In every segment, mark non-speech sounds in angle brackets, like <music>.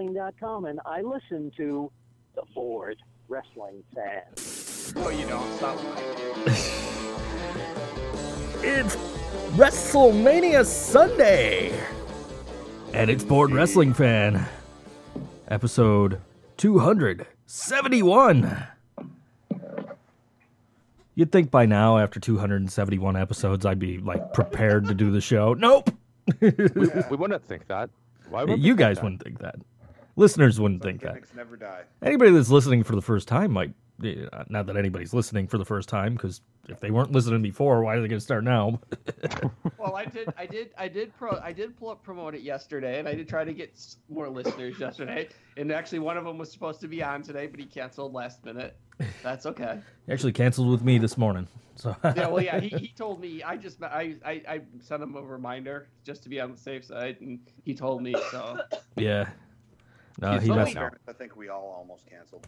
wrestling.com, and I listen to the board wrestling fan. No, you don't. It's not like it. It's WrestleMania Sunday. And it's Bored Wrestling Fan, episode 271. You'd think by now, after 271 episodes, I'd be like prepared to do the show. Nope. <laughs> We wouldn't think that. Why would You guys wouldn't think that. Listeners wouldn't think that. Gimmicks never die. Anybody that's listening for the first time might. yeah, Not that anybody's listening for the first time, because if they weren't listening before, why are they going to start now? Well, I did, I did, I did pro, I did pull up promote it yesterday, and I did try to get s- more listeners yesterday. And actually, one of them was supposed to be on today, but he canceled last minute. That's okay. He actually canceled with me this morning. So <laughs> Yeah, well, yeah, he, he told me. I just, I, I, I sent him a reminder just to be on the safe side, and he told me so. yeah. No, He's he only messed No. up. I think we all almost canceled.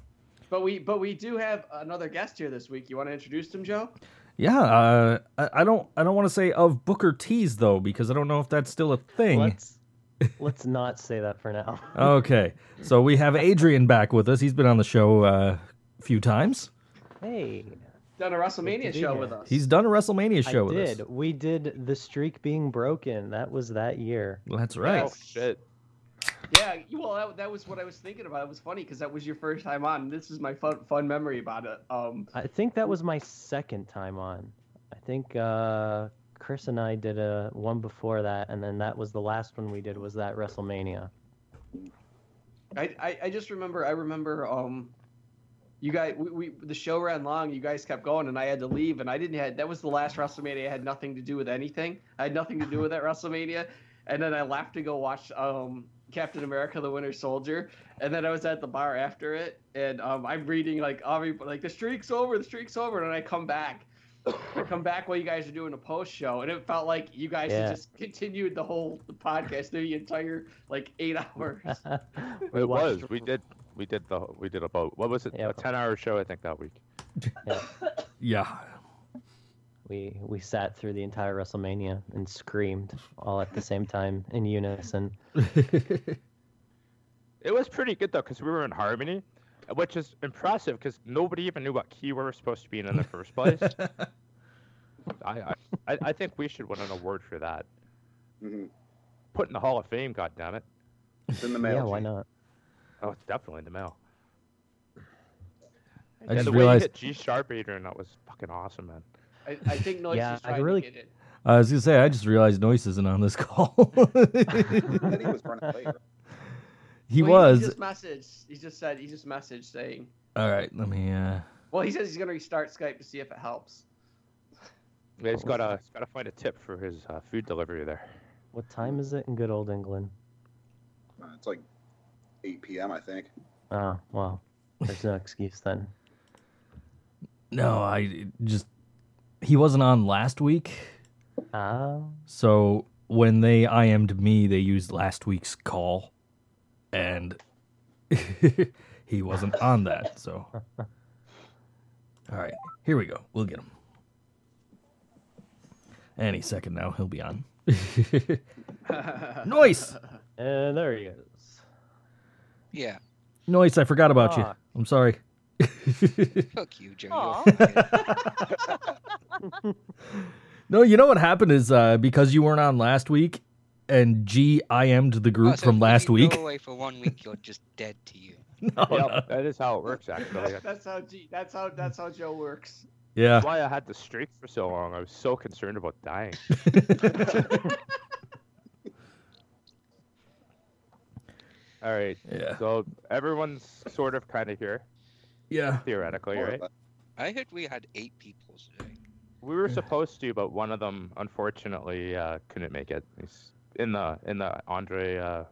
But we, but we do have another guest here this week. You want to introduce him, Joe? Yeah, uh, I, I don't. I don't want to say of Booker T's though, because I don't know if that's still a thing. Let's let's not say that for now. <laughs> Okay, so we have Adrian back with us. He's been on the show uh, a few times. Hey, Done a WrestleMania be show here. with us. He's done a WrestleMania I show with did. us. We did the streak being broken. That was that year. Well, that's right. Oh shit! Yeah, well, that, that was what I was thinking about. It was funny because that was your first time on. and This is my fun fun memory about it. Um, I think that was my second time on. I think uh, Chris and I did a one before that, and then that was the last one we did was that WrestleMania. <laughs> I, I, I just remember I remember um, you guys we, we the show ran long. You guys kept going, and I had to leave, and I didn't had that was the last WrestleMania. I had nothing to do with anything. I had nothing to do with that WrestleMania, and then I left to go watch um, Captain America: The Winter Soldier, and then I was at the bar after it, and um, I'm reading like Avi like the streak's over, the streak's over, and I come back. I come back while you guys are doing a post show, and it felt like you guys had Yeah. just continued the whole podcast through the entire like eight <laughs> hours. We It watched- was. We did. We did the. We did a boat. What was it? Yeah. A ten-hour show, I think, that week. Yeah. We we sat through the entire WrestleMania and screamed all at the same time in unison. It was pretty good though, because we were in harmony, which is impressive because nobody even knew what key we were supposed to be in in <laughs> the first place. I, I, I- I think we should win an award for that. Mhm. Put in the Hall of Fame, goddammit. It's in the mail. yeah, why Gene. <laughs> not? Oh, it's definitely in the mail. I yeah, just the realized. way you hit G sharp, Adrian, that was fucking awesome, man. I, I think Noyce Yeah, is I trying really- to get it. I was gonna say I just realized Noise isn't on this <laughs> call. Said he was running late. he Well, was. He just messaged. He just said. He just messaged saying. All right. Let me. Uh... Well, he says he's gonna restart Skype to see if it helps. <laughs> Yeah, He's got to got to find a tip for his uh, food delivery <laughs> there. What time is it in good old England? Uh, It's like 8 p.m. I think. Oh, well, there's no excuse then. No, I just. He wasn't on last week. Ah, So when they IM'd me, they used last week's call, and <laughs> he wasn't on that. So, all right, here we go. We'll get him any second now. He'll be on. <laughs> Noise, and Uh, there he goes. Yeah, noise. I forgot about you. Fuck. I'm sorry. <laughs> fuck you, Joe. Aw. You old man. No, you know what happened is uh, because you weren't on last week, and G IM'd the group Oh, so from if last you week. <laughs> Go away for one week, you're <laughs> just dead to you. No, Oh, no. Yep, that is how it works <laughs> actually. <laughs> That's, that's how. G, that's how. That's how Joe works. Yeah. <laughs> That's why I had the streak for so long. I was so concerned about <laughs> dying. All right. Yeah. So everyone's sort of kind of here, Yeah. theoretically, More or right? less. I heard we had eight people today. We were supposed to, but one of them unfortunately uh, couldn't make it. He's in the in the Andre <laughs> uh,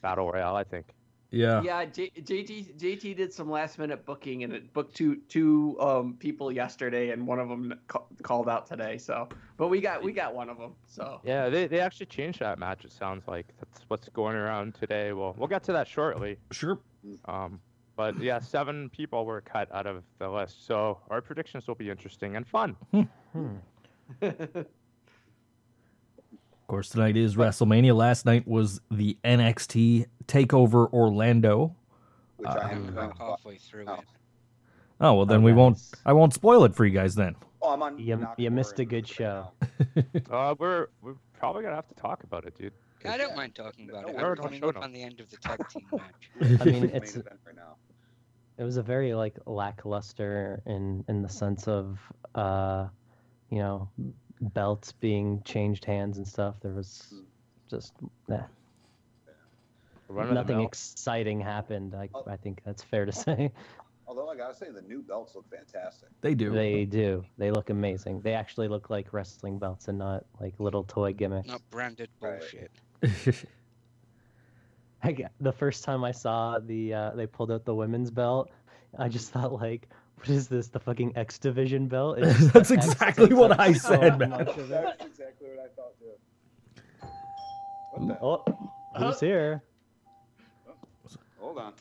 battle royale, I think. Yeah. Yeah, J, JT JT did some last minute booking and it booked two two um people yesterday and one of them ca- called out today. So, but we got we got one of them. So Yeah, they, they actually changed that match. It sounds like that's what's going around today. Well, we'll get to that shortly. Sure. Um, but <laughs> yeah, seven people were cut out of the list, so our <laughs> Hmm. <laughs> predictions will be interesting and fun. Hmm. Of course, tonight is WrestleMania. Last night was the NXT Takeover Orlando. Which Uh, I I'm haven't about done. halfway through Oh. it. Oh well, then we won't. I won't spoil it for you guys then. Oh, I'm on. You- Nakamura you missed a right good show. <laughs> now. Uh, we're we're probably gonna have to talk about it, dude. I don't mind talking about it. oh, No, we're I'm not coming showing up off. on the end of the <laughs> tag team match. I mean, Main it's event right now. it was a very like lackluster in in the sense of uh you know belts being changed hands and stuff there was just eh, Run of the nothing mill. exciting happened I, Oh. I think <laughs> that's fair to say Although I gotta say, the new belts look fantastic. They do. they do they look amazing they actually look like wrestling belts and not like little toy gimmicks Not branded Right. bullshit. I g the first time I saw the uh, they pulled out the women's belt, I just <laughs> thought like, what is this? The fucking X division belt? <laughs> It's just That's Oh, the X, exactly it's what like I so said, man. much of it. <laughs> That's exactly what I thought too. What the? <laughs> Oh, who's here? Hold on.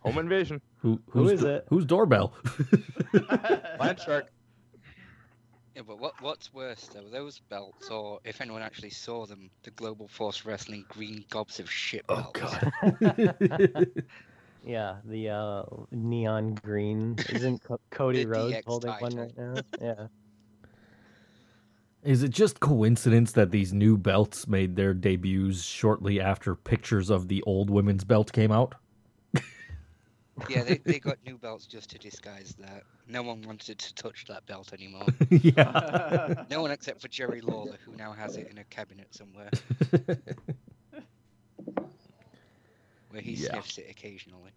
Home <laughs> invasion. Who, Who who's is do- it? Who's doorbell? <laughs> Land shark. Yeah, but what what's worse though, those belts, or if anyone actually saw them, the Global Force Wrestling green gobs of shit belts. Oh God. <laughs> Yeah, the uh, neon green. Isn't Co- Cody The Rhodes DX holding one title. right now? <laughs> Yeah. Is it just coincidence that these new belts made their debuts shortly after pictures of the old women's belt came out? <laughs> Yeah, they, <laughs> they got new belts just to disguise that. No one wanted to touch that belt anymore. yeah. No one except for Jerry Lawler, who now has it in a cabinet somewhere, where he Yeah. sniffs it occasionally.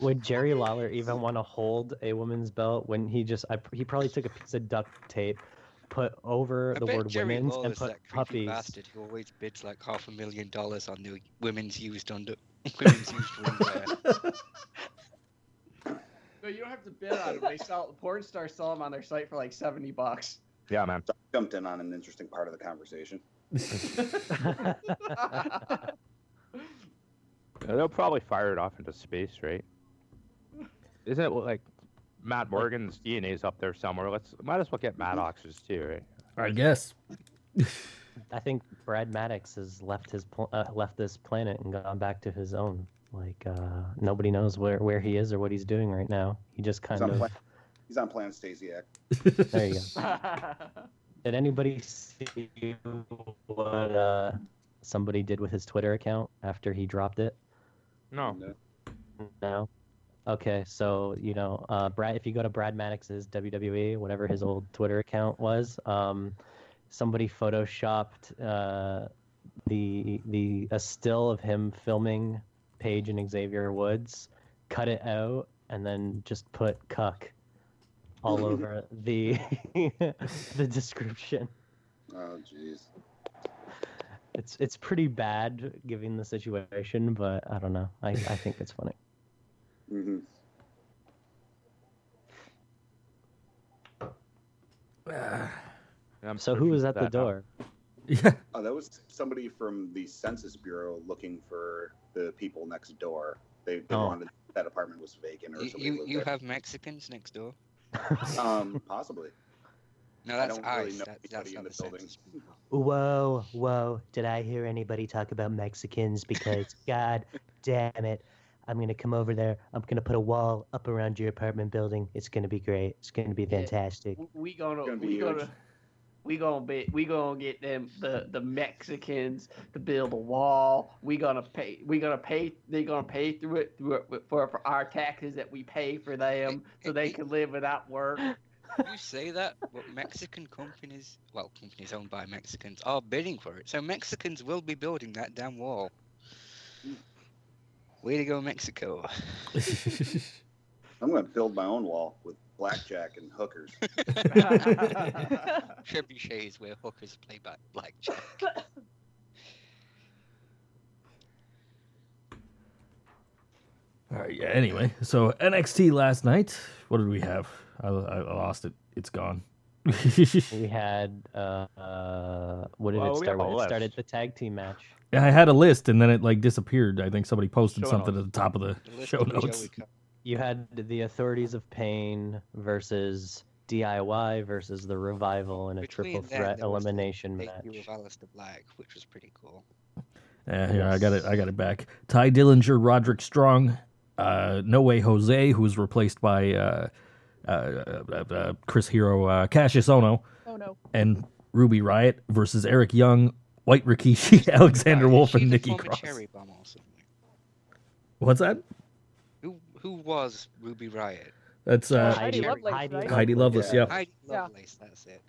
Would Jerry Lawler even want to hold a women's belt when he just I, he probably took a piece of duct tape, put over I the bet word Jerry women's Lawler's and put that creepy puppies. bastard who always bids like half a million dollars on the women's used under <laughs> women's used <laughs> underwear. No, you don't have to bid on them. They sell porn stars sell them on their site for like seventy bucks. <laughs> Yeah, man. Jumped in on an interesting part of the conversation. <laughs> They'll probably fire it off into space, right? Isn't it like Matt Morgan's DNA's up there somewhere? Let's might as well get Maddox's too, right? I guess. I think Brad Maddox has left his pl- uh, left this planet and gone back to his own. Like uh, nobody knows where, where he is or what he's doing right now. He just kind He's on, of plan, he's on Plan Stasiak. there you go. That's Did anybody see what uh, somebody did with his Twitter account after he dropped it? No. No. Okay, so you know, uh, Brad. If you go to Brad Maddox's WWE, whatever his old Twitter account was, um, somebody photoshopped uh, the the a still of him filming Paige and Xavier Woods, cut it out, and then just put "cuck" all over the <laughs> the description. Oh, jeez. It's it's pretty bad given the situation, but I don't know. I, I think it's funny. hmm And I'm So who searching was for at the that now. door? <laughs> Yeah. Oh, that was somebody from the Census Bureau looking for the people next door. They, they Oh. wanted that apartment was vacant or You something. you, you have Mexicans next door? um possibly. No, I that's don't really ice. know That- that's anybody not in the, the building. census. Whoa, whoa. Did I hear anybody talk about Mexicans? <laughs> Because, god damn it. I'm going to come over there. I'm going to put a wall up around your apartment building. It's going to be great. It's going to be Yeah. fantastic. we gonna, Gonna be we huge. gonna we gonna be we gonna get them the the Mexicans to build a wall. We gonna pay we gonna pay they gonna pay through it through it for, for our taxes that we pay for them so they can live without <laughs> work. <laughs> You say that, but Mexican companies, well, companies owned by Mexicans, are bidding for it. So Mexicans will be building that damn wall. Way to go, Mexico. I'm gonna build my own wall with blackjack and hookers. <laughs> Trebuchets where hookers play back blackjack. All right. Yeah. Anyway, so NXT last night. What did we have? I, I lost it. It's gone. <laughs> We had, uh, uh, what did Well, it we start have a with? It started list. the tag team match. Yeah, I had a list and then it like disappeared. I think somebody posted Show something notes. at the top of the, The list show of notes. Joey Cup. You had the authorities of pain versus DIY versus the revival in a Between triple them, threat there was the elimination Take match. you with Alistair Black, which was pretty cool. Uh, here, I got it. I got it back. Ty Dillinger, Roderick Strong, uh, No Way Jose, who was replaced by uh, uh, uh, uh, Chris Hero, uh, Cassius Ono, Oh no. and Ruby Riot versus Eric Young, White Rikishi, <laughs> Alexander Right, Wolf, she and the Nikki former Cross. Cherry Bomb or something. What's that? Who who was Ruby Riot? That's uh, Heidi Heidi- Lovelace, Heidi right? Heidi Lovelace. Yeah. Yeah. Heidi Yeah. Lovelace. That's it.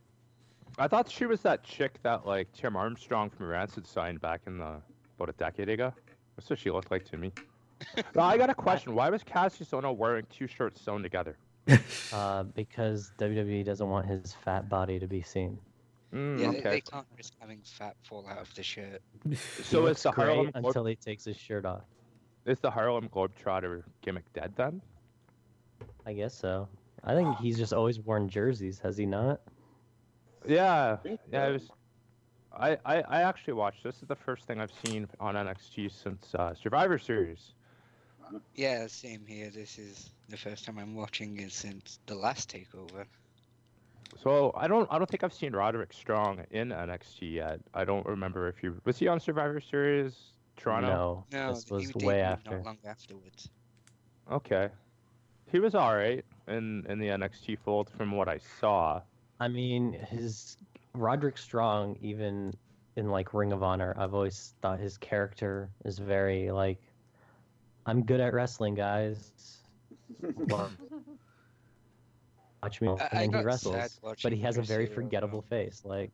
I thought she was that chick that like Tim Armstrong from Rancid signed back in the about a decade ago. That's what she looked like to me. now, I got a question. Why was Cassius Ono wearing two shirts sewn together? Uh, because WWE doesn't want his fat body to be seen. Hmm, Mm, yeah, they, okay. they can't risk having fat fall out of the shirt. He so is looks the great Harlem Globe- until he takes his shirt off. is the Harlem Globetrotter gimmick dead then? I guess so. I think he's just always worn jerseys, has he not? Yeah. think Yeah, it so. was. I, I, I actually watched. This is the first thing I've seen on NXT since uh, Survivor Series. Yeah, same here. This is the first time I'm watching it since the last takeover. So I don't I don't think I've seen Roderick Strong in NXT yet. I don't remember if you was he on Survivor Series Toronto. No, No, this he was debuted way not after. long afterwards. Okay. He was all right in in the NXT fold from what I saw. I mean, his Roderick Strong, even in like Ring of Honor, I've always thought his character is very like, I'm good at wrestling, guys. Well, Watch me, I- and I then he got sad wrestles. But watching he has a Chris very Hero, though. forgettable face. Like,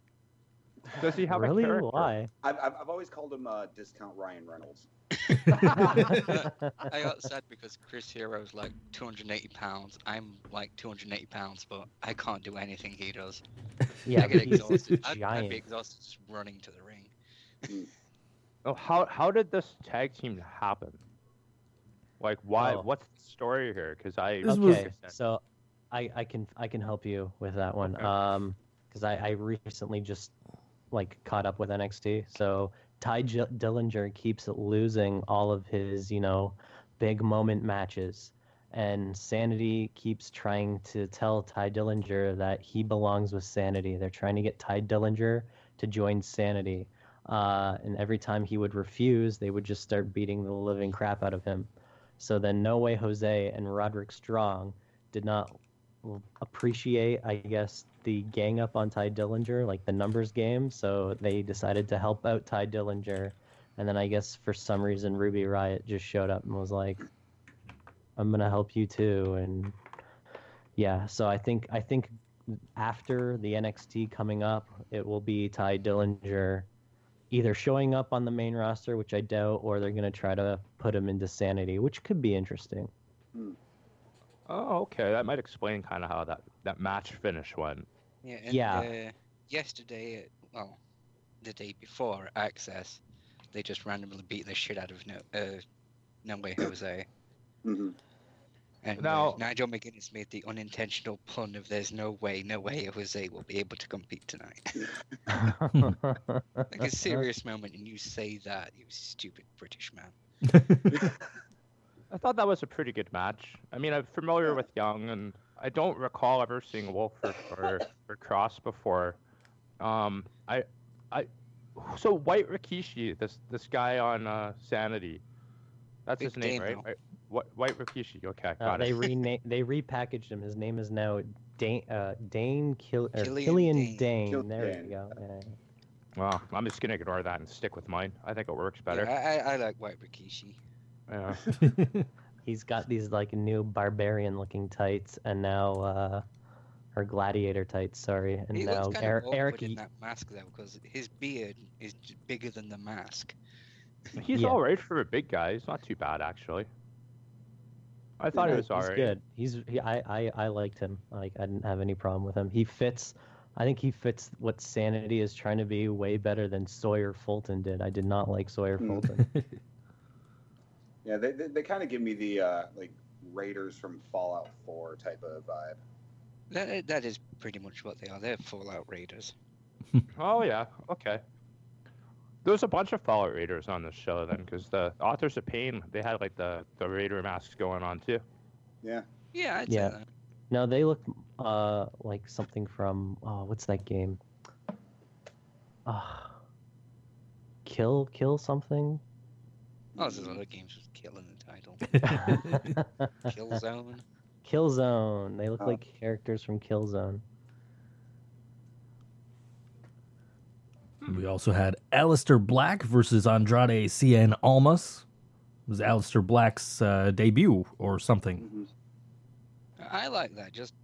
Does he have really? a character? <laughs> Why? <laughs> I've, I've, I've always called him uh, Discount Ryan Reynolds. I <laughs> got sad because Chris Hero's like 280 pounds. I'm like 280 pounds, but I can't do anything he does. yeah, I get but he's just exhausted. I'd, I'd giant. be exhausted just running to the ring. Oh, how how did this tag team happen? Like why? Oh. What's the story here? Because I This was- okay, so I, I can I can help you with that one. Okay. Um, because I, I recently just like caught up with NXT. So Ty J- Dillinger keeps losing all of his you know big moment matches, and Sanity keeps trying to tell Ty Dillinger that he belongs with Sanity. They're trying to get Ty Dillinger to join Sanity. Uh, and every time he would refuse, they would just start beating the living crap out of him. So then, No Way Jose and Roderick Strong did not l- appreciate, I guess, the gang up on Ty Dillinger, like the numbers game. So they decided to help out Ty Dillinger. And then I guess for some reason, Ruby Riot just showed up and was like, I'm going to help you too. And yeah, so I think, I think after the NXT coming up, it will be Ty Dillinger either showing up on the main roster, which I doubt, or they're going to try to put him into sanity, which could be interesting. Oh, okay. That might explain kind of how that that match finish went. Yeah. And, Yeah. Uh, yesterday, at, well, the day before Access, they just randomly beat the shit out of No, uh, no Way Jose. Mhm. And uh, Now- Nigel McGuinness made the unintentional pun of "There's no way, no way Jose will be able to compete tonight." like a serious moment, and you say that, you stupid British man. I thought that was a pretty good match. I mean, I'm familiar with Young, and I don't recall ever seeing Wolf or, or, or Cross before. Um, I, I, so White Rikishi, this this guy on uh, Sanity, that's Big his name, right? Dano. right? What White Rikishi? Okay, Uh, got they it. <laughs> rename, they repackaged him. His name is now Dane, uh, Dane Kill, or Killian Killian, Dane. Dane. Kill- There Dane. you go. Yeah. well, I'm just gonna ignore that and stick with mine. I think it works Yeah, better. I, I, I like White Rikishi. Yeah. He's got these like new barbarian-looking tights, and now uh, or gladiator tights. Sorry, and he now looks kind Eric of awkward Eric. in that mask though, because his beard is j- bigger than the mask. He's Yeah. all right for a big guy. He's not too bad actually. I thought he was all he's right. good. He's he, I, I I liked him. Like I didn't have any problem with him. He fits. I think he fits what Sanity is trying to be way better than Sawyer Fulton did. I did not like Sawyer Hmm. <laughs> Fulton. Yeah, they, they, they kind of give me the uh, like Raiders from Fallout 4 type of vibe. That, that is pretty much what they are. They're Fallout Raiders. Oh yeah, okay. There's a bunch of Fallout Raiders on this show then, because the authors of Pain they had like the the Raider masks going on too. Yeah. Yeah, I'd Yeah. say that. no, they look uh like something from oh what's that game? Ah, kill kill something. <laughs> Oh, there's a lot of games with kill in the title. Kill Zone. Killzone. They look Oh. like characters from Killzone. We also had Alistair Black versus Andrade Cien Almas. It was Alistair Black's uh, debut or something. Mhm. I like that. Just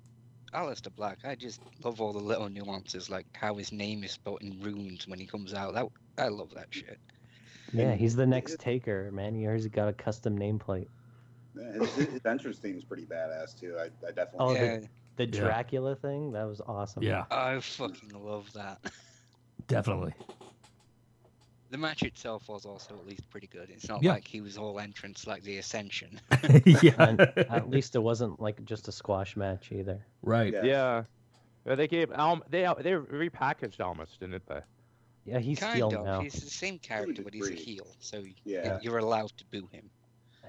Alistair Black. I just love all the little nuances, like how his name is spelled in runes when he comes out. That I love that shit. Yeah, And he's the it- next it- taker, man. He already got a custom nameplate. His, his entrance theme is pretty badass too. I, I definitely. Oh, yeah, the- The Yeah. Dracula thing, that was awesome. Yeah, I fucking love that. definitely. <laughs> The match itself was also at least pretty good. It's not Yeah. like he was all entrance like the Ascension. <laughs> And <laughs> yeah. at least it wasn't like just a squash match either. right. Yeah. Yeah. Yeah, they gave Alm. They they repackaged Almas, didn't Uh, they? Yeah, he's kind heel of. now, He's the same character, did but he's a great. heel, so y- Yeah. you're allowed to boo him.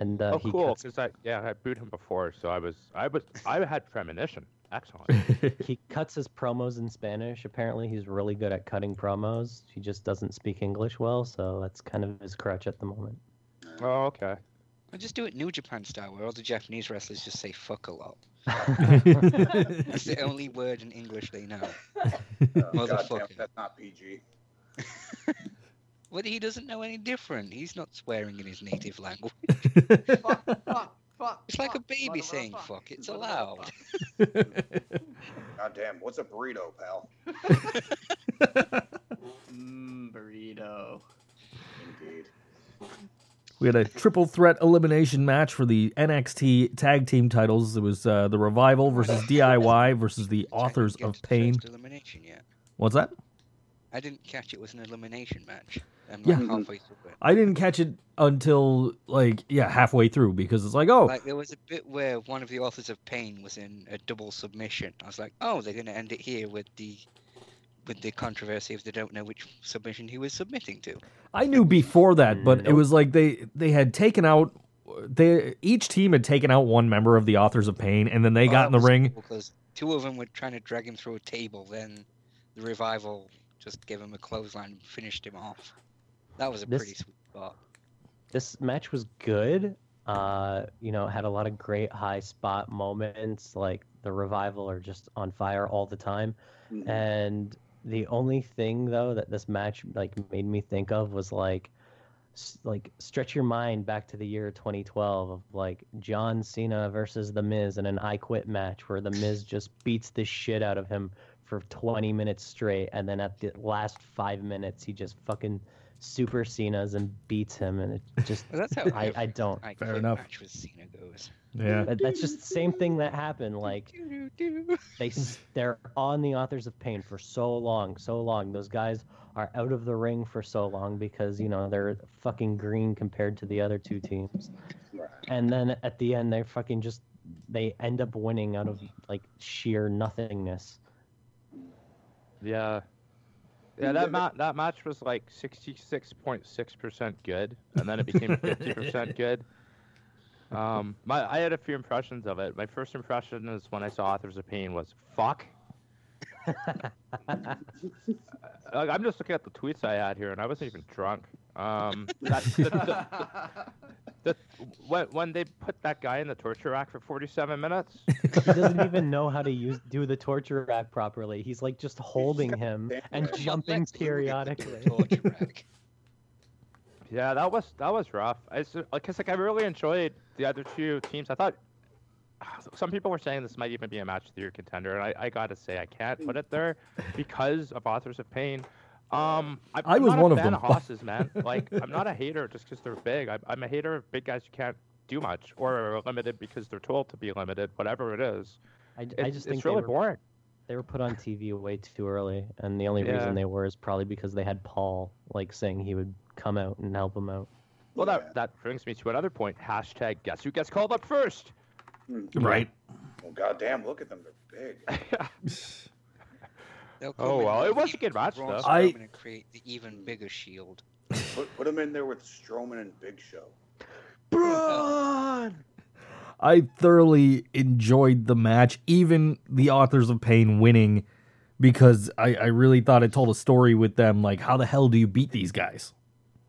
and uh, oh, he cool. cuts, Because I yeah I booed him before, so I was I was I had premonition. Excellent. he cuts his promos in Spanish. Apparently, he's really good at cutting promos. He just doesn't speak English well, so that's kind of his crutch at the moment. <laughs> oh, okay. Or just do it New Japan style, where all the Japanese wrestlers just say fuck <laughs> a lot. <laughs> That's the only word in English they know. Oh, God damn, Motherfucker. that's not PG. Well, he doesn't know any different. He's not swearing in his native language. fuck, fuck, fuck. It's like a fuck, baby mother- saying fuck. It's allowed. God damn, what's a burrito, pal? <laughs> Mmm, burrito. Indeed. we had a triple threat elimination match for the NXT tag team titles. It was uh, the Revival versus DIY versus the I didn't Authors get of to the Pain. first elimination yet. What's that? I didn't catch it was an elimination match. I'm Yeah. like halfway through it. I didn't catch it until like yeah halfway through because it's like oh Like there was a bit where one of the authors of Pain was in a double submission. I was like, oh, they're going to end it here with the with the controversy if they don't know which submission he was submitting to. I knew before that, but it Nope. was like they they had taken out they each team had taken out one member of the authors of pain, and then they Oh, got in the ring. because two of them were trying to drag him through a table. Then the revival just gave him a clothesline and finished him off. That was a This- pretty sweet spot. This match was good. Uh, you know, it had a lot of great high spot moments, like the revival are just on fire all the time. Mhm. And the only thing though that this match like made me think of was like s- like stretch your mind back to the year 2012 of like John Cena versus The Miz in an I Quit match where The Miz just beats the shit out of him for 20 minutes straight and then at the last 5 minutes he just fucking super Cena's and beats him and it <laughs> just Well, <laughs> that's how I, I don't I Fair enough. match with Cena goes. Yeah, That- that's just the same thing that happened like Doo-doo-doo. they s- they're on the authors of pain for so long so long those guys are out of the ring for so long because you know they're fucking green compared to the other two teams Right. and then at the end they're fucking just they end up winning out of like sheer nothingness Yeah. Yeah, that ma- that match was like sixty six point six percent good, and then it became fifty percent good. Um, my I had a few impressions of it. My first impression is when I saw Authors of Pain was fuck. Like, I'm just looking at the tweets I had here, and I wasn't even drunk. Um, that, the, the, the, when, when they put that guy in the torture rack for 47 minutes, he doesn't <laughs> even know how to use do the torture rack properly he's like just holding him stand and there. <laughs> jumping Lex Luger with the periodically <laughs> torture rack. Yeah, that was that was rough. I s- like, cause like I really enjoyed the other two teams. I thought <sighs> some people were saying this might even be a match of the year contender, and I, I gotta say I can't put it there because of Authors of Pain. Um, I, I I'm was not one a of fan them. of hosses, man. Like I'm not a hater just because they're big. I, I'm a hater of big guys who can't do much or are limited because they're told to be limited, whatever it is. I, It's, I just think it's they really were- boring. They were put on TV way too early, and the only Yeah. reason they were is probably because they had Paul like saying he would come out and help him out. Well, Yeah. that that brings me to another point. Hashtag guess who gets called up first. <laughs> right. Well, God damn, look at them. They're big. They'll Oh, come in well, and it was a keep good match, Braun though. I- Strowman and create the even bigger shield. Put, put them in there with Strowman and Big Show. Braun! I thoroughly enjoyed the match, even the authors of pain winning, because I, I really thought it told a story with them. Like, how the hell do you beat these guys?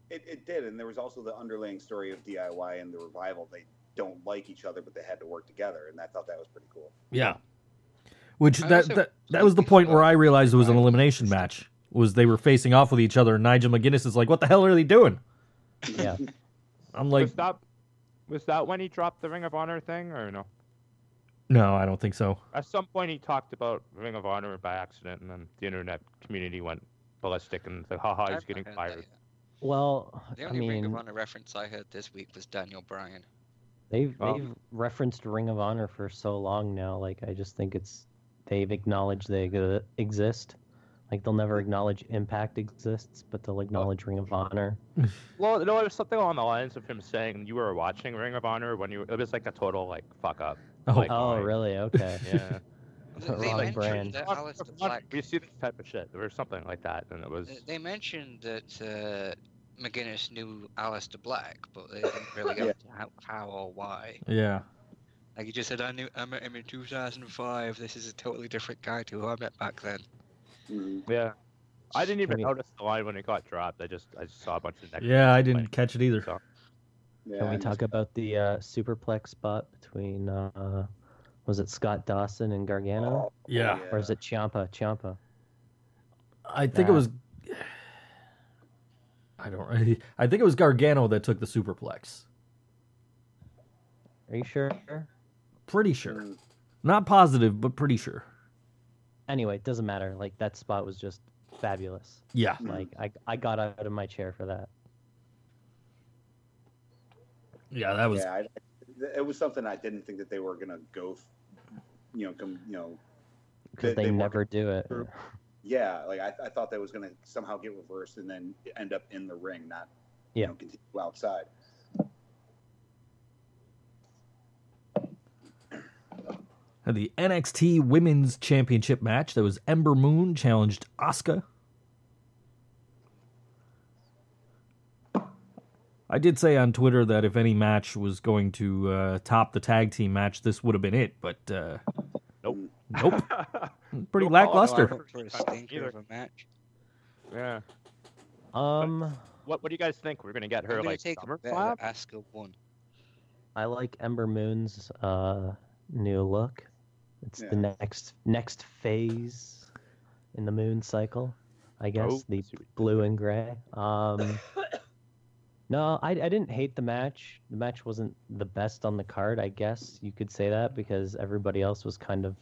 It, it did, and there was also the underlying story of DIY and the revival. They don't like each other, but they had to work together, and I thought that was pretty cool. Yeah. Which I that, also- that that was the point uh, where I realized it was an elimination match. Was they were facing off with each other, and Nigel McGuinness is like, "What the hell are they doing?" <laughs> Yeah. I'm like, was that was that when he dropped the Ring of Honor thing or no? "No, I don't think so." At some point, he talked about Ring of Honor by accident, and then the internet community went ballistic and said, "Haha, he's I've getting not heard that fired." yet. Well, The I only Ring of mean, Honor reference I heard this week was Daniel <laughs> Bryan. they've Oh. they've referenced Ring of Honor for so long now. Like, I just think it's they've acknowledged they g- exist. Like, they'll never acknowledge Impact exists, but they'll acknowledge Ring of Honor. Well, no, it was something along the lines of him saying you were watching Ring of Honor when you. It was like a total like fuck up. Oh, Like, Oh, why? really? Okay. <laughs> Yeah. They Wrong mentioned brand. that Fuck, Alistair fuck, Black We see this type of shit or something like that, and it was. They- They mentioned that uh, McGuinness knew Alistair Black, but they <laughs> didn't really go Yeah. into how, how or why. Yeah. Like he just said, I knew I met him in 2005. This is a totally different guy to who I met back then. Mhm. Yeah. I didn't even Can we- notice the line when it got dropped. I just I just saw a bunch of. negatives, Yeah, I like- didn't catch it either. Yeah, Can we and- talk about the uh, superplex spot between uh, was it Scott Dawson and Gargano, Yeah. Oh, or is it Ciampa? Ciampa. I think it Nah. was. I don't. <laughs> really- I think it was Gargano that took the superplex. Are you sure? Pretty sure. Not positive, but pretty sure. Anyway, it doesn't matter. Like that spot was just fabulous. Yeah. Mhm. Like I, I got out of my chair for that. Yeah, that was. yeah, I, I- it was something I didn't think that they were gonna go, f- you know, come, you know, because They- they, they work never do it. group. yeah, like I, I thought that was gonna somehow get reversed and then end up in the ring, not, you Yeah. know, continue outside. The NXT Women's Championship match that was Ember Moon challenged Asuka. I did say on Twitter that if any match was going to uh, top the tag team match, this would have been it, but uh, Nope. nope, pretty <laughs> Don't follow lackluster. Sure. For a stinker of a match. yeah. Um, What What do you guys think? We're gonna get I'm her gonna like take a summer bet that Asuka won. I like Ember Moon's uh, new look. It's the Yeah. next next phase in the moon cycle, I guess. Oh, the I see what you did blue and gray. Um, <coughs> no, I, I didn't hate the match. The match wasn't the best on the card, I guess you could say that because everybody else was kind of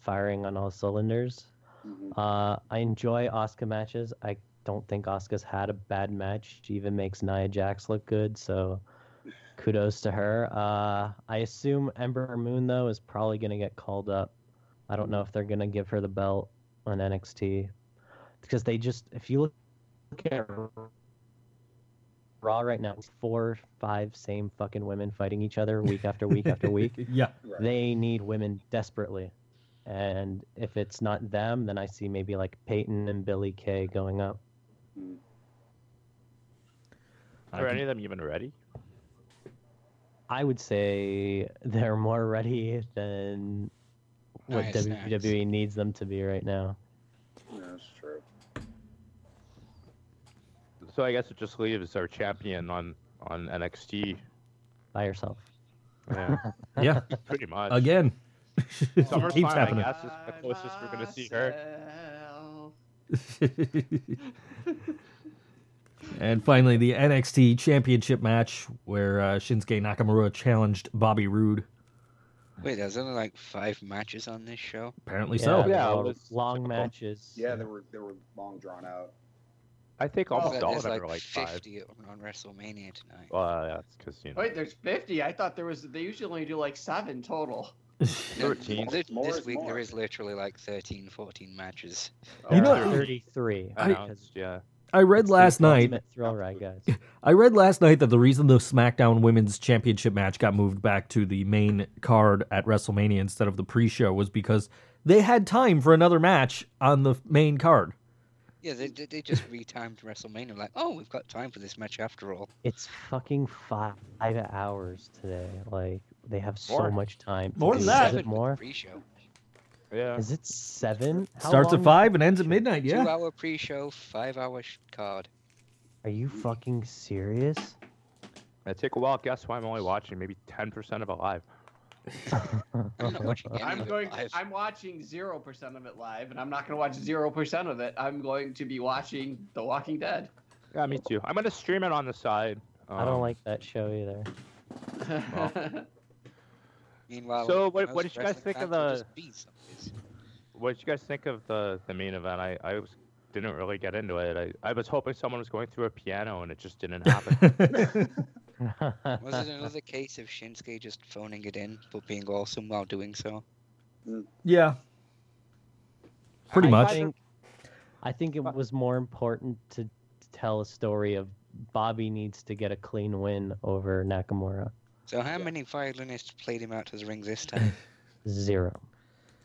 firing on all cylinders. Mhm. Uh, I enjoy Oscar matches. I don't think Oscar's had a bad match. She even makes Nia Jax look good, so kudos to her. Uh, I assume Ember Moon though is probably gonna get called up. I don't know if they're gonna give her the belt on NXT because they just if you look look at Raw right now, it's four, five same fucking women fighting each other week after week after week yeah. Right. they need women desperately. And if it's not them, then I see maybe like Peyton and Billy Kay going up. Are any of them even ready? I would say <laughs> they're more ready than what Nice, nice. WWE needs them to be right now. Yeah, that's true. So I guess it just leaves our champion on on NXT. By yourself. <laughs> Yeah, yeah, pretty much. again. <laughs> It Summer keeps Fire, happening. yeah. That's just <laughs> the closest we're gonna see her. <laughs> and finally, the NXT Championship match where uh, Shinsuke Nakamura challenged Bobby Roode. Wait, there's only like five matches on this show. Apparently so. they're Yeah, all it was long typical. matches. Yeah, they were they were long drawn out. <laughs> I think I almost bet all of there's them Oh, like, are like five. 50 on- on WrestleMania tonight. Well, yeah, it's because you know. Wait, there's 50. I thought there was. They usually only do like seven total. No, 13. th- More this is week there more. is literally like 13, 14 matches. You know- they're I- 33. I- announced, yeah. I read last night. Thrill ride, <laughs> guys. I read last night that the reason the SmackDown Women's Championship match got moved back to the main card at WrestleMania instead of the pre-show was because they had time for another match on the main card. Yeah, they, they, they just retimed WrestMania. Like, oh, we've got time for this match after all. It's fucking five hours today. Like They have so More. much time. to More do than it. that. Is it more? Pre-show. Yeah. Is it seven? How Starts at long- five and ends at midnight. Yeah. Two-hour pre-show, five-hour sh- card. Are you fucking serious? <laughs> <laughs> I take a wild guess why I'm only watching maybe 10% of it live. I'm not watching any I'm of it going. live. I'm watching zero percent of it live, and I'm not going to watch zero percent of it. I'm going to be watching The Walking Dead. Yeah, me too. I'm gonna stream it on the side. I don't um, like that show either. <laughs> Meanwhile, So what- what most did you guys wrestling think of fans will the- just be zombies. What did you guys think of the the main event? I I was, didn't really get into it. I, I was hoping someone was going through a piano and it just didn't happen. <laughs> Was it another case of Shinsuke just phoning it in but being awesome while doing so? yeah. Pretty I much. think, I think it was more important to tell a story of Bobby needs to get a clean win over Nakamura. So how many violinists played him out to the ring <laughs> this time? Zero.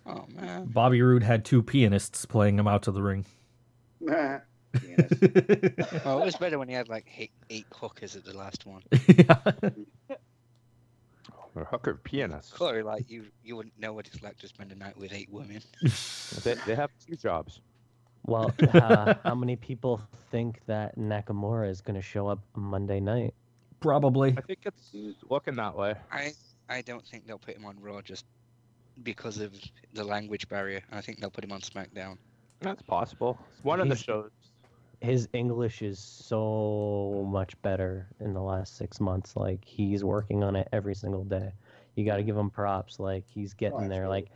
oh man. Bobby Roode had two pianists playing him out to the <laughs> ring. Pianist. Well, it was better when he had like eight, eight hookers at the <laughs> last one. Or hooker pianists. Corey, like you, you wouldn't know what it's like to spend a night with eight women. They, they have two jobs. Well, uh, <laughs> how many people think that Nakamura is going to show up Monday night? Probably. I think it's looking that way. I, I don't think they'll put him on Raw just because of the language barrier. I think they'll put him on SmackDown. That's possible. It's one of the He's- shows. His English is so much better in the last six months. Like he's working on it every single day. You got to give him props. Like he's getting there. Like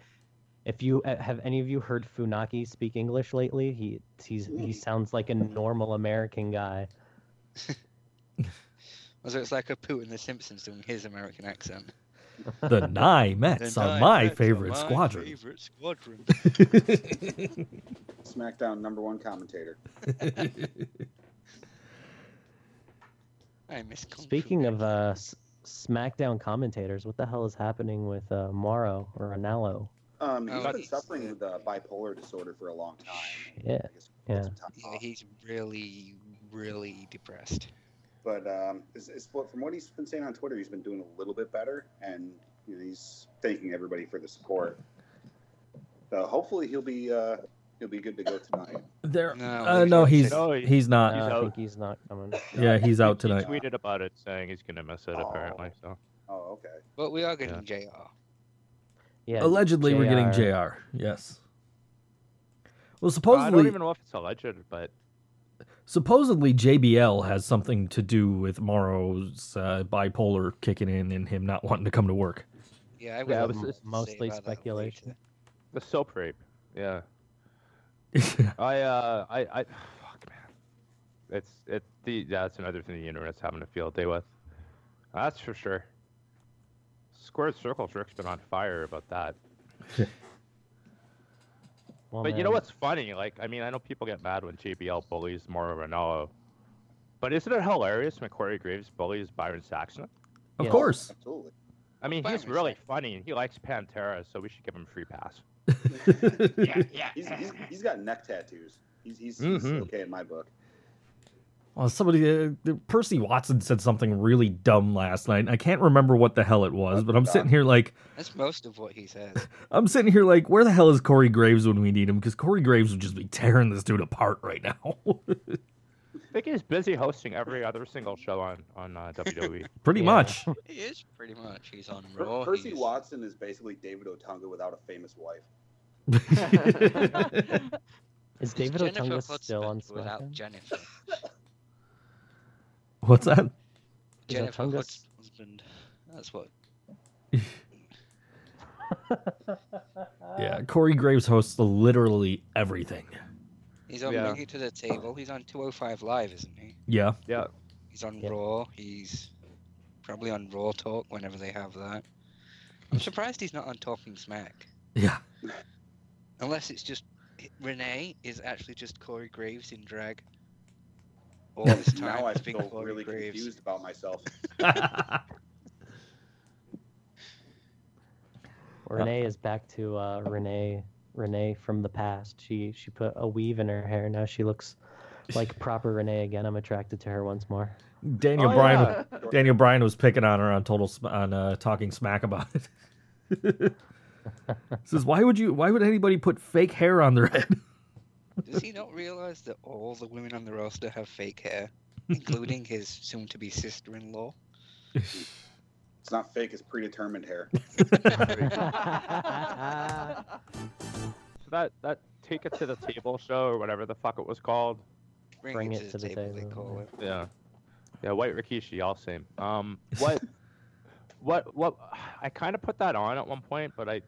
if you eh, have any of you heard Funaki speak English lately, he he's he sounds like a normal American guy. So it's like a Putin the Simpsons doing his American accent. The Nye Mets The are Nine my Mets are favorite my squadron. favorite squadron. SmackDown number one commentator. <laughs> I miss Kung Fu Speaking of Panda. uh, S- SmackDown commentators, what the hell is happening with uh, Morrow or Anello? Um, he's Oh, been he's- suffering with uh, bipolar disorder for a long time. Yeah, I guess we'll yeah. get some time yeah, off. he's really, really depressed. But um, it's, it's, what- from what he's been saying on Twitter, he's been doing a little bit better, and you know, he's thanking everybody for the support. So hopefully he'll be uh, he'll be good to go tonight. There. No, Uh, there's no, no he's No, he- he's not. Uh, I out. think he's not coming. yeah, he's out He <laughs> tonight. tweeted about it saying he's gonna miss it Oh. apparently. So Uh, Oh, okay. But we are getting JR. Yeah, Allegedly, we're getting JR. Jr. Yes. Well, I don't supposedly, even know if it's alleged, but supposedly JBL has something to do with Morrow's uh, bipolar kicking in and him not wanting to come to work. Yeah, I Yeah, will it was- say mostly about that speculation. <laughs> later. the soap rape. Yeah. I uh I I fuck man. It's it the that's another thing the internet's having a field day with. That's for sure. Squared Circle Jerk's been on fire about that. Well, but you know man, what's funny? Like, I mean, I know people get mad when JBL bullies Mauro Ranallo, but isn't it hilarious when Corey Graves bullies Byron Saxon? Of Yes. course. Absolutely. I mean, he's Byron really funny and he likes Pantera, so we should give him a free pass. yeah, yeah. He's, he's, he's got neck tattoos. He's, he's, he's Mm-hmm. Mhm. okay in my book. Well, somebody, uh, Percy Watson said something really dumb last night. and I can't remember what the hell it was, but I'm sitting here like, That's most of what he says. <laughs> I'm sitting here like, where the hell is Corey Graves when we need him? Because Corey Graves would just be tearing this dude apart right now. <laughs> I think he's busy hosting every other single show on on uh, WWE. Pretty Yeah. much. <laughs> he is pretty much. He's on Per- Raw. Percy Oh, he's- Watson is basically David Otunga without a famous wife. is Is David Jennifer Otunga Hudson still on without SmackDown? Jennifer. What's that? Is Jennifer Otunga Hudson's husband. That's what. Uh, Yeah, Corey Graves hosts literally everything. He's on Yeah. Bring It to the Table. He's on 205 Live, isn't he? Yeah. yeah. He's on Yeah. Raw. He's probably on Raw Talk whenever they have that. I'm surprised he's not on Talking Smack. <laughs> Yeah. <laughs> Unless it's just Renee is actually just Corey Graves in drag. All Well, this time now I it's been feel Corey really Graves. confused about myself. <laughs> Renee is back to uh, Renee. Renee from the past. She she put a weave in her hair. Now she looks <laughs> Like proper Renee again, I'm attracted to her once more. Daniel Oh, Bryan. yeah. Daniel Bryan was picking on her on total Sm- on uh, talking smack about it. <laughs> Says, why would you? Why would anybody put fake hair on their <laughs> head? Does he not realize that all the women on the roster have fake hair, <laughs> including his soon-to-be sister-in-law? It's not fake, it's predetermined <laughs> hair. <laughs> So that that take it to the table show or whatever the fuck it was called. Bring, it, to, the, table, they call it. Yeah. Yeah, White Rikishi, all same. Um, what, what, what? I kind of put that on at one point, but I,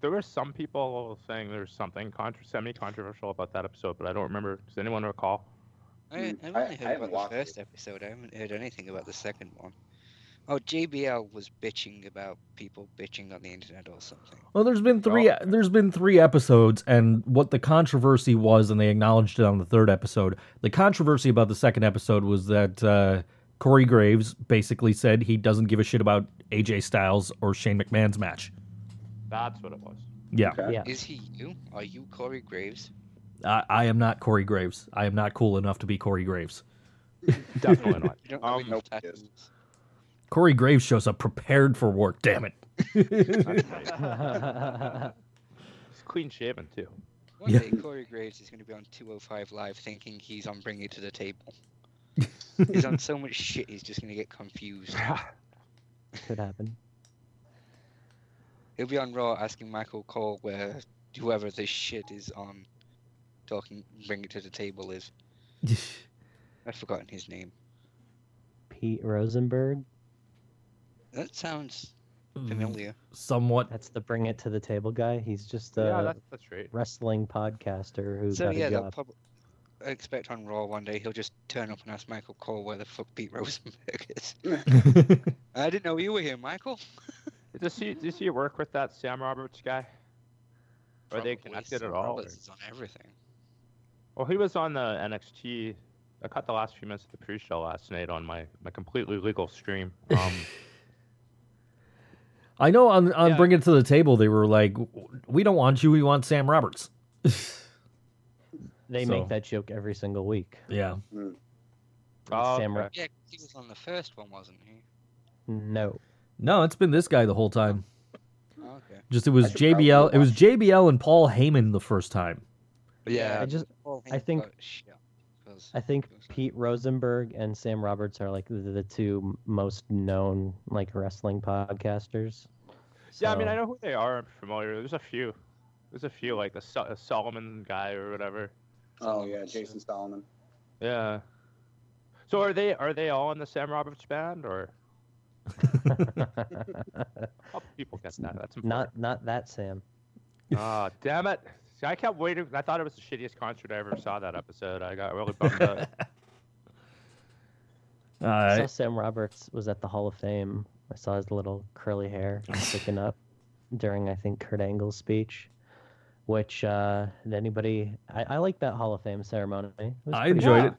there were some people saying there's something contr semi-controversial about that episode, but I don't remember. Does anyone recall? I, Hmm, I've I- I only heard haven't about watched the it. first episode. I haven't heard anything about the second one. Oh, JBL was bitching about people bitching on the internet or something. Well, there's been three. There's been three episodes, and what the controversy was, and they acknowledged it on the third episode. The controversy about the second episode was that uh, Corey Graves basically said he doesn't give a shit about AJ Styles or Shane McMahon's match. That's what it was. Yeah, Okay. Yeah. <laughs> Is he you? Are you Corey Graves? I, I am not Corey Graves. I am not cool enough to be Corey Graves. Definitely <laughs> not. I don't know Um, enough nope, he tattoos. Corey Graves shows up prepared for work. Damn it. That's right. He's clean shaven too. One Yeah. day Corey Graves is going to be on 205 Live thinking he's on Bring It to the Table. he's on so much shit, he's just going to get confused. Could happen. He'll be on Raw asking Michael Cole where whoever this shit is on talking Bring It to the Table is. I've forgotten his name. Pete Rosenberg. That sounds Mm-hmm. familiar. Somewhat. That's the bring it to the table guy. He's just a yeah, that's, that's right. wrestling podcaster who So got yeah, a they'll job. prob- I expect on Raw one day he'll just turn up and ask Michael Cole where the fuck Pete Rosenberg <laughs> is. I didn't know you were here, Michael. Does he does he work with that Sam Roberts guy? Are Probably they connected Sam at all? Roberts is on everything. Well, he was on the NXT. I caught the last few minutes of the pre-show last night on my, my completely legal <laughs> stream. Um, I know on, on Yeah. Bring It to the Table, they were like, we don't want you. We want Sam Roberts. They So- make that joke every single week. Yeah. oh, Sam okay. Ra- Yeah, 'cause he was on the first one, wasn't he? No. No, it's been this guy the whole time. Hmm. Oh, okay. Just it was I should probably JBL. It was watch it. JBL and Paul Heyman the first time. I just Paul I Heyman think- got shit 'cause- I think Pete Rosenberg and Sam Roberts are like the, the two m- most known like wrestling podcasters. Yeah, I mean, So- I know who they are. I'm familiar. There's a few. There's a few, like the Sol- Solomon guy or whatever. Oh, yeah, Jason Solomon. Yeah. So are they are they all in the Sam Roberts band or? How people get that? <laughs> That's important. not not that Sam. Ah, damn it! See, I kept waiting. I thought it was the shittiest concert I ever saw. That episode, I got really bummed <laughs> out. I saw Uh, Sam Roberts was at the Hall of Fame. I saw his little <laughs> curly hair sticking up during, I think, Kurt Angle's speech. Which uh, did anybody? I, I like that Hall of Fame ceremony. It was I pretty enjoyed good. it.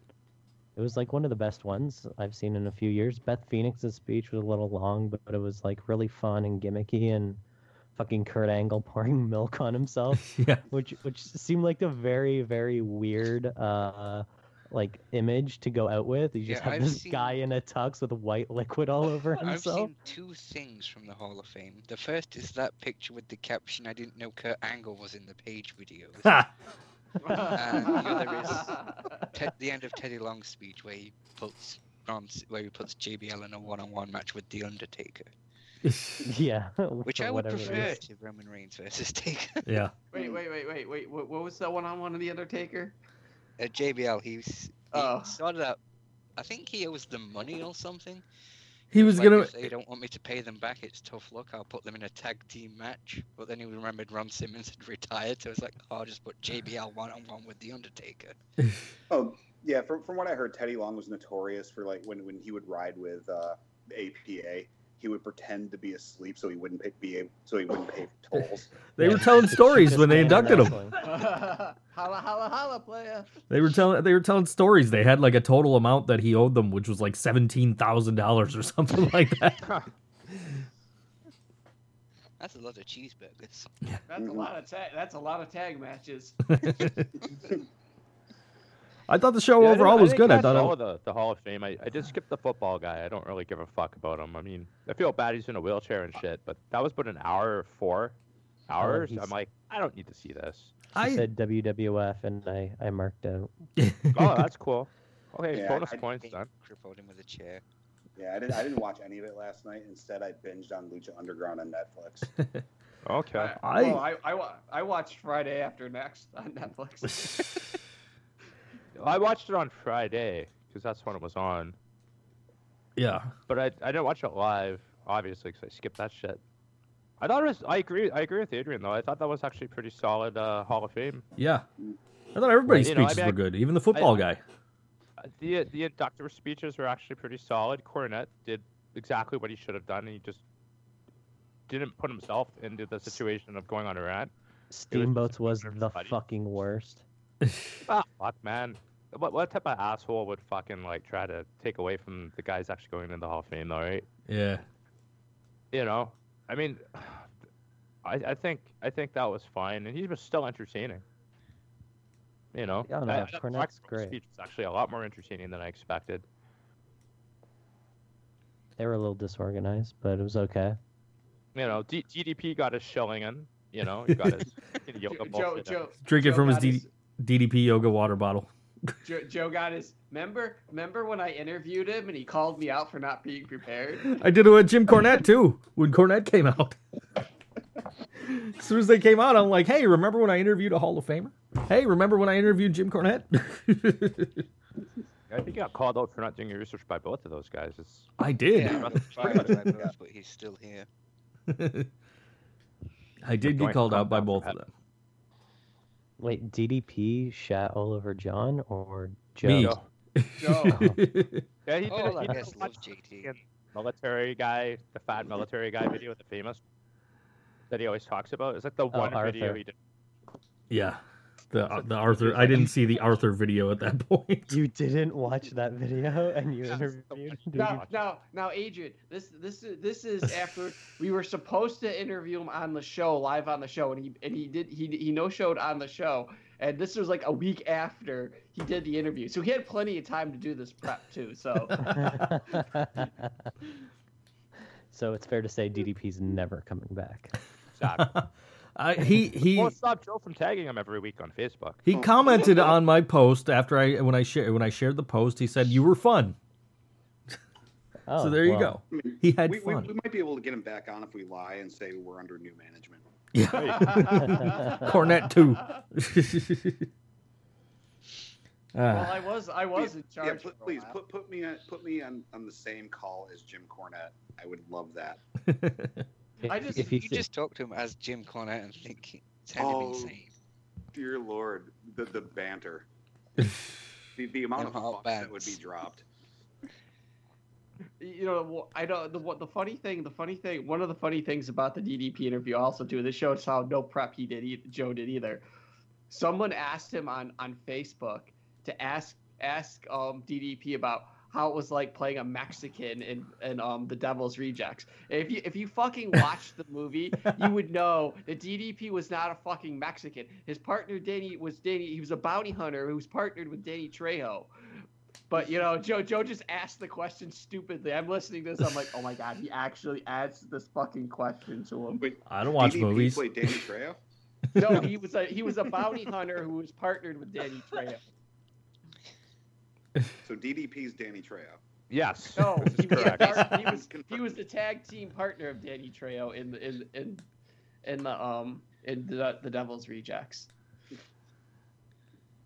It was like one of the best ones I've seen in a few years. Beth Phoenix's speech was a little long, but, but it was like really fun and gimmicky and fucking Kurt Angle <laughs> pouring milk on himself, <laughs> Yeah. which which seemed like a very very weird uh like image to go out with. You just Yeah, have I've this seen- guy in a tux with white liquid all over <laughs> I've himself. <laughs> seen two things from the Hall of Fame. The first is that picture with the caption, I didn't know Kurt Angle was in the page videos. Ha! and the other is Ted the end of Teddy Long's speech where he puts on, where he puts JBL in a one-on-one match with the Undertaker, Yeah, <laughs> which for I would whatever it prefer is. to Roman Reigns versus <laughs> Taker. <laughs> yeah. Wait, wait, wait, wait, wait. What, what was that one on one of the Undertaker? Uh, JBL, he, s- he Oh. started out. I think he owes them money or something. He was Like, <laughs> gonna. If they don't want me to pay them back, it's tough luck. I'll put them in a tag team match. But then he remembered Ron Simmons had <laughs> retired, so it's like, oh, I'll just put JBL one on one with the Undertaker. Oh, yeah, from, from what I heard, Teddy Long was notorious for, like, when, when he would ride with uh, APA. He would pretend to be asleep so he wouldn't pay, be able, so he wouldn't pay for tolls. They Yeah, were <laughs> telling it's the stories cheapest when they man in inducted him. wrestling. holla, holla, holla, playa. They were telling. They were telling stories. They had like a total amount that he owed them, which was like seventeen thousand dollars or <laughs> something like that. That's a lot of cheeseburgers. That's a Mhm. lot of tag. That's a lot of tag matches. I thought the show Yeah, I Oh, overall didn't- was didn't good. I catch thought all it, of the, the Hall of Fame. I, I did skip the football guy. I don't really give a fuck about him. I mean, I feel bad he's in a wheelchair and shit, but that was but an hour or four Oh, hours. he's- I'm like, I don't need to see <laughs> this. I I said WWF and I, I marked out. Oh, that's cool. Okay, Yeah, bonus I- points They then. crippled him with a chair. Yeah, I didn't. I didn't watch any of it last night. Instead, I binged on Lucha Underground on Netflix. Okay. I- well, I, I, wa- I watched Friday After Next <laughs> on Netflix. <laughs> I watched it on Friday because that's when it was on, yeah. but I I didn't watch it live obviously because I skipped that shit. I thought it was. I agree. I agree with Adrian though. I thought that was actually pretty solid uh, Hall of Fame. Yeah. I thought everybody's You know, I speeches mean, I- were good, even the football I- guy. Uh, the the inductor speeches were actually pretty solid. Cornette did exactly what he should have done, and he just didn't put himself into the situation of going on a rant. Steamboats was the everybody. fucking worst. Ah, fuck, man. What, what type of asshole would fucking like try to take away from the guys actually going into the Hall of Fame, though, right? Yeah. You know, I mean, <sighs> I, I think I think that was fine, and he was still entertaining. You know, Yeah, no, I- I thought Cornette's Rock's great. Speech was actually a lot more entertaining than I expected. They were a little disorganized, but it was okay. You know, D- DDP got his shilling in. You know, he got his <laughs> fucking yoga Joe, bullshit Joe, in. Joe, Drinking Joe from his got DD DDP yoga water bottle. Joe, Joe got his. Remember, remember when I interviewed him and he called me out for not being <laughs> prepared? I did it with Jim Cornette too when Cornette came out. <laughs> as soon as they came out, I'm like, hey, remember when I interviewed a Hall of Famer? Hey, remember when I interviewed Jim Cornette? <laughs> I think he got called out for not doing your research by both of those guys. It's I did. Yeah. pretty Fine. much Like, but he's still here. <laughs> I did get Joint called out by compound both of perhaps. them. Wait, DDP shat all over John or Joe? Me. Joe. Joe, Yeah, he did. Oh, All a, our he did guests a Oh, love lot JT. fucking military guy, the <laughs> fat military guy video, the famous that he always talks about. Is that the one video Arthur. he did? <laughs> yeah. The, the Arthur, I didn't see the Arthur video at that <laughs> point. You didn't watch that video and you Yeah, interviewed so <laughs> much. DDP? now, now, now, Adrian, this, this, is- this is after we were supposed to interview him on the show, live on the show, and he, and he did, he, he no showed on the show, and this was like a week after he did the interview, so he had plenty of time to do this prep too. So, <laughs> so it's fair to say DDP's never coming back. Stop. I, he he Well, stop Joe from tagging him every week on Facebook. he Oh. commented on my post after I when I shared when I shared the post. He said you were fun. Oh, so there you well, go. He had we, we, fun. we might be able to get him back on if we lie and say we're under new management. <laughs> Cornet too. <laughs> well, Ah, I was, I was in charge. yeah, for pl- a please while. put, put me on, put me on, on the same call as Jim Cornette. I would love that. If, I just- if You see- just talk to him as Jim Cornette and think he sounded Oh, insane. <laughs> Dear Lord, the the banter, the, the amount of Them fucks hot that would be bats. dropped. you know wh- i don't the what the funny thing the funny thing one of the funny things about the ddp interview also too this shows how no prep he did eith- joe did either someone asked him on on facebook to ask ask um ddp about how it was like playing a Mexican in, in um the Devil's Rejects. If you if you fucking watched the movie, you would know that DDP was not a fucking Mexican. His partner Danny was Danny. He was a bounty hunter who was partnered with Danny Trejo. But you know, Joe Joe just asked the question stupidly. I'm listening to this. I'm like, oh my god, he actually adds this fucking question to <laughs> him. Wait, I don't watch DDP movies. Played Danny Trejo. No, he was a he was a bounty hunter who was partnered with Danny Trejo. So DDP's Danny Trejo. Yes. <laughs> No, this he is was, a correct. part- he <laughs> was he was the tag team partner of Danny Trejo in the in in, in the um in the the Devil's Rejects.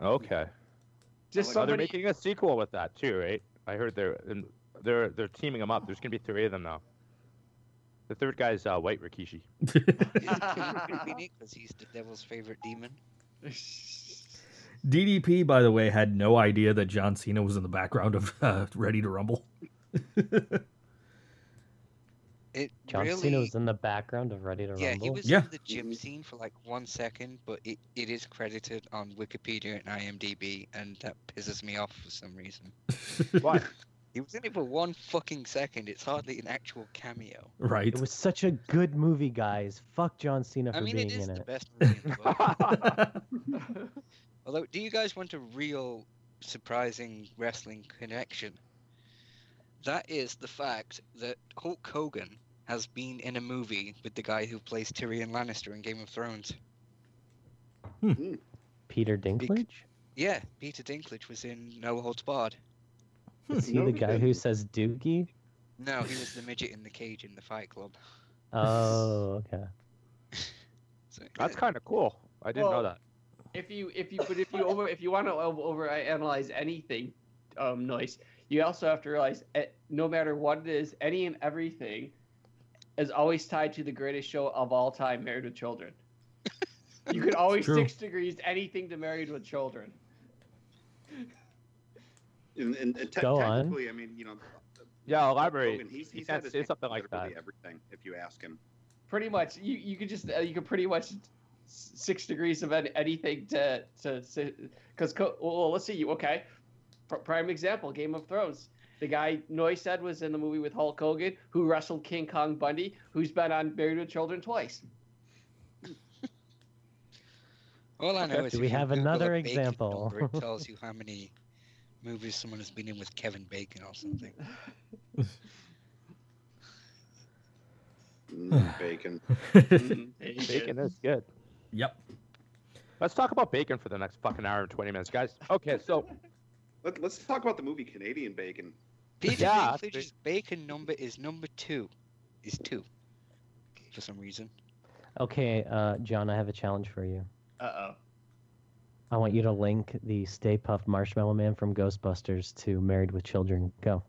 Okay. Just Oh, So they're somebody. making a sequel with that too, right? I heard they're and they're they're teaming him up. There's gonna be three of them now. The third guy's uh, White Rikishi. Because he's the devil's favorite demon. DDP, by the way, had no idea that John Cena was in the background of uh, Ready to Rumble. It John really, Cena was in the background of Ready to yeah, Rumble. he was Yeah. in the gym scene for like one second, but it, it is credited on Wikipedia and IMDb, and that pisses me off for some reason. Why? He was in it for one fucking second. It's hardly an actual cameo. Right. It was such a good movie, guys. Fuck John Cena for I mean, being it is in the <laughs> <laughs> it. best movie in the world. Although, do you guys want a real surprising wrestling connection. That is the fact that Hulk Hogan has been in a movie with the guy who plays Tyrion Lannister in Game of Thrones. Peter Bec- <laughs> Dinklage? Yeah, Peter Dinklage was in No Holds Barred. Is he the guy who says <laughs> Doogie? No, he was the midget in the cage in the Fight Club. Oh, okay. So, That's kind of cool. I didn't Well, know that. <laughs> if you if you but if you over if you want to over uh, analyze anything um noise you also have to realize eh, no matter what it is any and everything is always tied to the greatest show of all time married with children <laughs> you could always True. six degrees anything to married with children And, and, and te- Go on. technically, I mean, you know, Yeah, elaborate. Hogan, he's, You he's can't had his say hands something on like literally that. Everything, if you ask <sighs> him. pretty much you you could just uh, you could pretty much s- six degrees of an- anything to to because co- well let's see you okay Pr- prime example Game of Thrones the guy Noy said was in the movie with Hulk Hogan who wrestled King Kong Bundy who's been on Married with Children twice All I know Okay. is Do if we you have Google a another Bacon example? number, It tells you how many movies someone has been in with Kevin Bacon or something. <laughs> Mm, bacon. Mm-hmm. Bacon is good. yep. Let's talk about bacon for the next fucking hour and 20 minutes, guys. Okay, so Let, let's talk about the movie Canadian Bacon. Peter Yeah, that's Dinklage's Bacon number is number two. Is two. For some reason. Okay, uh, John, I have a challenge for you. uh oh I want you to link the Stay Puft Marshmallow Man from Ghostbusters to Married with Children. Go.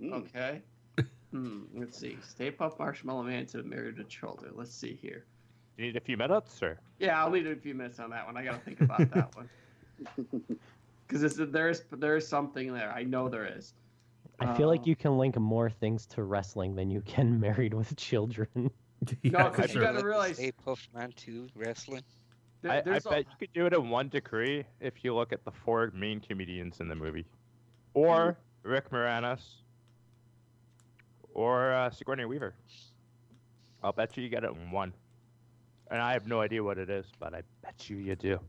Mm. Oh. <laughs> okay hmm let's see Stay Puft Marshmallow Man to Married with Children let's see here you need a few minutes, or? yeah I'll leave it a few minutes on that one I gotta think about that one because there is there is something there I know there is. I feel Uh, like you can link more things to wrestling than you can <laughs> Married with Children. <laughs> Yeah, because you sure. gotta realize- Stay puffed man too, wrestling. There, I, I there's a- <laughs> bet you could do it in one degree if you look at the four main comedians in the movie, or Rick Moranis, or uh, Sigourney Weaver. I'll bet you you get it in one, and I have no idea what it is, but I bet you you do.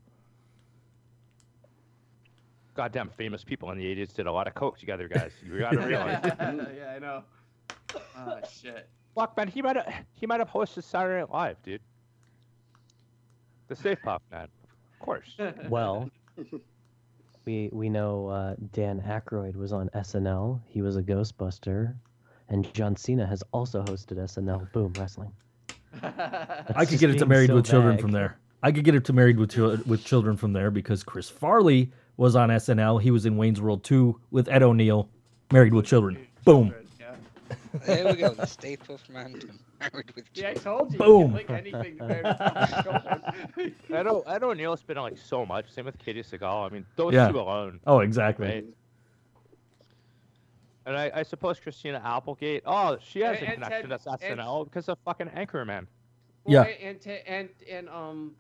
Goddamn, famous people in the '80s did a lot of coke together, guys. You <laughs> gotta realize. yeah, I know. Oh shit. Fuck, man, he might have he might have hosted Saturday Night Live, dude. The Safe Pop, man. Of course. <laughs> Well, we we know uh, Dan Aykroyd was on SNL. He was a Ghostbuster, and John Cena has also hosted SNL. Boom, wrestling. I could just get it to being Married so with Children vague. from there. I could get it to Married with Chil- with Children from there because Chris Farley was on SNL. He was in Wayne's World 2 with Ed O'Neill. Married with Children. Boom. Yeah. There we go, the Stay puffed man to <laughs> married with yeah, I children. told you. Boom. You can link anything to Barry I don't. I don't. Neil's been on like so much. Same with Katie Seagal. I mean, those Yeah. two alone, Oh, exactly. right? And I, I suppose Christina Applegate. Oh, she has And- a and connection Ted- to SNL because of fucking Anchorman. Yeah. And Te- and and um,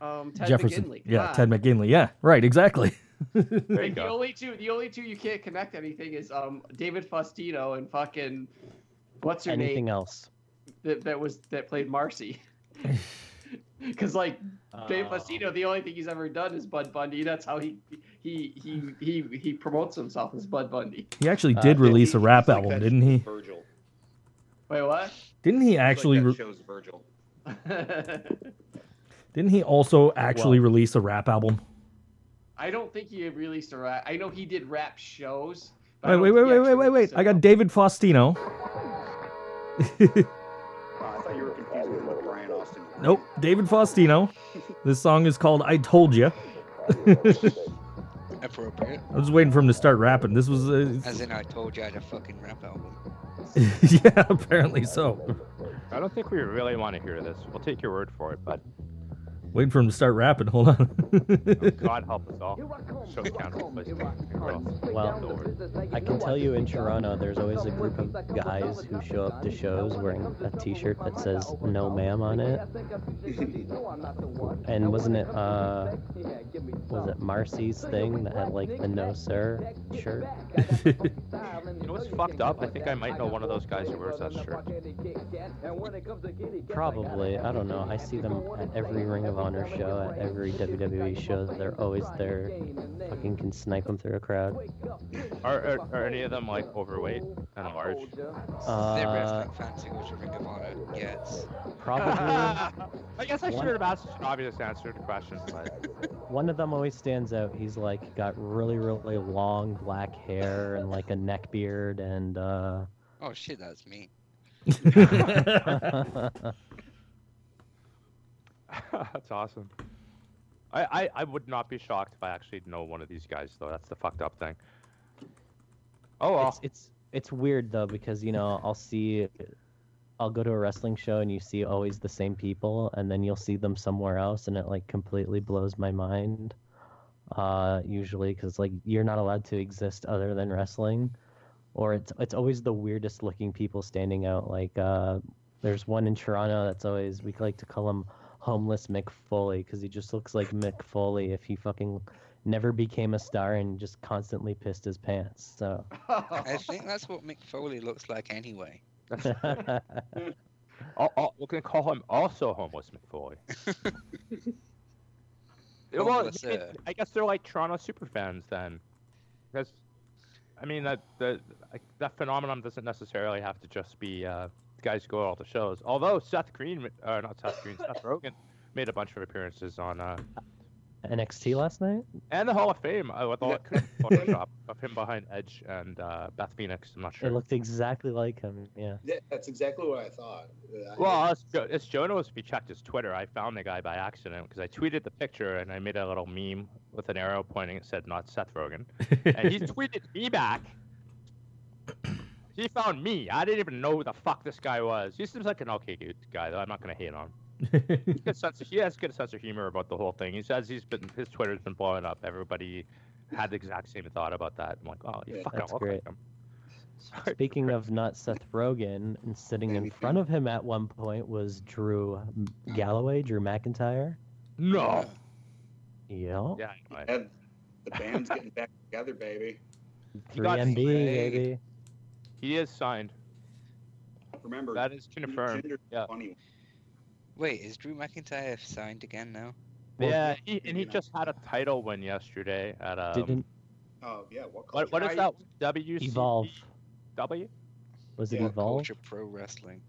um Ted Jefferson. McGinley. yeah, Come Ted on. McGinley. Yeah, right. Exactly. <laughs> There you Like, the go. only two, the only two you can't connect anything is um David Faustino and fucking what's her name Anything else? that, that was that played Marcy. <laughs> Because like Dave Uh, Faustino, the only thing he's ever done is Bud Bundy. That's how he he he he, he promotes himself as Bud Bundy. He actually Ah. Uh, did Yeah, release he- a rap he's like album, that didn't show he? Virgil. Wait, what? <laughs> Didn't he He's actually? Like that Re- show's Virgil. didn't he also actually release a rap album? I don't think he had released a rap. I know he did rap shows. but I Wait, don't wait, wait, think he wait, wait, wait, actually wait. released I it. got David Faustino. Oh, I thought you were confusing him with Brian Austin. Nope, David Faustino. This song is called "I Told Ya." Appropriate. I was waiting for him to start rapping. This was, uh, <laughs> As in I told you I had a fucking rap album. yeah, apparently so. I don't think we really want to hear this. We'll take your word for it, <laughs> but Waiting for him to start rapping. Hold on. God help us all. Show council, please. Well, I can tell you in Toronto, there's always a group of guys who show up to shows wearing a T-shirt that says "No, ma'am" on it. <laughs> And wasn't it uh, was it Marcy's thing that had like the "No, sir" shirt? <laughs> You know what's fucked up? I think I might know one of those guys who wears that shirt. Probably. I don't know. I see them at every Ring of Honor show at every WWE show. They're always there. Fucking can snipe them through a crowd. Are, are, are any of them like overweight and large? <laughs> They're Uh, wrestling fans who go to Ring of Honor. Yes. probably <laughs> I guess I One- should have asked an obvious answer to the question, but one of them always stands out. He's like got really, really long black hair and like a neck beard and. uh <laughs> Oh shit, that's me. <laughs> that's awesome. I, I, I would not be shocked if I actually know one of these guys though. That's the fucked up thing. Oh well. it's it's it's weird though because you know I'll see, I'll go to a wrestling show and you see always the same people and then you'll see them somewhere else and it like completely blows my mind. Uh, usually because like you're not allowed to exist other than wrestling, or it's it's always the weirdest looking people standing out. Like uh, there's one in Toronto that's always we like to call him homeless Mick Foley because he just looks like Mick Foley if he fucking never became a star and just constantly pissed his pants. So. I think that's what Mick Foley looks like anyway. <laughs> I'll, I'll, we can call him also homeless McFoy. <laughs> Yeah, well, Homeless, I mean, uh, I guess they're like Toronto super fans then, because I mean that the like, that phenomenon doesn't necessarily have to just be uh, guys who go to all the shows. Although Seth Green, uh, not Seth Green, <laughs> Seth Rogen made a bunch of appearances on uh, NXT last night? and the Hall of Fame uh, with all that kind of Photoshop of him behind Edge and uh, Beth Phoenix. I'm not sure. It looked exactly like him. Yeah. That, that's exactly what I thought. Uh, I- Well, it's, Jo- it's Joe knows if you checked his Twitter. I found the guy by accident because I tweeted the picture and I made a little meme with an arrow pointing. It said not Seth Rogen, and he tweeted me back. He found me. I didn't even know who the fuck this guy was. He seems like an okay good guy though. I'm not gonna hate on him. He's got sense of- he has good sense of humor about the whole thing. He says he's been his Twitter's been blowing up. Everybody had the exact same thought about that. I'm like, oh, you Yeah, fucking that's look great. like him. <laughs> Speaking of not Seth Rogen, and sitting in front of him at one point was Drew Galloway, Drew McIntyre. Uh, No. Yeah. Yeah. I know. and the band's getting back together, baby. He got- 3MB, Hey. baby. He is signed. Remember, That is confirmed. gender's yeah. funny. Wait, is Drew McIntyre signed again now? Well, yeah, he, and he you know. just had a title win yesterday at um, Didn't Oh yeah, what, what, what is that WCW? evolve. W? Was it Yeah, evolve? Culture Pro Wrestling.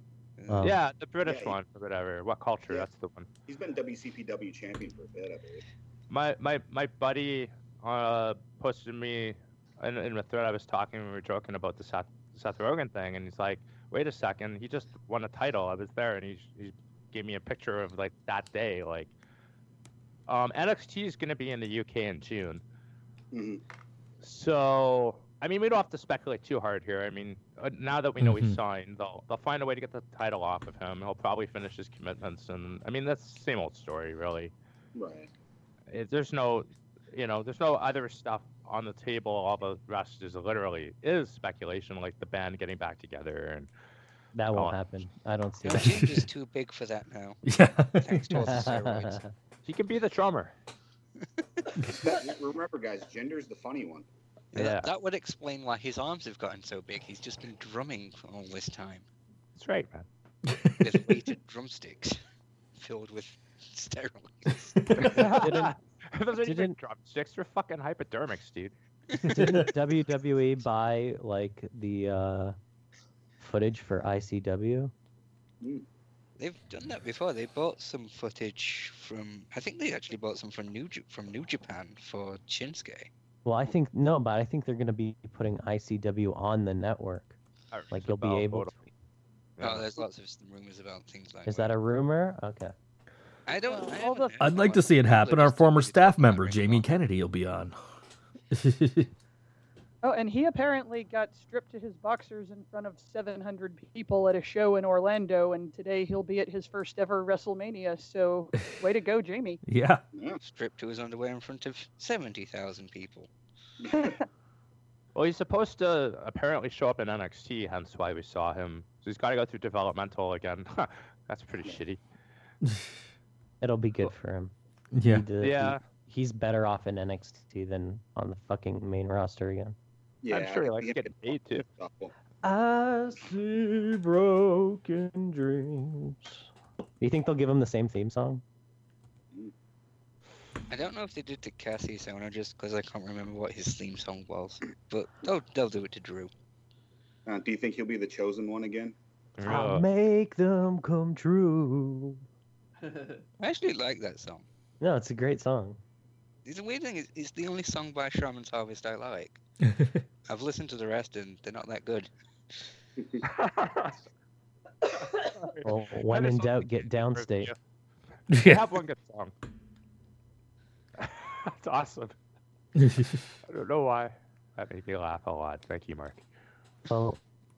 Uh, Oh. Yeah, the British Yeah, he- one or whatever. What culture? Yeah. That's the one. He's been WCPW champion for a bit, I believe. My my my buddy uh, posted me in, in a thread I was talking. We were joking about the Seth, Seth Rogen thing, and he's like, "Wait a second, he just won a title. I was there, and he he gave me a picture of like that day. Like, um, NXT is going to be in the UK in June. Mhm. So, I mean, we don't have to speculate too hard here. I mean, uh, now that we know Mhm. he's signed, they'll they'll find a way to get the title off of him. He'll probably finish his commitments, and I mean, that's the same old story, really. Right. It, there's no, you know, there's no other stuff on the table. All the rest is literally is speculation, like the band getting back together and That won't Oh. happen. I don't see No, Yeah. that. Jim is too big for that now. <laughs> yeah. Thanks to all the steroids. he can be the drummer. That- remember, guys, gender's the funny one. Yeah, Yeah. That, that would explain why his arms have gotten so big. He's just been drumming for all this time That's right, <laughs> man. with weighted drumsticks filled with <laughs> steroids. Didn't- If There's any big didn't- drumsticks. They're fucking hypodermics, dude. <laughs> Didn't WWE E buy like the uh, footage for ICW? They've done that before. They bought some footage from. I think they actually bought some from New Ja- from New Japan for Shinsuke. Well, I think no, but I think they're going to be putting ICW on the network. Or Like you'll be Isabel able to. Bodo- Oh, Yeah. there's lots of rumors about things like Is that a rumor? Okay. I I don't. I Well, haven't heard I'd like to one. see it happen. Our Just former tweeted staff about member, Ring of Jamie Honor. Kennedy, will be on. <laughs> Oh, and he apparently got stripped to his boxers in front of 700 people at a show in Orlando, and today he'll be at his first ever WrestleMania. So, way to go, Jamie. yeah. Stripped to his underwear in front of 70,000 people. Well, he's supposed to apparently show up in NXT, hence why we saw him. So he's got to go through developmental again. <laughs> That's pretty shitty. It'll be good for him. Yeah. He did- he- Yeah, he's better off in NXT than on the fucking main roster again. Yeah, I'm sure he likes yeah, getting paid too. it's awful. I see broken dreams. Do you think they'll give him the same theme song? Mm. I don't know if they did to Cassie's owner just because I can't remember what his theme song was, but they'll, they'll do it to Drew. Uh, do you think he'll be the chosen one again? I'll make them come true. I actually like that song. No, it's a great song. The weird thing is, it's the only song by Shaman's Harvest I like. I've listened to the rest and they're not that good. <laughs> <laughs> Well, when That in is doubt, something get downstate. <laughs> yeah. <laughs> Have one good song. <laughs> That's awesome. I don't know why. That made me laugh a lot. Thank you, Mark. Well,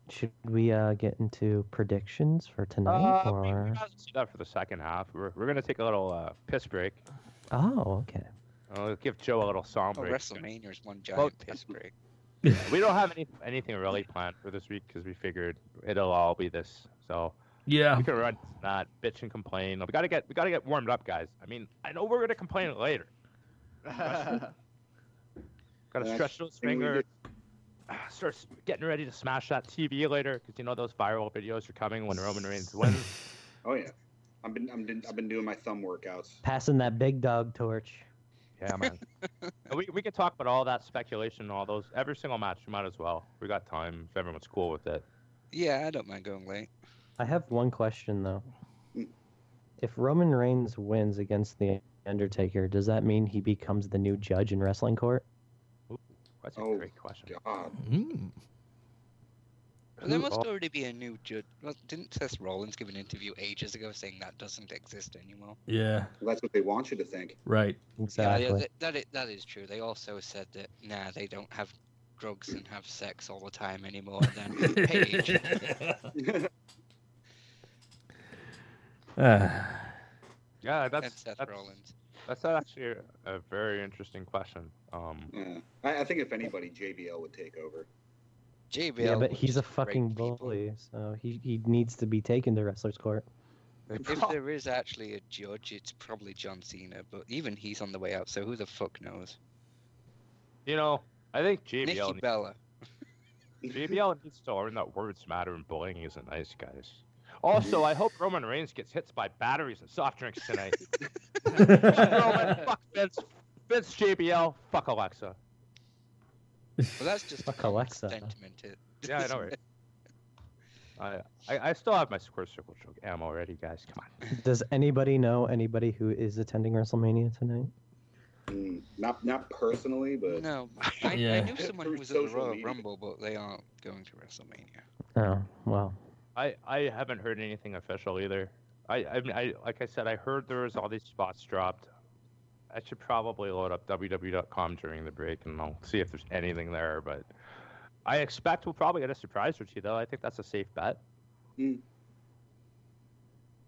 should we uh, get into predictions for tonight? Uh, we- we or might as well do that for the second half. We're, we're gonna take a little uh, piss break. oh, okay. I'll give Joe a little song Oh, break. WrestleMania is one giant piss break. We don't have any anything really planned for this week because we figured it'll all be this. So yeah. we can run not bitch and complain. We gotta get we gotta get warmed up, guys. I mean, I know we're gonna complain later. Gotta That's stretch those the thing we fingers. Ah, Start s- getting ready to smash that TV later because you know those viral videos are coming when Roman Reigns wins. Oh yeah, I've been I've been, I've been doing my thumb workouts. Passing that big dog torch. Yeah, <laughs> man. And we, we can talk about all that speculation, all those every single match. We might as well. We got time. If everyone's cool with it. Yeah, I don't mind going late. I have one question though. Mm. If Roman Reigns wins against the Undertaker, does that mean he becomes the new judge in wrestling court? That's a Oh, great question. God, Mm. But there Who must al- already be a new judge. Well, didn't Seth Rollins give an interview ages ago saying that doesn't exist anymore? Yeah. that's what they want you <laughs> to think. <laughs> Right. Exactly. Yeah, yeah that, that, is, that is true. They also said that, nah, they don't have drugs and have sex all the time anymore. And then Paige. Ah. <laughs> Yeah, and that's Seth that's, Rollins. that's actually a very interesting question. Um, Yeah. I, I think if anybody, JBL would take over. JBL. Yeah, but would he's a just break fucking people. bully, so he, he needs to be taken to wrestler's court. <laughs> If there is actually a judge, it's probably John Cena, but even he's on the way out, so who the fuck knows? you know, I think Nikki JBL needs, Bella. JBL needs to learn that words matter and bullying isn't nice, <laughs> guys. Also, I hope Roman Reigns gets hit by batteries and soft drinks <laughs> tonight. Roman, fuck Vince, Vince JBL, fuck Alexa. Well, that's just Fuck common Alexa. sentiment. It Yeah, <laughs> I know, right? I, I I still have my square circle joke ammo already, guys. Come on. Does anybody know anybody who is attending WrestleMania tonight? Mm, not not personally, but <laughs> No, I, I Yeah. knew someone who Through was in the social Royal media. Rumble, but they aren't going to WrestleMania. Oh, well. I, I haven't heard anything official either. I, I mean I like I said I heard there was all these spots dropped. I should probably load up www.com during the break and I'll see if there's anything there. But I expect we'll probably get a surprise or two though. I think that's a safe bet.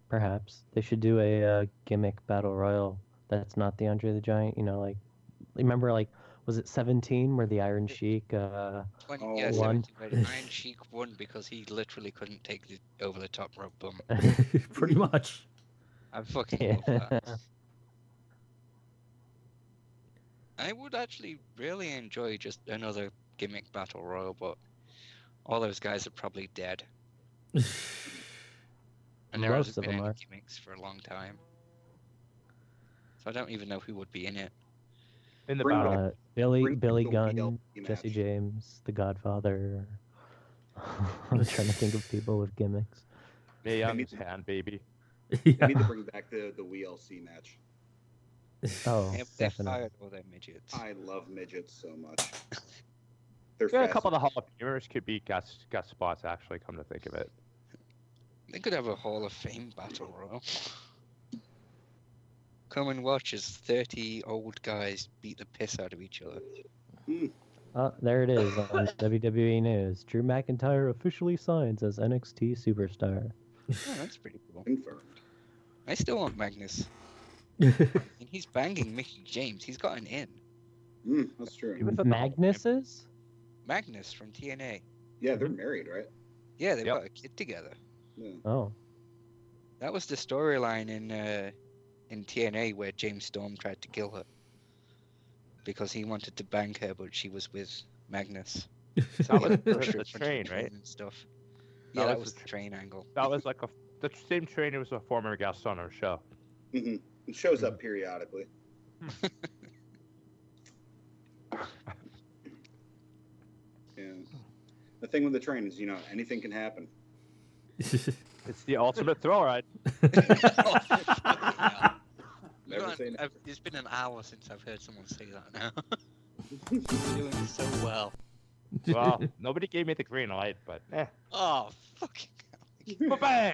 Perhaps they should do a uh, gimmick battle royal that's not the Andre the Giant. You know, like remember, like was it seventeen where the Iron Sheik? Uh, Twenty, Oh, yeah, one. 70, but Iron Sheik won because he literally couldn't take the over the top rope bump. Pretty much. I fucking love yeah. that. <laughs> I would actually really enjoy just another gimmick battle royal, but all those guys are probably dead. And there Most of hasn't been them any are. gimmicks for a long time. So I don't even know who would be in it. In the Bring battle. uh, Billy Bring Billy the Gunn, BLT Jesse match. James, The Godfather. <laughs> I was trying to think of people with gimmicks. Mae Young's need- hand, baby. I need <laughs> yeah. to bring back the the WLC match. Oh, If they definitely. fired all their midgets. I love midgets so <laughs> much. They're Yeah, a fast. couple of the Hall of Famers could be guest guest spots actually, come to think of it. They could have a Hall of Fame battle royal. Come and watch as 30 old guys beat the piss out of each other. Oh, there it is on WWE News. Drew McIntyre officially signs as NXT superstar. Oh, that's pretty cool. confirmed. I still want Magnus. And he's banging Mickey James. He's got an in. Mm, that's true. Even the- Magnuses? Magnus from TNA. Yeah, they're married, right? Yeah, they've Yep. got a kid together. Yeah. Oh, That was the storyline in uh, in TNA where James Storm tried to kill her because he wanted to bang her, but she was with Magnus. That was the, Pushed her the up onto train, right? And stuff. That yeah, was that was the the tr- train <laughs> angle. That was like a the same trainer was a former guest on our show. hmm It shows up periodically. <laughs> Yeah. The thing with the train is, you know, anything <laughs> can happen. It's the ultimate thrill ride. We've Never got- say never. I've- it's been an hour since I've heard someone say that now. <laughs> You're doing so well. Well, nobody gave me the green light, but eh. Oh, fucking bang!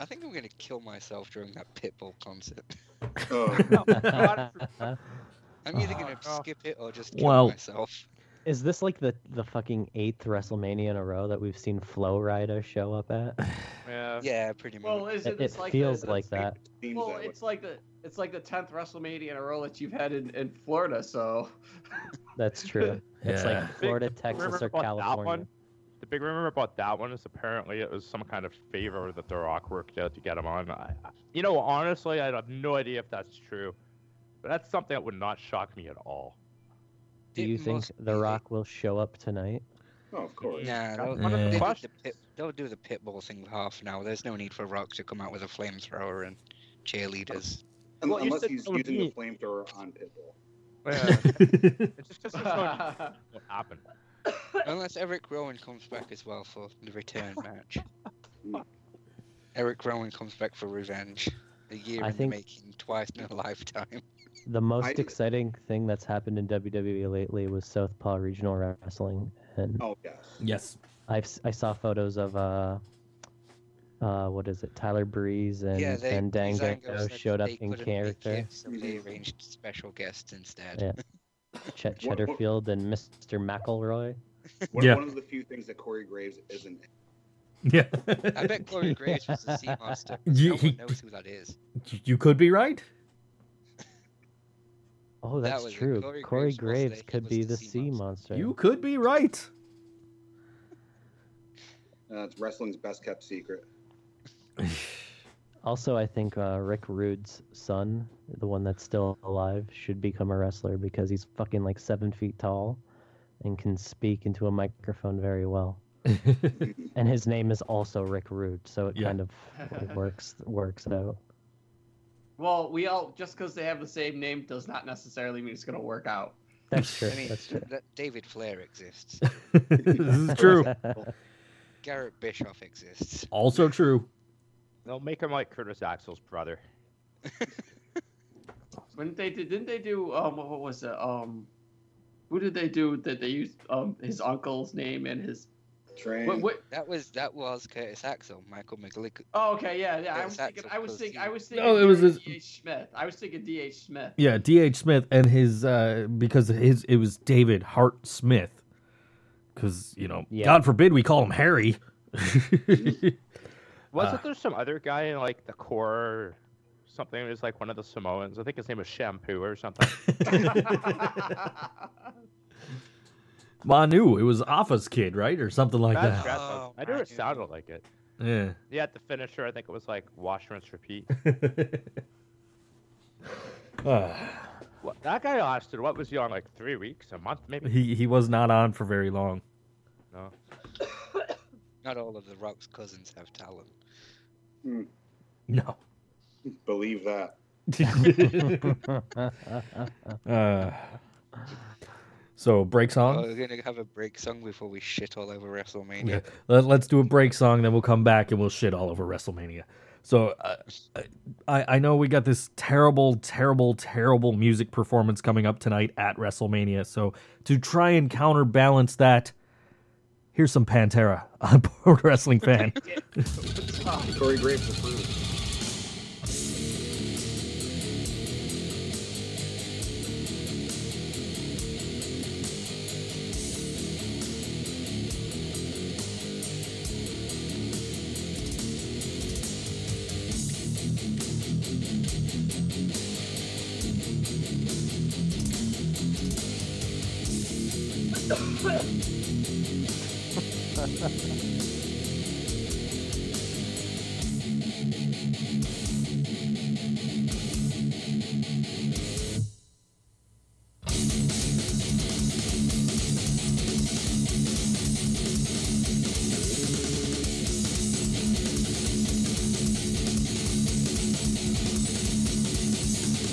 I think I'm going to kill myself during that Pitbull concert. <laughs> Oh, <laughs> I'm either Oh, going to no. skip it or just kill Well- myself. Is this like the the fucking eighth WrestleMania in a row that we've seen Flow Rida show up at? Yeah. Yeah, pretty much. Well, is It, it, it it's like feels the, like that. seems Well, that way. it's like the it's like the tenth WrestleMania in a row that you've had in, in Florida. So That's true. It's Yeah. like Florida, Big rumor Texas, or about that California. one- The big rumor about that one is apparently it was some kind of favor that The Rock worked out to get him on. I, I- you know, honestly, I have no idea if that's true, but that's something that would not shock me at all. Do It you think must The be. Rock will show up tonight? oh, of course. Nah, That's they'll, one of Yeah. they the did questions. the pit, they'll do the Pitbull thing for half an hour. There's no need for Rock to come out with a flamethrower and <laughs> cheerleaders. Un- Well, you Unless said he's it would using the be- flamethrower on Pitbull. Yeah, <laughs> it's just <laughs> because what happened. Unless Eric Rowan comes back as well for the <laughs> return match. Eric Rowan comes back for revenge. A year I in think- the making, twice in a <laughs> lifetime. The most I- exciting thing that's happened in WWE lately was Southpaw Regional Wrestling, and Oh, <laughs> yes. yes. I've s- I saw photos of uh, uh, what is it? Tyler Breeze and yeah, they and Zango Dango said showed up they in couldn't make character. it, so they arranged special guests instead. Yeah. Chet What- what- Cheddarfield and Mr. McElroy. One, Yeah. one of the few things that Corey Graves isn't. <laughs> Yeah. <laughs> I bet Corey Graves was the sea master. Ye- No he- one knows who that is. you could be right. Oh, That that's was it. true. Corey Corey, Graves was Graves, the- he could was be the the sea sea monster. monster. You could be right. <laughs> Uh, it's wrestling's best kept secret. Also, I think uh, Rick Rude's son, the one that's still alive, should become a wrestler because he's fucking like seven feet tall and can speak into a microphone <laughs> very well. and his name is also Rick Rude, so it Yeah. kind of <laughs> like, works works out. well, we all just because they have the same name does not necessarily mean it's going to work out. That's true. I mean, that's true. that David <laughs> Flair exists. this is <laughs> true. Garrett Bischoff exists. Also true. They'll make him like Curtis Axel's brother. When they did, didn't they do um what was it um who did they do that they used um his uncle's name and his Train. what, what That was that was Curtis Axel, Michael McGlick. oh okay yeah yeah I was Curtis thinking I Axel was was thinking the- I was thinking No, it was Gary his- D.H. Smith I was thinking D H Smith Yeah, D.H. Smith and his uh because his it was David Hart Smith. Cuz, you know, Yeah. God forbid we call him Harry. <laughs> Wasn't there some other guy in like the core, something? It was like one of the Samoans. I think his name was Shampoo or <laughs> something. <laughs> Manu, it was Office Kid, right? Or something like That's that. right. Oh, I knew my it dude. sounded like it. Yeah. Yeah, at the finisher, I think it was like wash, rinse, repeat. Ah, What, that guy lasted. What was he on? Like three weeks, a month, <laughs> maybe. he he was not on for very long. No. Not all of the Rock's cousins have talent. No. Believe that. Uh, so break Oh, song. we're gonna have a break song before we shit all over WrestleMania. Yeah. Let, let's do a break song, then we'll come back and we'll shit all over WrestleMania. So uh, I I know we got this terrible, terrible, terrible music performance coming up tonight at WrestleMania. So to try and counterbalance that, here's some Pantera <laughs> on Board Wrestling <laughs> Fan. Corey Graves approved. Thank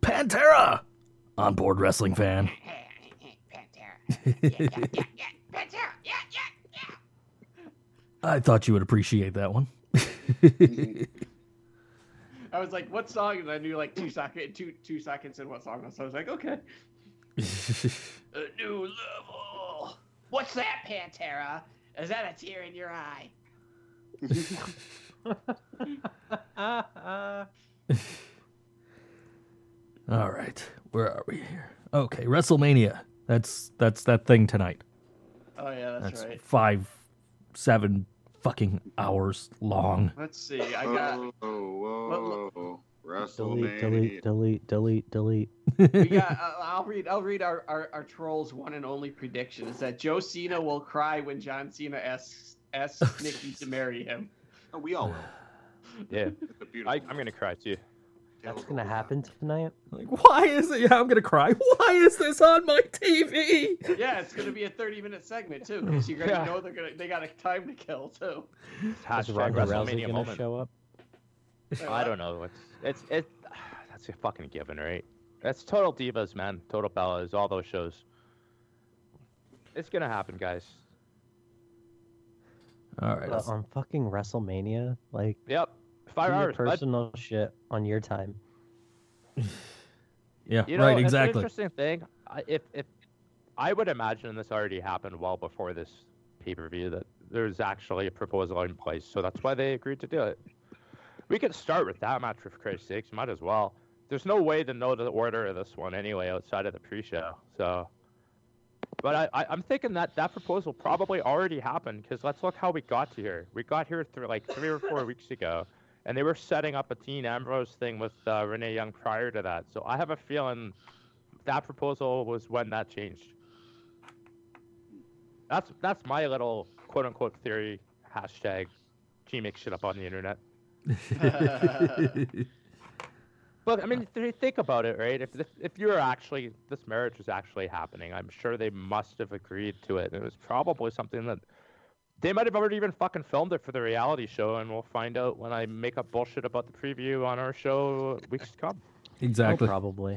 Pantera, onboard wrestling fan. I thought you would appreciate that one. I was like, "What song?" And I knew like two seconds, two two seconds in what song. So I was like, "Okay." A new level. What's that, Pantera? Is that a tear in your eye? All right, where are we here? Okay, WrestleMania. That's that's that thing tonight. Oh yeah, that's, right. five, seven fucking hours long. Let's see. I Oh. got Whoa, whoa, What- whoa. Delete, WrestleMania. delete, delete, delete, delete. we got. Uh, I'll read. I'll read our, our our trolls' one and only prediction is that Joe Cena will cry when John Cena asks asks Nikki to marry him. Oh, we all will. Yeah, It's a beautiful I, I'm gonna cry too. That's gonna happen tonight. Like, why is it? Yeah, I'm gonna cry. Why is this on my <laughs> TV? Yeah, it's gonna be a thirty-minute segment too, because you're gonna Yeah. know they're gonna they got a time to kill too. Is Hashtag Ronda Rousey WrestleMania gonna moment. show up? <laughs> I <laughs> don't know. It's it's it. <sighs> That's a fucking given, right? That's total divas, man. Total bellas, all those shows. It's gonna happen, guys. All right, But let's- on fucking WrestleMania, like Yep. do Five your hours. bud. personal shit on your time. yeah, You know, right, it's an exactly. interesting thing. I, if if I would imagine this already happened well before this pay per view that there's actually a proposal in place, so that's why they agreed to do it. We could start with that match for Christ's sakes. Might as well. There's no way to know the order of this one anyway outside of the pre-show. So, but I, I I'm thinking that that proposal probably already happened because let's look how we got to here. We got here through like three or four weeks ago and they were setting up a Dean Ambrose thing with uh, Renee Young prior to that. So I have a feeling that proposal was when that changed. That's that's my little quote unquote theory hashtag. G makes shit up on the internet. But I mean, th- think about it, right? If, if if you're actually this marriage was actually happening, I'm sure they must have agreed to it. It was probably something that they might have already even fucking filmed it for the reality show, and we'll find out when I make up bullshit about the preview on our show weeks to come. Oh, exactly. probably.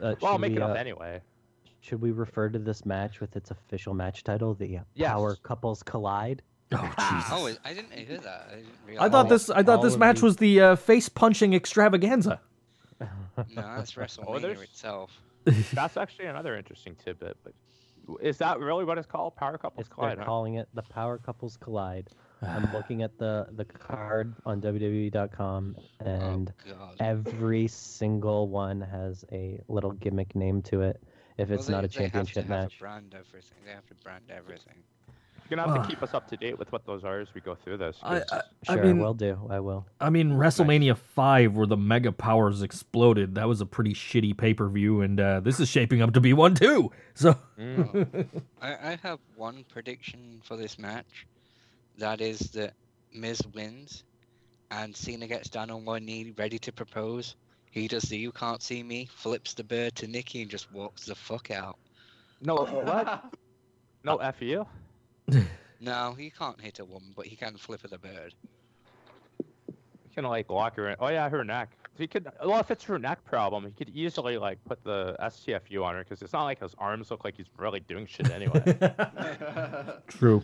Uh, Well, I'll should make we, it up uh, anyway. Should we refer to this match with its official match title, the uh, Yes. Power Couples Collide? Oh Jesus! Oh, I didn't hear that. I, didn't I realize thought that. this. I thought all this of match these- was the uh, face punching extravaganza. No, that's <laughs> WrestleMania there's- itself. That's actually another interesting tidbit. But is that really what it's called? Power couples It's, collide. they're huh? calling it the Power Couples <sighs> Collide. I'm looking at the the card on WWE.com, and oh God. every single one has a little gimmick name to it. If it's Well, not they- a championship they have match, to Have a brand everything. They have to brand everything. You're gonna have Ugh. to keep us up to date with what those are as we go through this. I, 'cause I, I sure, I mean, will do. I will. I mean, WrestleMania Five, where the mega powers exploded, that was a pretty shitty pay per view, and uh, this is shaping up to be one too. <laughs> So, mm, I, I have one prediction for this match. That is that Miz wins, and Cena gets down on one knee, ready to propose. He does the "You can't see me," flips the bird to Nikki, and just walks the fuck out. no, what? No, f you. No, he can't hit a woman, but he can flip at a bird. You can like lock her in. Oh yeah, her neck. He could. Well, if it's her neck problem, he could easily like put the STFU on her because it's not like his arms look like he's really doing <laughs> shit anyway. true.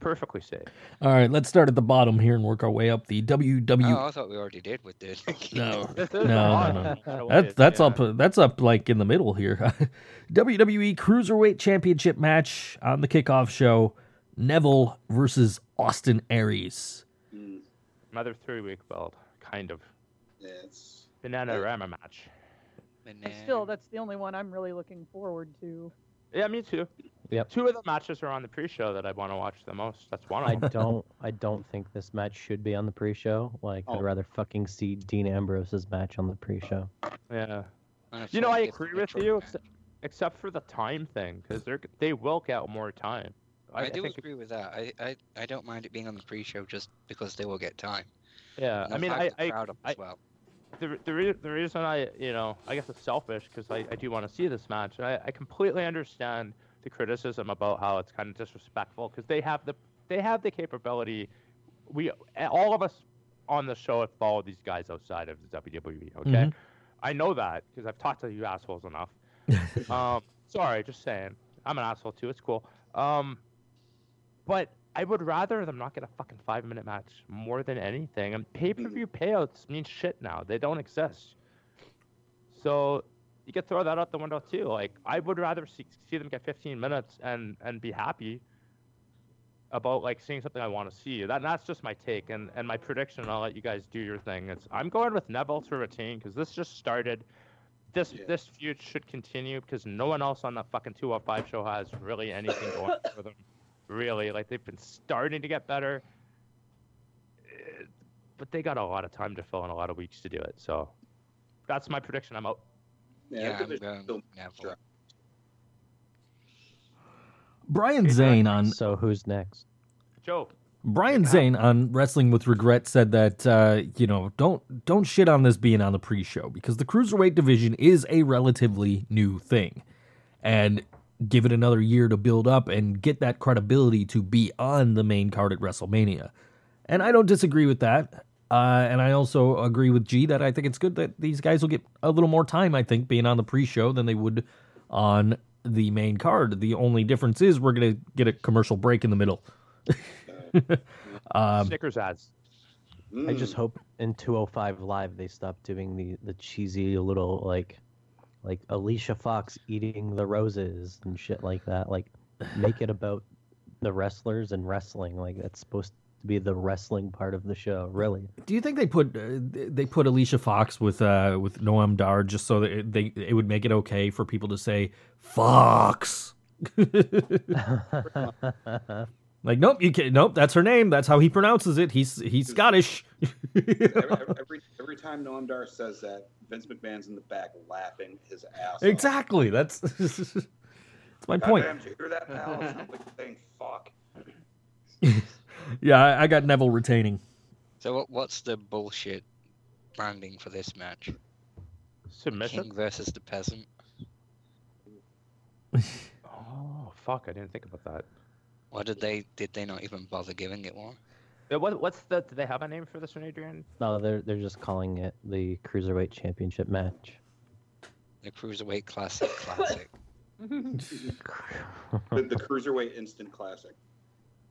Perfectly safe. All right, let's start at the bottom here and work our way up. The WWE. Oh, I thought we already did with the <laughs> Nikki. No, This no, is no, odd. no. in a way, That's that's yeah. up that's up like in the middle here. <laughs> WWE Cruiserweight Championship match on the kickoff show. Neville versus Austin Aries. Mm, Another three-week belt, kind of yeah, it's banana rama match. And But then- still, that's the only one I'm really looking forward to. Yeah, me too. Yep. Two of the matches are on the pre-show that I want to watch the most. That's one I <laughs> of them. don't. I don't think this match should be on the pre-show. Like, Oh. I'd rather fucking see Dean Ambrose's match on the pre-show. yeah. and You know, thought I it was agree a with short you, match. except, except for the time thing, because they they will get more time. I, do think, agree with that. I, I, I don't mind it being on the pre-show just because they will get time. yeah. And Uh, I the mean, fact I, that I crowd up as well. the, the, re- the reason I, you know, I guess it's selfish because I, I do want to see this match. And I, I completely understand the criticism about how it's kind of disrespectful because they have the they have the capability. We all of us on the show have followed these guys outside of the WWE. E, Okay, Mhm. I know that because I've talked to you assholes enough. um, sorry, just saying. I'm an asshole too. It's cool. Um, but I would rather them not get a fucking five minute match more than anything. And pay per view payouts mean shit now. They don't exist. So you could throw that out the window too. Like I would rather see, see them get 15 minutes and and be happy about like seeing something I want to see. That that's just my take and and my prediction. and I'll let you guys do your thing. It's I'm going with Neville to retain because this just started. This Yeah. this feud should continue because no one else on that fucking 205 show has really anything going for them. Really, like they've been starting to get better, Eh, but they got a lot of time to fill and a lot of weeks to do it. So that's my prediction. I'm out. Yeah, that I'm division's still- going Neville. Brian Zane Uh, on So who's next? Joe. Brian Zane on Wrestling with Regret said that uh, you know don't don't shit on this being on the pre-show because the cruiserweight division is a relatively new thing, and give it another year to build up and get that credibility to be on the main card at WrestleMania, and I don't disagree with that. Uh, and I also agree with G that I think it's good that these guys will get a little more time. I think being on the pre-show than they would on the main card. The only difference is we're gonna get a commercial break in the middle. <laughs> um, Snickers ads. I Mm. just hope in 205 Live they stop doing the the cheesy little like like Alicia Fox eating the roses and shit like that. Like make it about the wrestlers and wrestling. Like that's supposed to be the wrestling part of the show, really. <laughs> Do you think they put uh, they put Alicia Fox with uh, with Noam Dar just so that it, they it would make it okay for people to say Fox? <laughs> like nope, you can't. Nope, that's her name. That's how he pronounces it. He's he's Scottish. <laughs> every, every, every time Noam Dar says that, Vince McMahon's in the back laughing his ass off. exactly. That's <laughs> that's my point. Goddamn, did you hear that, pal? It's not like saying fuck. Yeah, I, I got Neville retaining. So what, what's the bullshit branding for this match? King Submission. versus the peasant. Oh fuck! I didn't think about that. Why did they did they not even bother giving it one? Uh, What, what's the? Do they have a name for this one, <laughs> Adrian? no, they're they're just calling it the Cruiserweight Championship match. The cruiserweight classic, classic. The, the cruiserweight instant classic.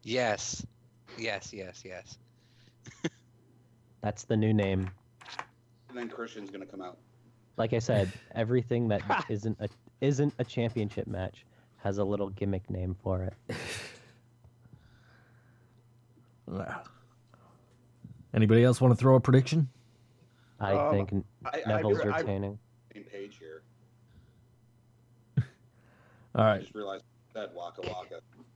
Yes, yes, yes, yes. That's the new name. And then Christian's gonna come out. Like I <laughs> said, everything that isn't a isn't a championship match has a little gimmick name for it. Anybody else want to throw a prediction? I Um, think N- I, I, Neville's I, am retaining. same page here. All I right. just realized that Waka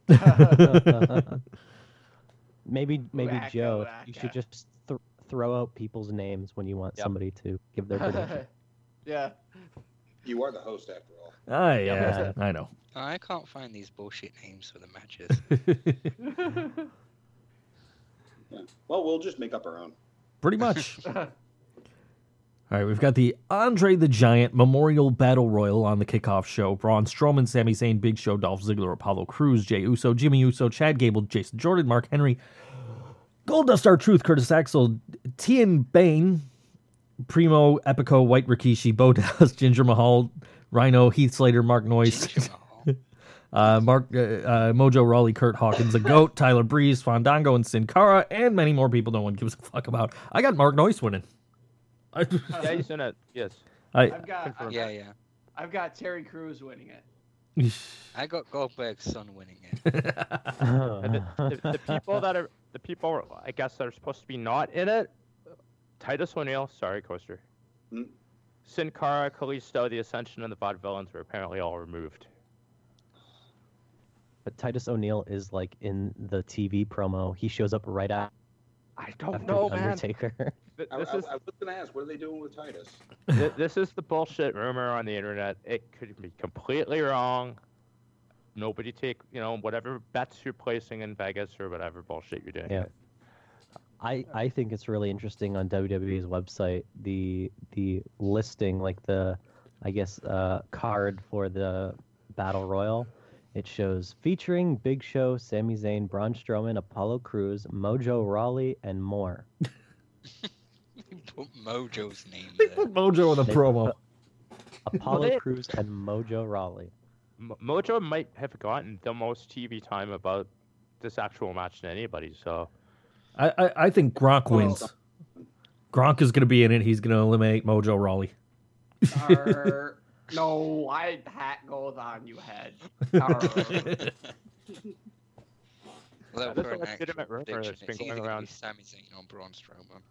Waka. <laughs> <laughs> maybe maybe Wacka, Joe, you should wacka. just th- throw out people's names when you want Yep. somebody to <laughs> give their prediction. <laughs> yeah. You are the host after all. Ah, yeah, I know. I can't find these bullshit names for the matches. Yeah. Well, we'll just make up our own. Pretty much. <laughs> All right, we've got the Andre the Giant Memorial Battle Royal on the kickoff show. Braun Strowman, Sami Zayn, Big Show, Dolph Ziggler, Apollo Cruz, Jay Uso, Jimmy Uso, Chad Gable, Jason Jordan, Mark Henry, Goldust, Our Truth, Curtis Axel, Tian Bain, Primo, Epico, White Rikishi, Bo Dallas, <laughs> Ginger Mahal, Rhino, Heath Slater, Mark Noyce, Ginger Mahal. uh, Mark uh, uh, Mojo Rawley, Kurt Hawkins, the <laughs> Goat, Tyler Breeze, Fandango, and Sin Cara, and many more people no one gives a fuck about. I got Mark Noyce winning. I, Yeah, you sent it. Yes. I, I've got I've, yeah, yeah. I've got Terry Crews winning <laughs> it. I got Goldberg's son winning it. <laughs> And the, the, the people that are the people I guess that are supposed to be not in it. Titus O'Neil, sorry, Coaster. Hmm? Mm. Sin Cara, Kalisto, the Ascension, and the Vaudevillains were apparently all removed. but Titus O'Neil is like in the TV promo. He shows up right Oh, after I don't the know, man. Undertaker. <laughs> Th- I, This I- is I was gonna ask, what are they doing with Titus? Th- this is the bullshit rumor on the internet. It could be completely wrong. Nobody take, you know, whatever bets you're placing in Vegas or whatever bullshit you're doing. Yeah. I, I think it's really interesting on WWE's website the the listing like the I guess uh, card for the battle royal. It shows featuring Big Show, Sami Zayn, Braun Strowman, Apollo Cruz, Mojo Rawley, and more. Put Mojo's name They <laughs> there. put Mojo in the They promo. put- Apollo they- Cruz and Mojo Raleigh. Mo- Mojo might have gotten the most TV time about this actual match than anybody. So I, I, I think Gronk Well- wins. Gronk is going to be in it. He's going to eliminate Mojo <laughs> Rawley. Arr, no, I hat goes on you head. <laughs> <laughs> Arr. Look That's for a an actual legitimate rumor prediction. that's been It's either going gonna be around. Sami Zayn or Braun Strowman.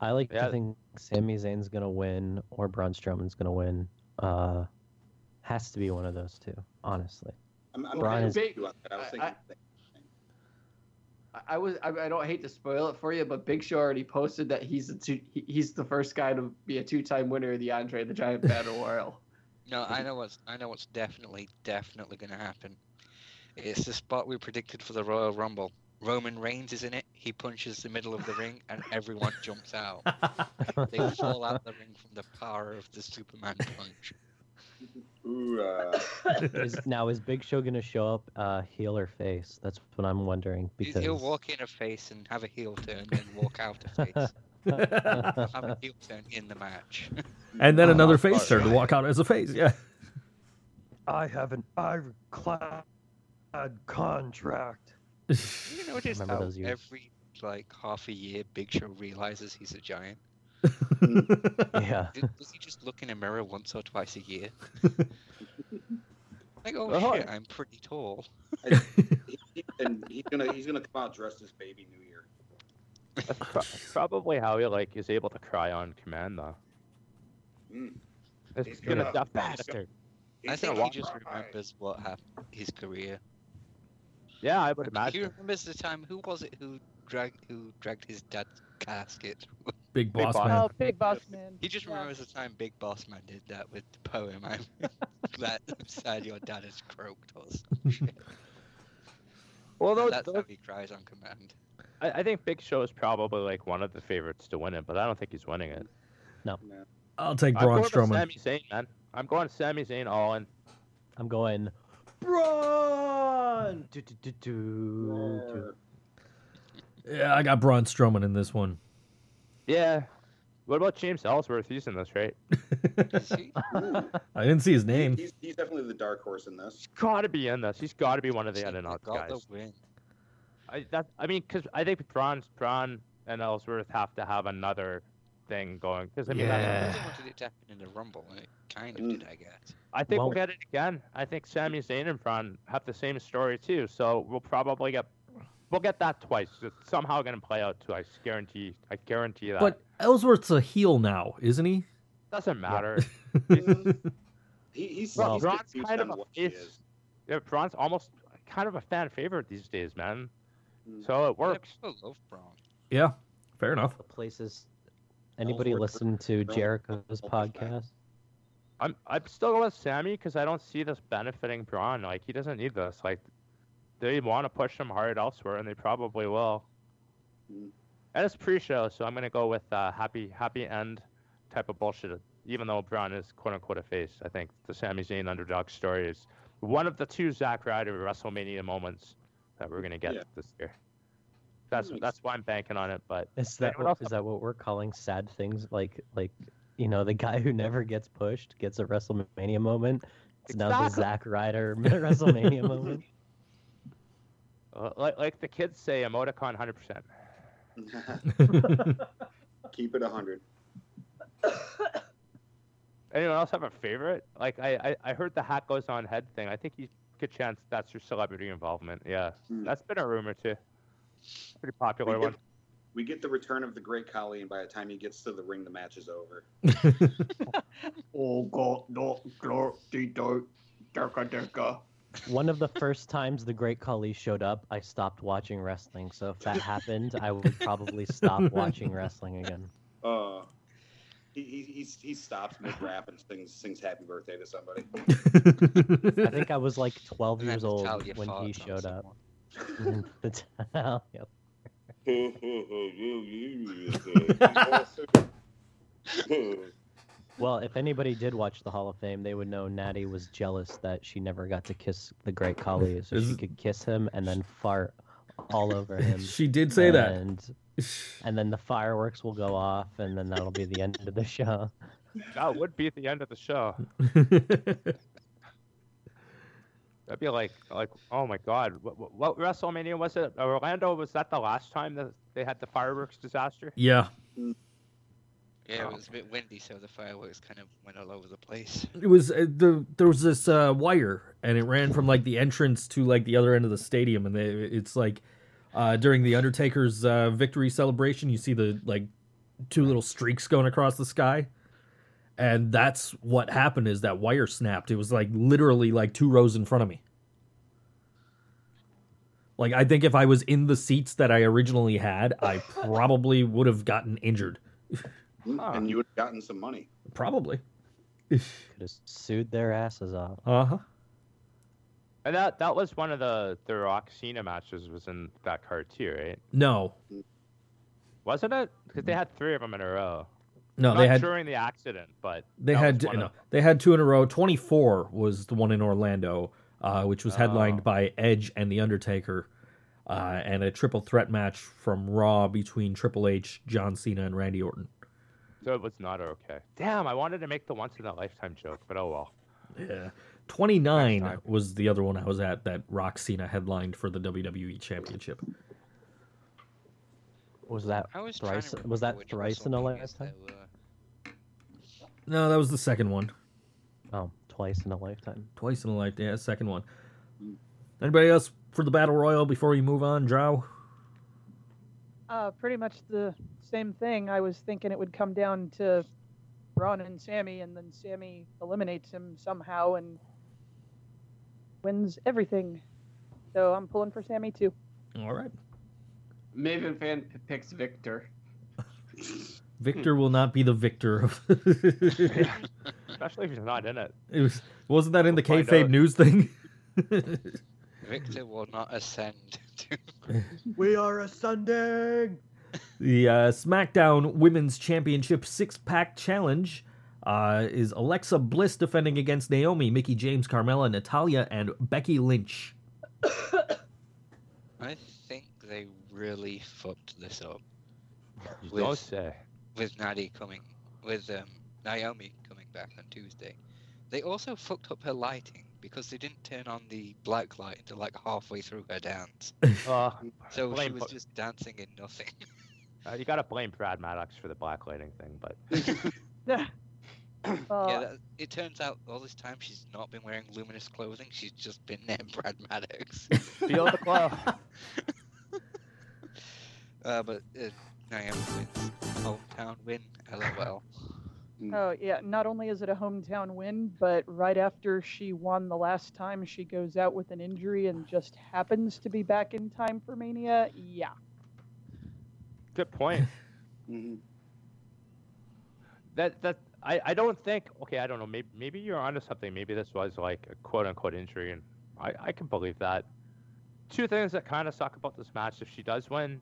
I like Yeah. to think Sami Zayn's gonna win or Braun Strowman's gonna win. Uh, has to be one of those two, honestly. I'm, I'm Brian kind is- of with you on that. I was thinking. I- I- I was I, I don't hate to spoil it for you, but Big Show already posted that he's a two, he- he's the first guy to be a two time winner of the Andre the Giant Battle <laughs> Royal. No, I know what's I know what's definitely definitely going to happen. It's the spot we predicted for the Royal Rumble. Roman Reigns is in it. He punches the middle of the ring, <laughs> and everyone jumps out. They fall out the ring from the power of the Superman punch. <laughs> ooh, uh, <laughs> Is, now is Big Show gonna show up uh, heel or face? That's what I'm wondering He's- because <laughs> He'll walk in a face and have a heel turn, then walk out a face. Have <laughs> a heel turn in the match. and then Oh, another I'm face sorry. turn to walk out as a face. Yeah. I have an ironclad contract. <laughs> <laughs> <laughs> You notice Remember how those years? every like half a year, Big Show realizes he's a giant. yeah. Did, does he just look in a mirror once or twice <laughs> a year? like, oh Oh, shit, I'm pretty tall. and he's gonna he's gonna come out dressed as Baby New Year. that's pro- <laughs> probably how he like is able to cry on command though. Mm. It's He's gonna, gonna- def- Bastard. I He's gonna think he walk just right by. remembers what happened his career. Yeah, I would He imagine. remembers the time. Who was it who dragged who dragged his dad's casket? Big boss boss. man. Oh, big boss man. He just Yeah. remembers the time Big Boss Man did that with the poem. I'm <laughs> glad, I'm sad your dad has croaked or <laughs> some shit. Well, And those, that's those- how he cries on command. <laughs> I, I think Big Show is probably like one of the favorites to win it, but I don't think he's winning it. I'll take I'm Braun going with Strowman. Sami Zayn, man. I'm going Sami Zayn all in. I'm going. Braun! Do, do, do, do, do. Or- Yeah, I got Braun Strowman in this one. Yeah. What about James Ellsworth? He's in this, right? Is he? ooh. I didn't see his name. he's, he's definitely the dark horse in this. He's got to be in this. He's got to be one of the He other guys. got the win. I that I mean, because I think Braun, Braun and Ellsworth have to have another thing going. 'cause, I mean, that's- I Yeah. really wanted it to happen in the Rumble, and it kind of Mm. did, I guess. I think we'll Well- get it again. I think Sami Zayn and Braun have the same story too, so we'll probably get we'll get that twice. It's somehow going to play out twice. Guarantee. I guarantee that. But Ellsworth's a heel now, isn't he? doesn't matter. Mm. he, he's Well, he's Braun's confused kind on of a what he it's, is. yeah, Braun's almost kind of a fan favorite these days, man. Mm. So it works. Yeah, people love Braun. Yeah. Fair enough. <laughs> The places. Anybody Ellsworth. listen to Braun. Jericho's Ellsworth. podcast? I'm I'm still going with Sammy because I don't see this benefiting Braun. Like he doesn't need this. Like they want to push him hard elsewhere, and they probably will. Mm. And it's pre-show, so I'm gonna go with uh, happy happy end type of bullshit. Even though Braun is quote unquote a face, I think the Sami Zayn underdog story is one of the two Zack Ryder WrestleMania moments that we're gonna get Yeah. this year. That's Nice. that's why I'm banking on it. But Is that Anyone what, else is have- that what we're calling sad things? Like like you know the guy who never gets pushed gets a WrestleMania moment. It's now the Exactly. Zack Ryder <laughs> WrestleMania <laughs> moment. uh, like like the kids say, emoticon 100. percent <laughs> Keep it hundred. Anyone else have a favorite? Like I, I, I heard the hat goes on head thing. I think you good chance that's your celebrity involvement. Yeah, Hmm. that's been a rumor too. Pretty We popular one. get, we get the return of the great Kali, and by the time he gets to the ring, the match is over. Oh god, no, no, de do, derka derka. One of the first times the Great Khali showed up, I stopped watching wrestling. So if that happened, I would probably <laughs> stop watching wrestling again. Uh, he, he, he's, he stops mid rap and sings, sings happy birthday to somebody. <laughs> I think I was like 12 And then years old Natalia when he farts on showed up. someone. <laughs> The towel- yep. Well, if anybody did watch the Hall of Fame, they would know Natty was jealous that she never got to kiss the Great Khali, so she Is- <laughs> could kiss him and then fart all over him. she did say that. And and then the fireworks will go off, and then that'll be the end of the show. That would be at the end of the show. That'd be like, like, oh my God, what, what, what WrestleMania was it? Orlando was that the last time that they had the fireworks disaster? <laughs> yeah, Yeah, Oh. it was a bit windy, so the fireworks kind of went all over the place. it was uh, the there was this uh, wire, and it ran from like the entrance to like the other end of the stadium, and they, it's like uh, during the Undertaker's uh, victory celebration, you see the like two little streaks going across the sky, and that's what happened. Is that wire snapped? It was like literally like two rows in front of me. Like I think if I was in the seats that I originally had, I probably would have gotten injured. and you would have gotten some money. Probably. Could have sued their asses off. Uh huh. And that that was one of the the Rock Cena matches was in that card too, right? No, Wasn't it? Because they had three of them in a row. no, Not they had during the accident, but They that had was one no, of- they had two in a row. Twenty four was the one in Orlando, uh, which was headlined Oh. by Edge and The Undertaker, uh, and a triple threat match from Raw between Triple H, John Cena, and Randy Orton. so it was not okay. Damn, I wanted to make the once in a lifetime joke, but oh well. Yeah, twenty nine time. was the other one I was at that Rock Cena headlined for the WWE Championship. Was that <laughs> I was trying to thrice? Was that remember which thrice in the WrestleManias lifetime? there were. No, that was the second one. Oh, twice in <laughs> a lifetime. Twice in a life. Yeah, second one. Anybody else for the battle royal before we move on, Drow? Uh, pretty much the same thing. I was thinking it would come down to Braun and Sammy, and then Sammy eliminates him somehow and wins everything. So I'm pulling for Sammy too. All right. Maven fan picks Victor. Victor will not be the victor of. <laughs> Especially if he's not in it. It was wasn't that in the We'll find kayfabe out. news thing? <laughs> Victor will not ascend <laughs> to We are ascending. the uh, SmackDown Women's Championship Six Pack Challenge uh, is Alexa Bliss defending against Naomi, Mickey James, Carmella, Natalia, and Becky Lynch. I think they really fucked this up You With- don't say. with Natty coming, with um, Naomi coming back on Tuesday. They also fucked up her lighting because they didn't turn on the black light until like halfway through her <laughs> dance. Uh, So she blame was Bra- just dancing in nothing. uh, you gotta blame Brad Maddox for the blacklighting thing, but yeah, Oh. yeah, that, it turns out all this time she's not been wearing luminous clothing. She's just been named Brad <laughs> Maddox. feel the glow. uh, but uh, Naomi wins. Hometown win. LOL. Oh yeah, not only is it a hometown win, but right after she won the last time, she goes out with an injury and just happens to be back in time for Mania. Yeah. Good point. <laughs> Mhm. That that I, I don't think okay I don't know maybe maybe you're onto something maybe this was like a quote unquote injury and I I can believe that. Two things that kind of suck about this match if she does win,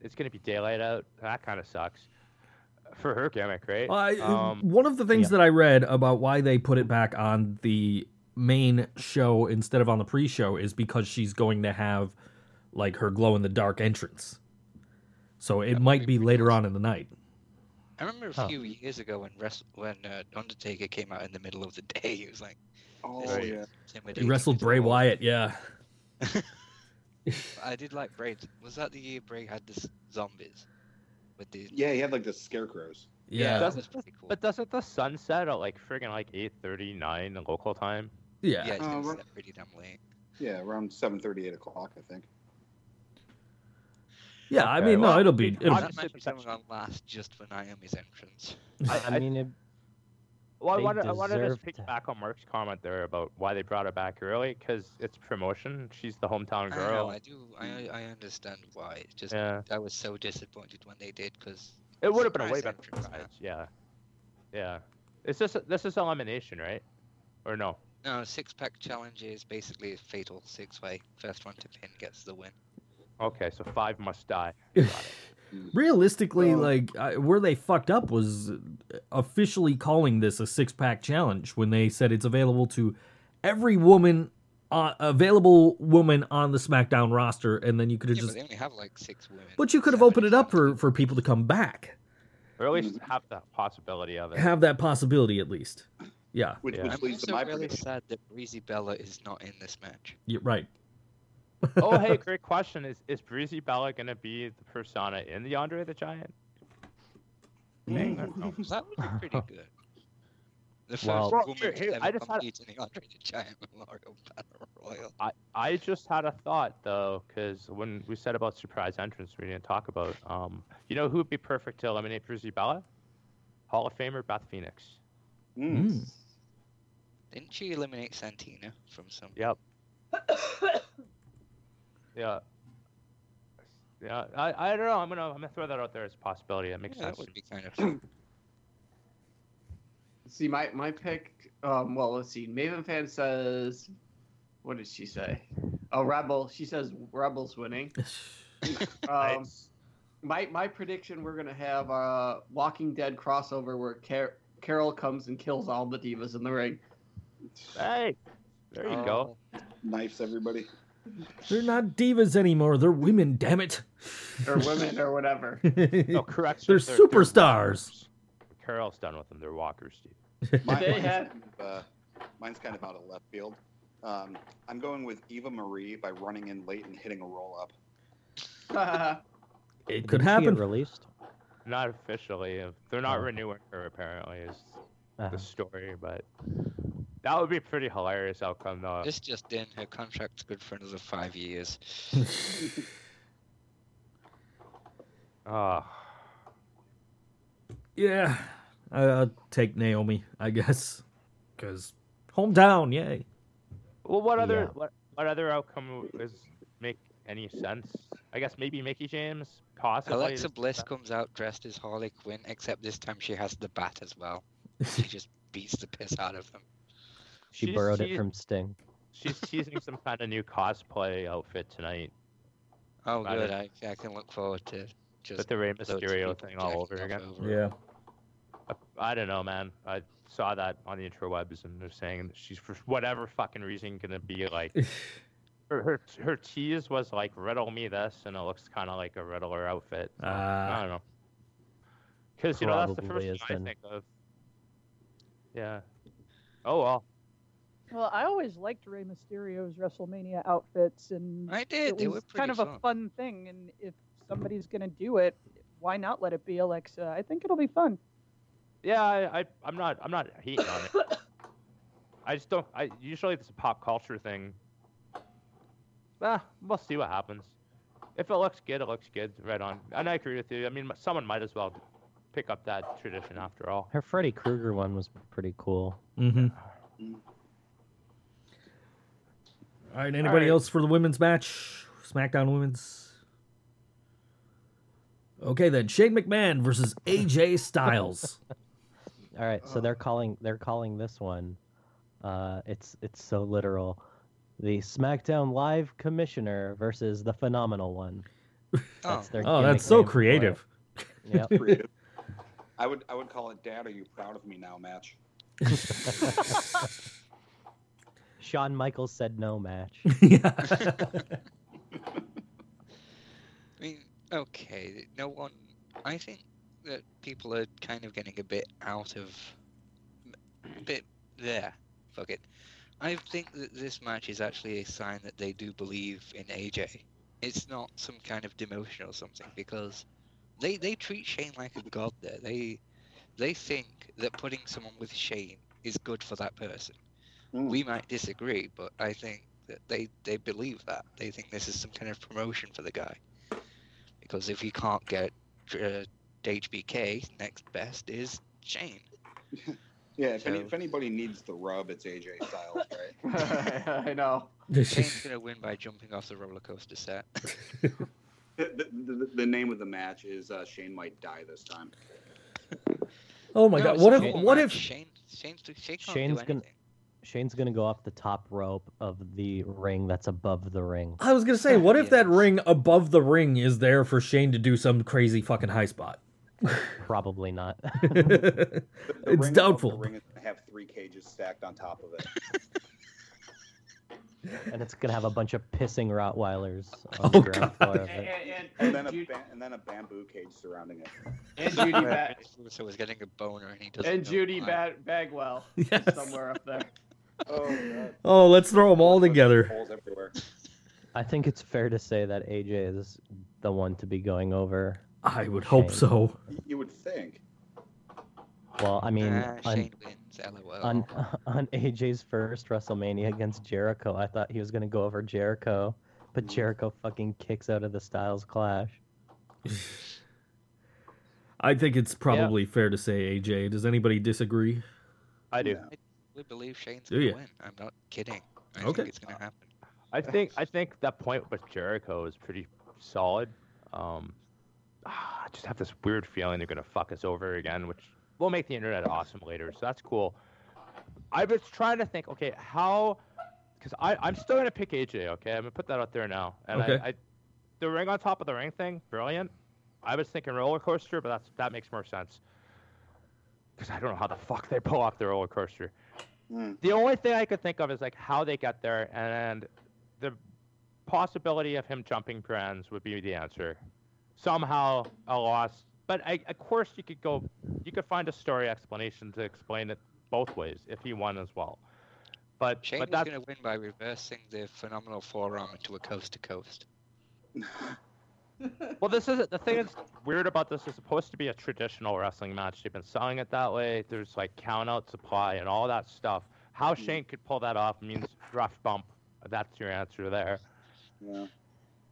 it's gonna be daylight out that kind of sucks, for her gimmick right? Well, I- um one of the things yeah. that I read about why they put it back on the main show instead of on the pre-show is because she's going to have like her glow in the dark entrance. So it That might would be be later pretty on in the night. I remember a Huh. few years ago when Wrest- when uh, Undertaker came out in the middle of the day. It was like Oh, this Right. is yeah. He intimidating wrestled as Bray all. Wyatt, yeah. I did like Bray. Was that the year Bray had the s- zombies? With the Yeah, he had like the scarecrows. Yeah. that Doesn't- was pretty cool. but doesn't the sun set at like friggin' like eight thirty nine local time? Yeah. yeah, it's Uh, gonna we're- set pretty damn late. Yeah, around seven thirty, eight o'clock, I think. Yeah, I Okay, mean, no, well, it'll be. It'll, I'm- That might be Obviously, coming on last just for Naomi's entrance. I, I mean, it, Well, I They wanted, I wanted to deserve pick to- back on Mark's comment there about why they brought her back early because it's promotion. She's the hometown I know, girl. I do. I I understand why. It's just Yeah, I was so disappointed when they did because it would have been a way Surprise better entrance, prize. Yeah, yeah. Is this this is elimination, right? Or no? no six pack challenge is basically a fatal six way. First one to pin gets the win. Okay, so five must die. realistically, Well- like I, where they fucked up was officially calling this a six pack challenge when they said it's available to every woman uh, available woman on the SmackDown roster, and then you could Yeah, have but just. they only have like six women. But you could have seven opened or it up something. for, for people to come back. Or at least Mm-hmm. have that possibility of it. Have that possibility at least. Yeah, Which, Yeah. which I'm leads to also my really prediction. sad that Breezy Bella is not in this match. you're right. oh, hey, great question. Is is Breezy Bella gonna be the persona in the Andre the Giant? thing? I don't know. That would be <laughs> pretty good. The first Well- Well, woman here- to here, ever I just had- compete in the Andre the Giant Memorial Battle Royal. I just had a thought though, because when we said about surprise entrance, we didn't talk about. Um, you know who would be perfect to eliminate Breezy Bella? Hall of Famer Beth Phoenix. Mm. Mm. Didn't she eliminate Santina from some? Yep. yeah. Yeah, I, I don't know. I'm gonna I'm gonna throw that out there as a possibility. That makes Yeah, that sense. would be kind <clears throat> of fun. <coughs> See, my my pick. Um, well, let's see. Maven fan says, what did she say? Oh, Rebel. She says Rebel's winning. Um, My my prediction: we're gonna have a Walking Dead crossover where Car- Carol comes and kills all the divas in the ring. Hey, there uh, you go. Knives everybody. They're not divas anymore. They're women. Damn it. or women or whatever. <laughs> Oh, No correction. They're superstars. walkers. Carol's done with them. They're walkers, Steve. Mine- They mine's, had- kind of, uh, mine's kind of out of left field. Um, I'm going with Eva Marie by running in late and hitting a roll up. It could Didn't she get happen. released. Not officially. uh, They're not Oh. renewing her apparently. Is Uh-huh. the story, but that would be a pretty hilarious outcome though. This just in, her contract's good for another five years. Ah, Yeah, I- I'll take Naomi, I guess, because hometown, yay. well, what other Yeah. what what other outcome is make any sense? I guess maybe Mickey James possibly. Alexa Bliss comes out dressed as Harley Quinn, except this time she has the bat as well. She just beats the piss out of them. She She's- borrowed she's- it from Sting. She's teasing some kind of new cosplay outfit tonight, Oh, Right. good. I, I can look forward to but just. the Rey loads of Mysterio people thing all over jacking off again. over her. I don't know, man. I saw that on the interwebs, and they're saying that she's for whatever fucking reason gonna be like. <laughs> Her, her her tease was like riddle me this, and it looks kind of like a riddler outfit. I Uh, don't know. Because you know that's the Ah. Probably first thing is I then. think of. Yeah. Oh well. Well, I always liked Rey Mysterio's WrestleMania outfits, and I did. it they was were kind pretty of fun. a fun thing. And if somebody's gonna do it, why not let it be Alexa? I think it'll be fun. Yeah, I, I I'm not I'm not hating on it. I just don't. I usually it's a pop culture thing. Ah, we'll see what happens. If it looks good, it looks good. Right on. And I agree with you. I mean, someone might as well pick up that tradition after all. Her Freddy Krueger one was pretty cool. mhm. All right. Anybody right. else for the women's match? SmackDown Women's. Okay, then Shane McMahon versus <laughs> AJ Styles. All right, so Uh. they're calling they're calling this one. Uh, it's it's so literal. The SmackDown Live Commissioner versus the Phenomenal One. Oh, That's their oh, gimmick that's so name for it. creative. <laughs> Yep. Creative. I would I would call it Dad, are you proud of me now match? Shawn Michaels said no <laughs> match. yeah. I mean, okay. No one. I think that people are kind of getting a bit out of. A bit there. Fuck it. I think that this match is actually a sign that they do believe in AJ. It's not some kind of demotion or something because they they treat Shane like a god. There, they they think that putting someone with Shane is good for that person. Mm. We might disagree, but I think that they they believe that. They think this is some kind of promotion for the guy because if you can't get uh, HBK, next best is <laughs> Shane. Yeah, if, any, So- if anybody needs the rub, it's AJ Styles, <laughs> right? I know. Shane's gonna win by jumping off the roller coaster set. Oh the, the, the- the name of the match is uh, Shane might die this time. <laughs> oh my No, God! it's What a if? normal What match. if? Shane? Shane's, Shane can't Shane's do gonna- anything. Shane's gonna go off the top rope of the ring that's above the ring. I was gonna say, what if that Yes. ring above the ring is there for Shane to do some crazy fucking high spot? <laughs> Probably not. The- the ring it's above doubtful. The ring is gonna have three cages stacked on top of it. and it's gonna have a bunch of pissing Rottweilers on Oh, the ground floor of And, and, it. And and, then a Ju- ba- and then a bamboo cage surrounding it. and Judy, ba- <laughs> So he's getting a boner and he doesn't. and know Judy why. ba- Bagwell Yes. <laughs> somewhere up there. <laughs> <laughs> Oh, God. Oh, let's throw them all together. Holes everywhere. I think it's fair to say that AJ is the one to be going over. I would hope Shame. so. Y- You would think. Well, I mean, Ah, on, Shane wins. LOL. on Oh. <laughs> on AJ's first WrestleMania against Jericho, I thought he was gonna go over Jericho, Mm. but Jericho fucking kicks out of the Styles Clash. I think it's probably fair to say AJ. Does anybody disagree? <laughs> I do. No. We believe Shane's Do gonna ya? win. I'm not kidding. I Okay. think it's gonna happen. I think I think that point with Jericho is pretty solid. Um, ah, I just have this weird feeling they're gonna fuck us over again, which will make the internet awesome later. So that's cool. I was trying to think, okay, how? Because I I'm still gonna pick AJ. Okay, I'm gonna put that out there now. And Okay. I, I, the ring on top of the ring thing, brilliant. I was thinking roller coaster, but that's that makes more sense. Because I don't know how the fuck they pull off the roller coaster. Mm. The only thing I could think of is like how they got there, and the possibility of him jumping brands would be the answer. Somehow a loss, but I, of course you could go, you could find a story explanation to explain it both ways if he won as well. But Shane but was that's gonna win by reversing the phenomenal forearm into a coast to coast. well, this is the thing that's weird about this is supposed to be a traditional wrestling match. They've been selling it that way. There's like count out supply and all that stuff. How Mm-hmm. Shane could pull that off means rough bump. That's your answer there. Yeah. <laughs>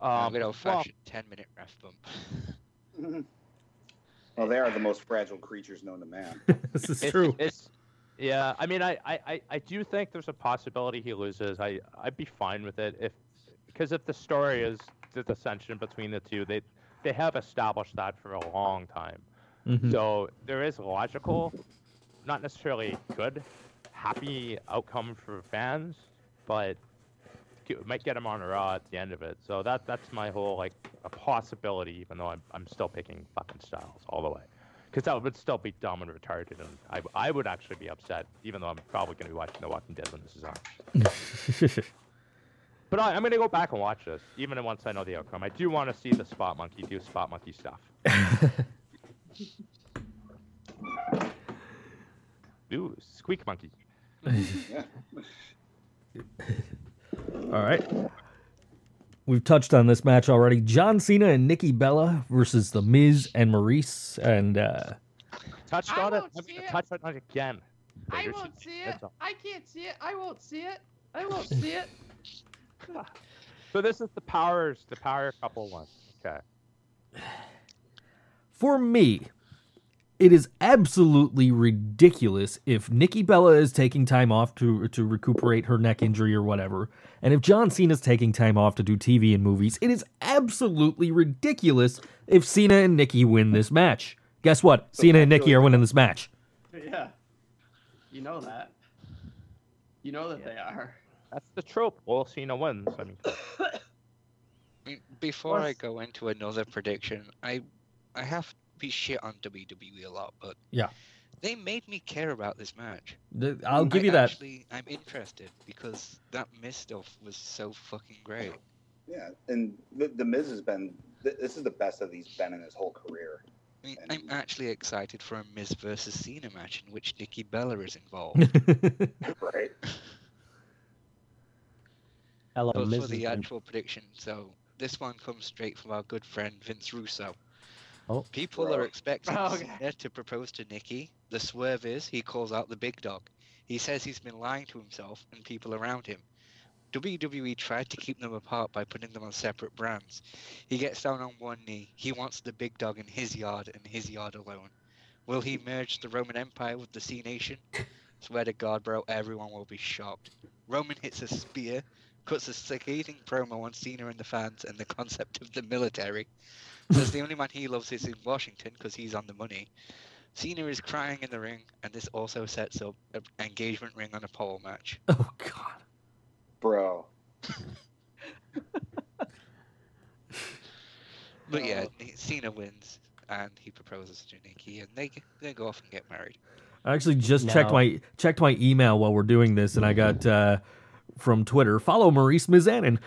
Um, good old well, fashioned ten minute ref bump. <laughs> Well, they are the most fragile creatures known <laughs> to man. this is It's- <laughs> true. It's, yeah, I mean, I, I, I- I do think there's a possibility he loses. I, I'd be fine with it if, because if the story is the dissension between the two, they, they have established that for a long time. Mhm. So there is logical, not necessarily good, happy outcome for fans, but it might get him on a raw at the end of it. So that that's my whole like a possibility, even though I'm I'm still picking fucking Styles all the way, because that would still be dumb and retarded, and I I would actually be upset, even though I'm probably gonna be watching The Walking Dead when this is on. But I, I'm gonna go back and watch this, even once I know the outcome. I do want to see the Spot Monkey do Spot Monkey stuff. Ooh, Squeak Monkey. Yeah. All right. We've touched on this match already. John Cena and Nikki Bella versus The Miz and Maurice. And uh, Touched I on it. won't I'm see gonna it. touch on it again. I Later won't see today, it. that's all. I can't see it. I won't see it. I won't see it. So this is the powers, the power couple one. Okay. for me, it is absolutely ridiculous if Nikki Bella is taking time off to to recuperate her neck injury or whatever, and if John Cena's taking time off to do TV and movies, it is absolutely ridiculous if Cena and Nikki win this match. Guess what? Cena and Nikki are winning this match. <laughs> Yeah, you know that. You know that they are. That's the trope. Well, Cena wins. I mean, I mean, Before I Plus- go into another prediction, I I have to be shit on WWE a lot, but Yeah. they made me care about this match. Th- I'll give I you that. Actually, I'm interested because that Miz stuff was so fucking great. Yeah. And the, the Miz has been, th- this is the best that he's been in his whole career. I mean, And- I'm actually excited for a Miz versus Cena match in which Nikki Bella <laughs> is involved. Right? Hello, but for Mrs. the Lynch. actual prediction, so this one comes straight from our good friend Vince Russo. Oh. People are Bro. expecting Oh, okay. Cena to propose to Nikki. The swerve is he calls out the big dog. He says he's been lying to himself and people around him. WWE tried to keep them apart by putting them on separate brands. He gets down on one knee. He wants the big dog in his yard and his yard alone. Will he merge the Roman Empire with the C Nation? Swear to God, bro, everyone will be shocked. Roman hits a spear, cuts a scathing promo on Cena and the fans and the concept of the military. Says the only man he loves is in Washington because he's on the money. Cena is crying in the ring, and this also sets up an engagement ring on a pole match. <laughs> oh God. Bro. But yeah, Oh. Ni- Cena wins, and he proposes to Nikki, and they they go off and get married. I actually just No. checked my checked my email while we're doing this, and I got uh, from Twitter, follow Maurice Mizanin.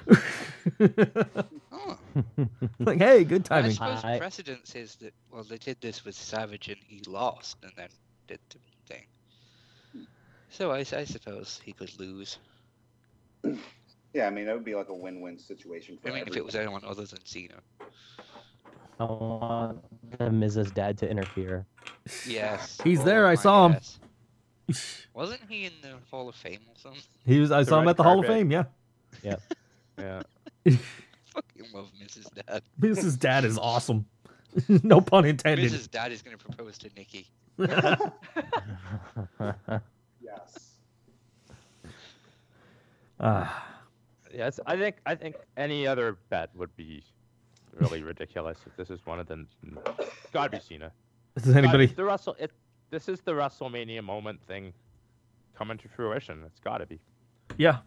<laughs> Oh, like, hey, good I timing. suppose I- precedence is that, well, they did this with Savage and he lost and then did the thing. So I, I suppose he could lose. Yeah, I mean that would be like a win-win situation. For I mean, if it was everybody. anyone other than Cena. I want the Miz's dad to interfere. Yes. Oh He's there, I my saw him. yes. <laughs> Wasn't he in the Hall of Fame or something? He was. I The saw him red at the Hall of carpet. <laughs> Fame. Yeah, Yeah. Fucking love Mrs. Dad. Mrs. Dad is awesome. <laughs> no pun intended. Mrs. Dad is going to propose to Nikki. Yes. Ah, Yes, I think I think any other bet would be really ridiculous if this is one of them. God be Cena. does anybody? God, the Russell. It, this is the WrestleMania moment thing coming to fruition. It's got to be. Yeah,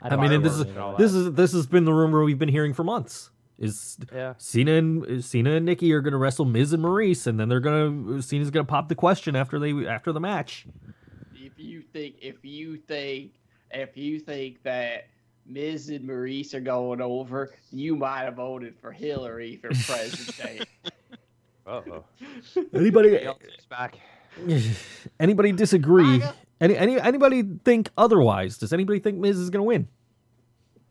I mean, and this is- Fireworks and all this is this has been the rumor we've been hearing for months. Is Yeah. Cena and Cena and Nikki are going to wrestle Miz and Maurice, and then they're going to Cena's going to pop the question after they after the match. if you think if you think if you think that Miz and Maurice are going over, you might have voted for Hillary for president. <laughs> Uh-oh. Anybody It's back. <sighs> anybody disagree? Any, any anybody think otherwise? Does anybody think Miz is going to win?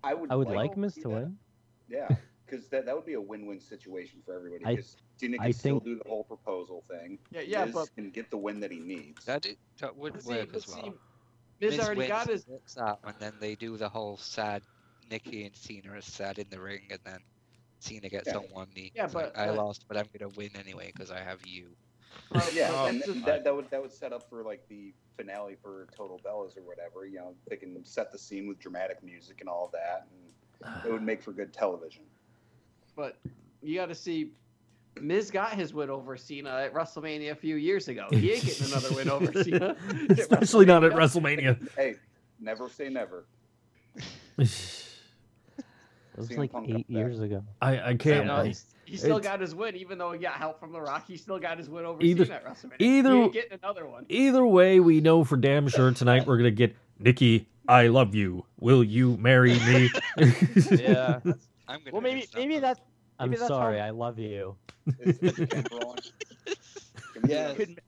I would. I would like Miz to see that. win. Yeah, because that, that would be a win-win situation for everybody. I- Because Cena I can still think- do the whole proposal thing. <laughs> yeah, yeah, Miz but can get the win that he needs. That, i- that would but see, work but as see, well. Miz already wins got his. and walks out, and then they do the whole sad. Nikki and Cena are sad in the ring, and then Cena gets Yeah. on one knee. Yeah, It's like, but- I but- lost, but I'm gonna win anyway because I have you. but- <laughs> yeah, but and this is- that, that would that would set up for like the finale for Total Bellas or whatever. You know, they can set the scene with dramatic music and all that, and it would make for good television. but you got to see. Miz got his win over Cena at WrestleMania a few years ago. Oh, He ain't getting another <laughs> win over Cena. at <laughs> Especially not at WrestleMania. WrestleMania. Hey, never say never. It was CM like Punk got eight that. years ago. <sighs> I, I Yeah, can't. no, I- he's- uh, he still It's- got his win, even though he got help from The Rock. He still got his win over Either- Cena at WrestleMania. either- he ain't getting another one. Either way, we know for damn sure tonight we're gonna get Nikki. I love you. Will you marry <laughs> me? <laughs> Yeah. I'm gonna. well, maybe win maybe somehow. that's I'm Maybe that's how- sorry. I love you. Is, is the camera on? Can we- Yes. could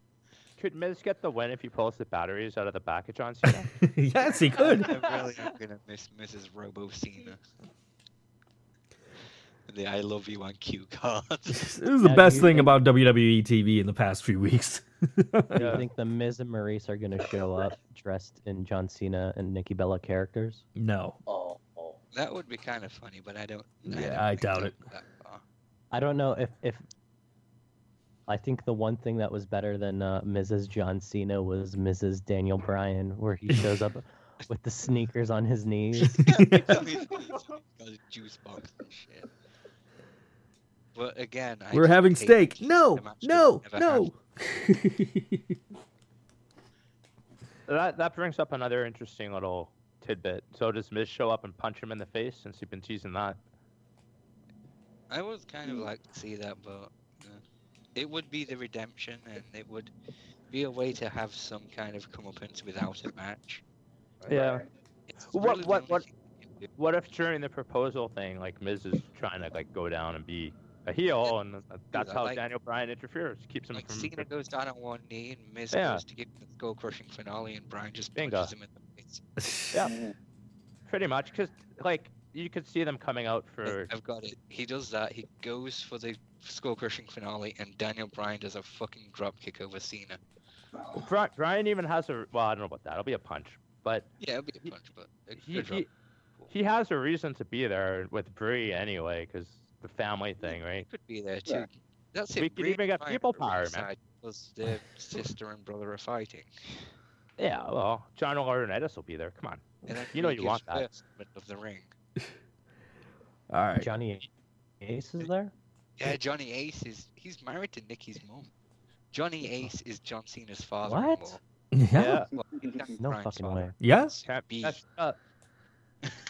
could Miz get the win if he pulls the batteries out of the back of John <laughs> Cena? <laughs> yes, he could. I really am gonna miss Mrs. Robo Cena. The I love you on cue card. This is the Now, do best you thing think- about WWE TV in the past few weeks. <laughs> Do Yeah. you think the Miz and Maurice are gonna show <laughs> up dressed in John Cena and Nikki Bella characters? No. Oh, oh. <laughs> that would be kind of funny, but I don't. I Yeah, don't I think doubt they'll it. go that far. I don't know if if I think the one thing that was better than uh, Mrs. John Cena was Mrs. Daniel Bryan, where he shows <laughs> up with the sneakers on his knees. I mean, he's got a juice box and shit. But again, I We're just having hate steak. the No, match that no, never no. that that brings up another interesting little tidbit. So does Miz show up and punch him in the face since you've been teasing that? happened. I would kind of like to see that, but uh, it would be the redemption, and it would be a way to have some kind of comeuppance without a match. Yeah. It's What- really the what- only what- thing you can do. What if during the proposal thing, like Miz is trying to like go down and be a heel, and that's that, how like- Daniel Bryan interferes, keeps him Like from. Cena goes down on one knee and Miz Yeah. goes to give the skull crushing finale and Brian just Bingo. punches him in the face. Yeah. Mm. Pretty much, because like you could see them coming out Look, for. I've got it. He does that. He goes for the skull crushing finale and Daniel Bryan does a fucking drop kick over Cena. Oh. Bri- Bryan even has a. Well, I don't know about that. It'll be a punch, but Yeah, it'll be a He- punch, but a he good drop. he, he has a reason to be there with Bree anyway, because the family thing, right? could be there too. Yeah. That's it. We could Bree even get Bryan people at power, man. ringside Because <laughs> their sister and brother are fighting. Yeah. Well, John Laurinaitis will be there. Come on. And then You know Bree you gives want that. birth in the middle of the ring. All right. Johnny Ace is there. Yeah, Johnny Ace is he's married to Nikki's mom. Johnny Ace is John Cena's father. What? <laughs> Yeah. No fucking way. Yes. Can't Beef. that's, uh,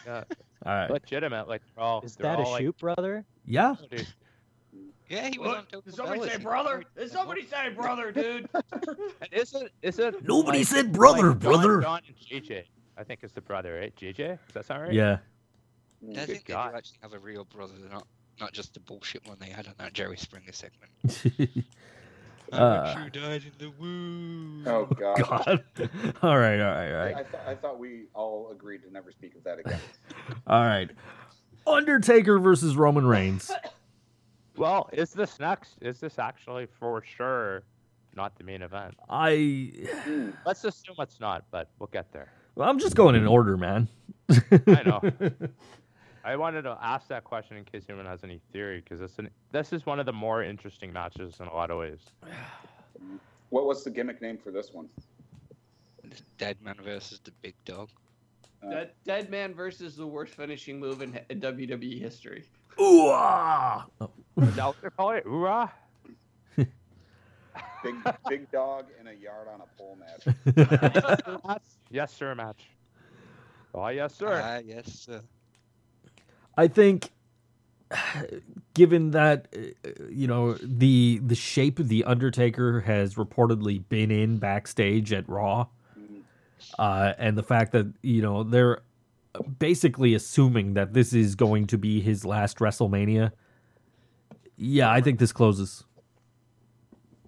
All right. legitimate. Like they're all. Is they're that a all, like, shoot, brother? Yeah. oh, dude, Yeah, he was on Total Did somebody Bellas. say He's brother? married to Did the mom. somebody say <laughs> brother, dude? and Is it? Is it? Nobody like- said brother, like John- brother. John and JJ. I think it's the brother, right? JJ? Does that sound right? Yeah. <laughs> Hmm. And I Good think they do God. actually have a real brother, not not just the bullshit one they had on that Jerry Springer segment. Uh, Who died in the womb? Oh God! <laughs> God. all right, all right, all I, right. I, thought I thought we all agreed to never speak of that again. All right. Undertaker versus Roman <laughs> Reigns. Well, is this next? Is this actually for sure not the main event? I Hmm. Let's assume it's not, but we'll get there. well, I'm just going in order, man. <laughs> I know. I wanted to ask that question in case anyone has any theory, because this an, this is one of the more interesting matches in a lot of ways. What was the gimmick name for this one? This dead man versus the big dog. Uh, Dead, Dead Man versus the worst finishing move in, in WWE history. <laughs> Ooh, ah! Oh, Is that what they call it? Hoorah! Big big dog and a yard on a pole match. yes, sir, match. Oh, yes, sir. Ah, yes, sir. I think, given that uh, you know the the shape the Undertaker has reportedly been in backstage at Raw, Mhm. uh, and the fact that you know they're basically assuming that this is going to be his last WrestleMania. Yeah, I think this closes.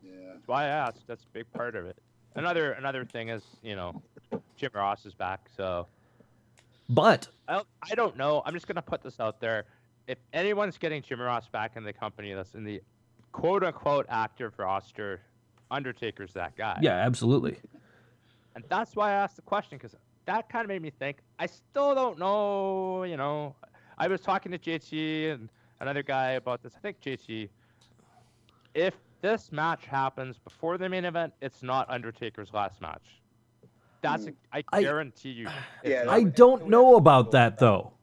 Yeah. That's why I asked. That's a big part of it. Another another thing is, you know, Jim Ross is back, so But I I don't know. I'm just gonna put this out there. If anyone's getting Jim Ross back in the company that's in the quote unquote active roster, Undertaker's that guy. yeah, absolutely. And that's why I asked the question because that kind of made me think. I still don't know, you know. I was talking to JT and another guy about this. I think JT, if this match happens before the main event, it's not Undertaker's last match. That's a, I I- guarantee you. it's Yeah, not. I don't know about that though.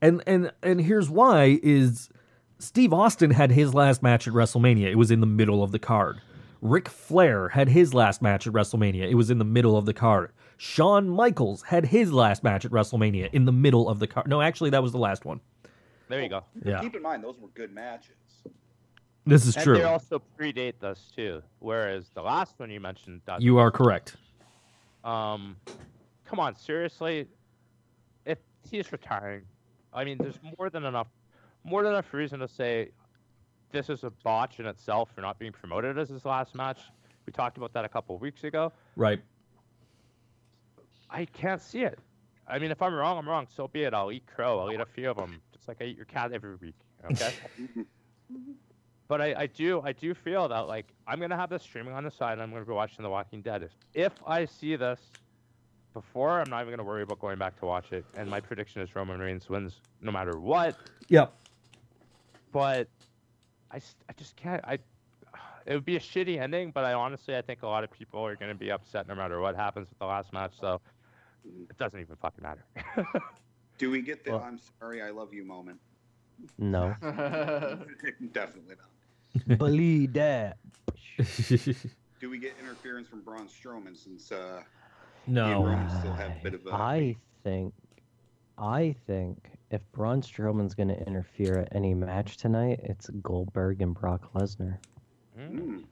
And and and here's why is Steve Austin had his last match at WrestleMania. It was in the middle of the card. Ric Flair had his last match at WrestleMania. It was in the middle of the card. Shawn Michaels had his last match at WrestleMania in the middle of the card. No, actually that was the last one. There you go. Yeah. Keep in mind those were good matches. This is and true. they also predate this too. Whereas the last one you mentioned, does You are correct. Um, come on, seriously. If he's retiring, I mean, there's more than enough, more than enough reason to say this is a botch in itself for not being promoted as his last match. We talked about that a couple of weeks ago. Right. <laughs> I can't see it. I mean, if I'm wrong, I'm wrong. So be it. I'll eat crow. I'll eat a few of them, just like I eat your cat every week. Okay. but I, I do, I do feel that like I'm gonna have this streaming on the side. and I'm gonna be watching The Walking Dead. If, if I see this before, I'm not even gonna worry about going back to watch it. And my prediction is Roman Reigns wins no matter what. Yep. But I, s- I just can't. I. It would be a shitty ending, but I honestly, I think a lot of people are gonna be upset no matter what happens with the last match. So. It doesn't even fucking matter. Do we get the Well- "I'm sorry, I love you" <laughs> moment? <laughs> No. <laughs> Definitely not. Believe that. Do we get interference from Braun Strowman since uh, he and no. Roman still have a bit of a I think, I think if Braun Strowman's going to interfere at any match tonight, it's Goldberg and Brock Lesnar Mm. Mm.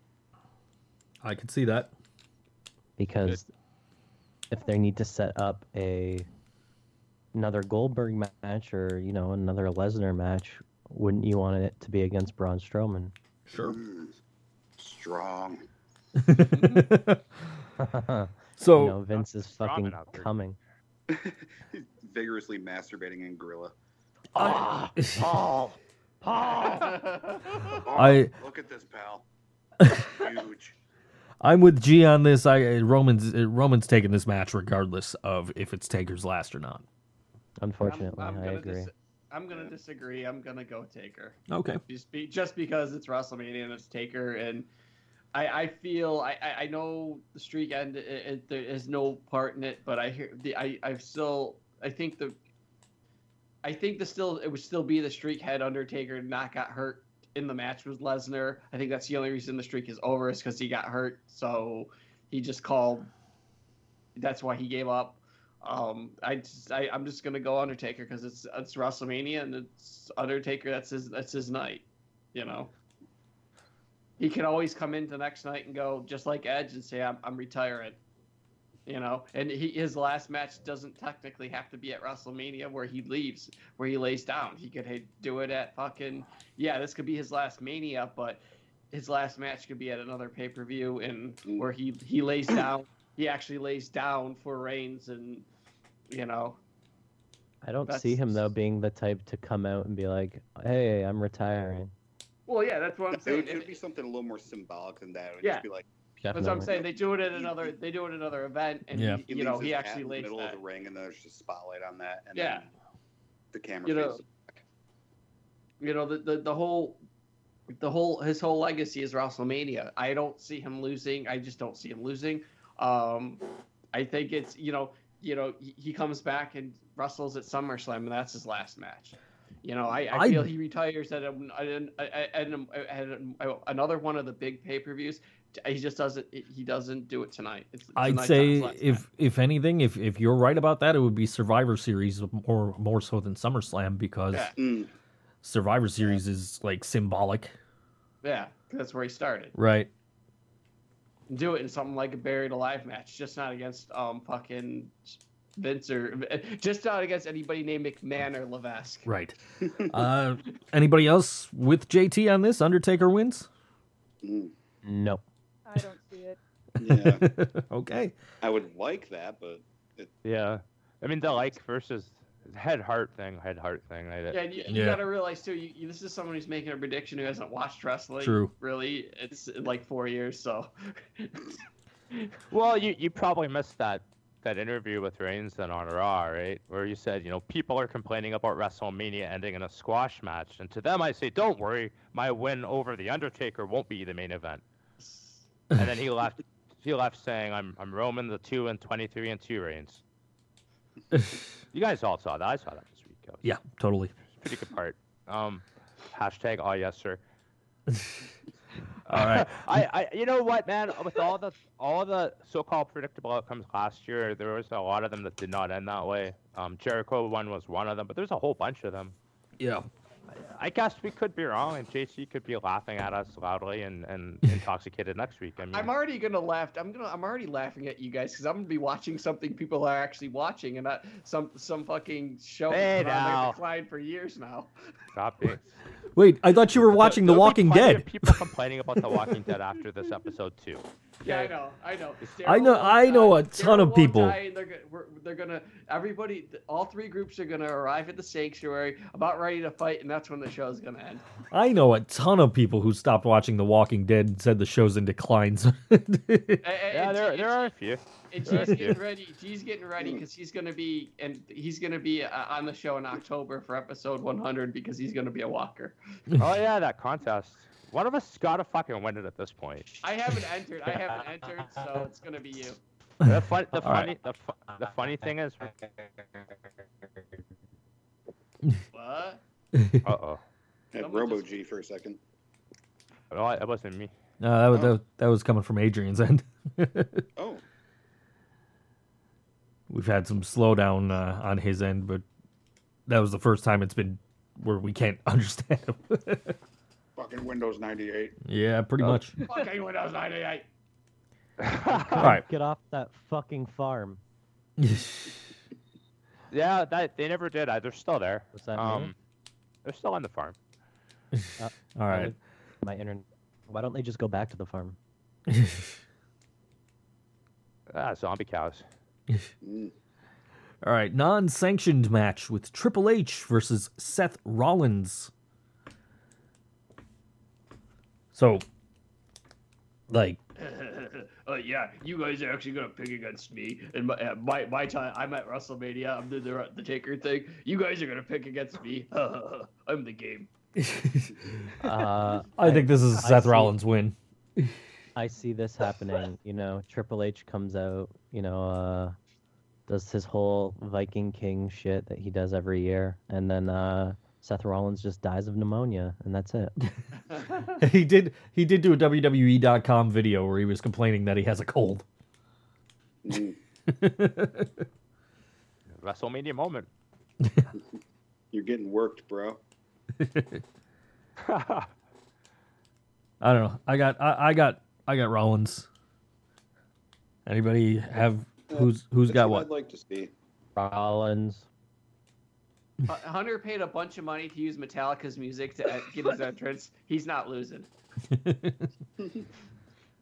I could see that. because if they need to set up a another Goldberg match or you know another Lesnar match, wouldn't you want it to be against <laughs> Braun Strowman? Sure. Mm. strong? <laughs> so you know Vince is Strowman fucking out there. coming. Vigorously masturbating in gorilla. I- Paul. Paul. Oh, I- look at this <laughs> pal. Huge. <laughs> I'm with G on this. I Romans uh, Romans taking this match regardless of if it's Taker's last or not. Unfortunately, i I'm, I'm gonna agree. dis- I'm gonna disagree. I'm gonna go Taker. Okay. Just be, just because it's WrestleMania and it's Taker, and I, I feel I, I, I know the streak end it, it, there is no part in it, but I hear the I I've still I think the I think the still it would still be the streak had Undertaker not got hurt in the match with Lesnar. I think that's the only reason the streak is over is because he got hurt, so he just called. That's why he gave up. Um, I just, I, I'm just gonna go Undertaker because it's it's WrestleMania and it's Undertaker. That's his that's his night, you know. He can always come in the next night and go just like Edge and say I'm I'm retiring. You know, and he, his last match doesn't technically have to be at WrestleMania where he leaves, where he lays down. He could hey, do it at fucking yeah. This could be his last Mania, but his last match could be at another pay per view and where he he lays down. He actually lays down for Reigns, and you know, I don't see That's- him though being the type to come out and be like, "Hey, I'm retiring." well, yeah, that's what I'm It saying. would, it would be something a little more symbolic than that. It would Yeah. just be like That's what I'm Definitely. saying. They do it at another. They do it at another event, and Yeah. he- he you know leaves he his hat actually in the lays middle that. of the ring, and there's just a spotlight on that, and Yeah. then the camera. You know, fades. you know the, the the whole the whole his whole legacy is WrestleMania. I don't see him losing. I just don't see him losing. Um, I think it's you know you know he, he comes back and wrestles at SummerSlam and that's his last match. You know I, I, I- feel he retires at, a, at, an- at, an- at an- another one of the big pay per views. He just doesn't he doesn't do it tonight. It's, I'd tonight's say not his last match. if if anything, if if you're right about that, it would be Survivor Series more more so than SummerSlam because Yeah. Mm. Survivor Series is like symbolic, yeah that's where he started. right? do it in something like a buried alive match, just not against um fucking Vince or <laughs> just not against anybody named McMahon or Levesque. Right. <laughs> uh, anybody else with JT on this? Undertaker wins. Mm. No, I don't see it. Yeah, <laughs> okay. I would like that, but Yeah. I mean, the like versus head heart thing, head heart thing. I, Yeah, and you, you Yeah. gotta realize too, you, you- this is someone who's making a prediction who hasn't watched wrestling. True. Really, it's in like four years, so Well, you, you probably missed that that interview with Reigns then on Raw, right? Where you said, you know, people are complaining about WrestleMania ending in a squash match, and to them I say, don't worry, my win over the Undertaker won't be the main event. And then he left. He left saying, "I'm I'm Roman the two and twenty three and two Reigns." You guys all saw that. I saw that this week. It was yeah, totally. a pretty good part. Um, hashtag oh yes sir. <laughs> All right. I, I, you know what, man? With all the all the so-called predictable outcomes last year, there was a lot of them that did not end that way. Um, Jericho one was one of them, but there's a whole bunch of them. Yeah. I guess we could be wrong, and JC could be laughing at us loudly and, <laughs> and intoxicated next week. I mean, I'm already gonna laugh. I'm gonna I'm already laughing at you guys because I'm gonna be watching something people are actually watching and not some some fucking show Hey, that's been on now. their decline for years now. stop being. Wait, I thought you were watching The There'll be Walking plenty of Dead. People complaining about The Walking Dead after this episode too. Yeah, I know, I know. I know- Daryl will I know a die, ton of Daryl will people. die, and They're, go- we're, they're gonna. Everybody, th- all three groups are gonna arrive at the sanctuary, about ready to fight, and that's when the show's gonna end. I know a ton of people who stopped watching The Walking Dead and said the show's in Uh, decline. <laughs> so- A- a- Yeah, and there, G- there are a few. And there are a G's few. getting ready. G's getting ready because he's gonna be, and he's gonna be uh, on the show in October for episode 100 because he's gonna be a walker. Oh yeah, that contest. One of us gotta fucking win it at this <laughs> point. I haven't entered. I haven't entered, so it's gonna be you. The, fun, the All funny, right. the, fu- the funny thing is, What? uh oh. I had Someone Robo just- G for a second. No, it wasn't me. <laughs> No, that was that, that was coming from Adrian's end. <laughs> Oh, We've had some slowdown uh, on his end, but that was the first time it's been where we can't <laughs> understand him. fucking Windows 98. yeah, pretty Oh. much. Fucking Windows 98. All right. <sighs> get off that fucking farm. yeah, that they never did. I, they're still there. What's that mean? Um, they're still on the farm. All right. My internet. Why don't they just go back to <laughs> the farm? Ah, zombie cows. Mm. All right, non-sanctioned match with Triple H versus Seth Rollins. So, like, <laughs> <laughs> uh, yeah, you guys are actually gonna pick against me. And my uh, my, my time, I'm at WrestleMania. I'm doing the the Taker thing. You guys are gonna pick against me. <laughs> I'm the game. Uh, I think this is a I Seth see. Rollins win. I see this happening. You know, Triple H comes out, you know, uh, does his whole Viking King shit that he does every year. And then uh, Seth Rollins just dies of pneumonia, and that's it. <laughs> he did. He did do a WWE.com video where he was complaining that he has a cold. Mm. WrestleMania moment. <laughs> You're getting worked, bro. I don't know. I got. I, I got. I got Rollins. Anybody have Who's who's That's got I'd what? like <laughs> to see. Rollins. Uh, Hunter paid a bunch of money to use Metallica's music to uh, get <laughs> his entrance. He's not losing.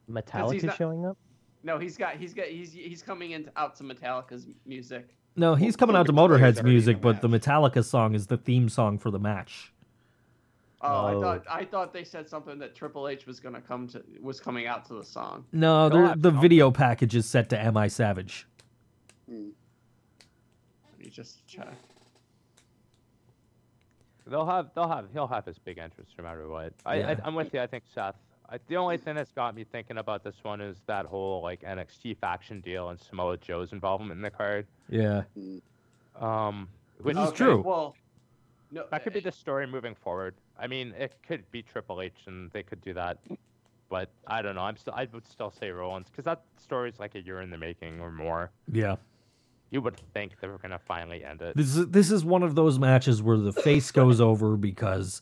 Metallica not- showing up? No, he's got he's got he's he's coming in out to Metallica's music. No, he's coming out to Well, Metallica's Motorhead's already in music, the but the match. Metallica song is the theme song for the match. Oh, I Oh. thought I thought they said something that Triple H was gonna come to was coming out to the song. No, Go the, on, oh, the Tom. video package is set to "Am I Savage." Let me just check. They'll have, they'll have, he'll have his big entrance no matter what. I, I Yeah. I'm with you. I think Seth. I, the only thing that's got me thinking about this one is that whole like NXT faction deal and Samoa Joe's involvement in the card. Yeah, Um, which This is true. Well, no, uh, that could be the story moving forward. I mean, it could be Triple H and they could do that, but I don't know. I'm still, I would still say Rollins because that story's like a year in the making or more. yeah. You would think they were gonna finally end it. This is, this is one of those matches where the face goes over because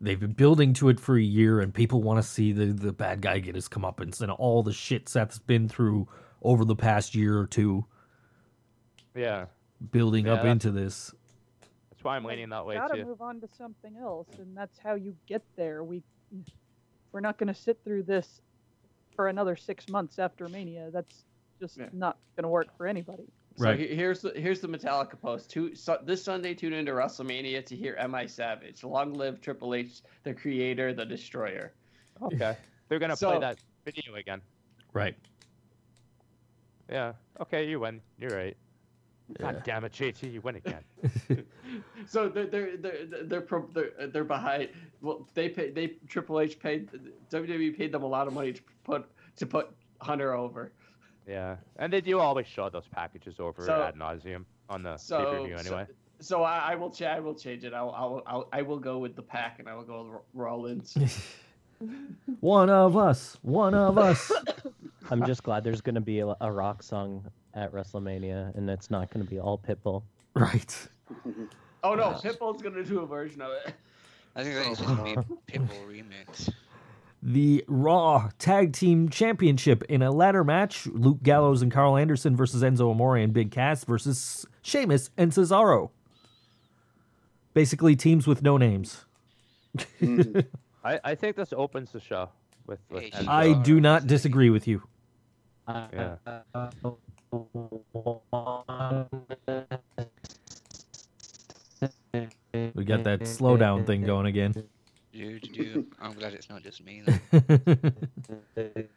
they've been building to it for a year, and people want to see the the bad guy get his comeuppance and all the shit Seth's been through over the past year or two, Yeah, building up Yeah. into this. that's why I'm leaning that way gotta too. move on to something else, and that's how you get there. We we're not gonna sit through this for another six months after Mania. That's just Yeah. not gonna work for anybody. Right. So he- here's the here's the Metallica post. Two, so, this Sunday, tune into WrestleMania to hear "Mi Savage." Long live Triple H, the creator, the destroyer. Okay, they're gonna So- play that video again. Right. Yeah. Okay, you win. You're right. God damn it, JT, you win again. So they're they're they're they're pro, they're, they're behind. Well, they pay they Triple H paid WWE paid them a lot of money to put to put Hunter over. yeah, and they do always show those packages over So- ad nauseum on the So pay per view so- anyway. So, I, I will cha- I will change it. I'll, I'll I'll I will go with the pack and I will go with Ro- Rollins. <laughs> One of us. One <laughs> of us. I'm just glad there's going to be a, a rock song at WrestleMania, and it's not going to be all Pitbull. right. Oh no, Pitbull's gonna do a version of it. I think that should <laughs> be Pitbull remix. the Raw Tag Team Championship in a ladder match. Luke Gallows and Carl Anderson versus Enzo Amore and Big Cass versus Sheamus and Cesaro. Basically, teams with no names. Mm, I, I think this opens the show with. with Hey, Enzo. I do not disagree with you. Yeah. I We got that slowdown thing going again. <laughs> Do, do, do. I'm glad it's not just me. Then.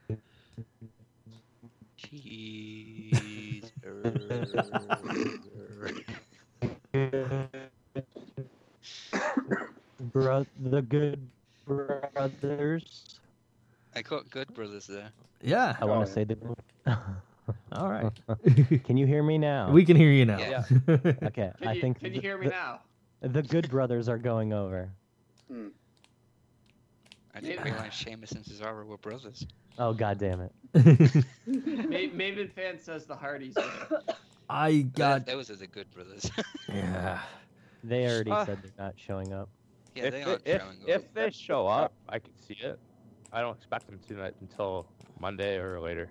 <laughs> Jeez. Bro- the good brothers. I caught Good Brothers there. yeah. I want to say the. All right. <laughs> Can you hear me now? we can hear you now. Yeah. Okay, Can I you, think can you th- hear me the, now? the good brothers are going over. I didn't realize Seamus and Cesaro were brothers. Oh god damn it. Ma- Maven fan says the <laughs> Hardys. win. <laughs> I Those- got. Those are the Good Brothers. <laughs> Yeah. They already Uh, said they're not showing up. yeah, if, they aren't if, showing up. if they show up, I can see it. I don't expect them to tonight until Monday or later.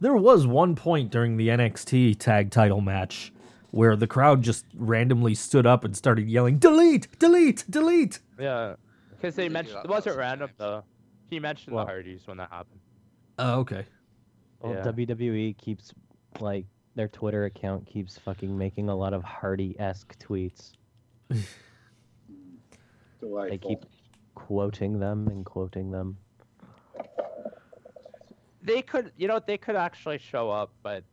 There was one point during the NXT tag title match where the crowd just randomly stood up and started yelling, "Delete! Delete! Delete!" Yeah, because They they do mentioned that it wasn't thousand random times. though. He mentioned Well- the Hardys when that happened. Oh, okay. Well, Yeah. WWE keeps like their Twitter account keeps fucking making a lot of Hardy-esque tweets. Delightful. They keep quoting them and quoting them. They could, you know, they could actually show up, but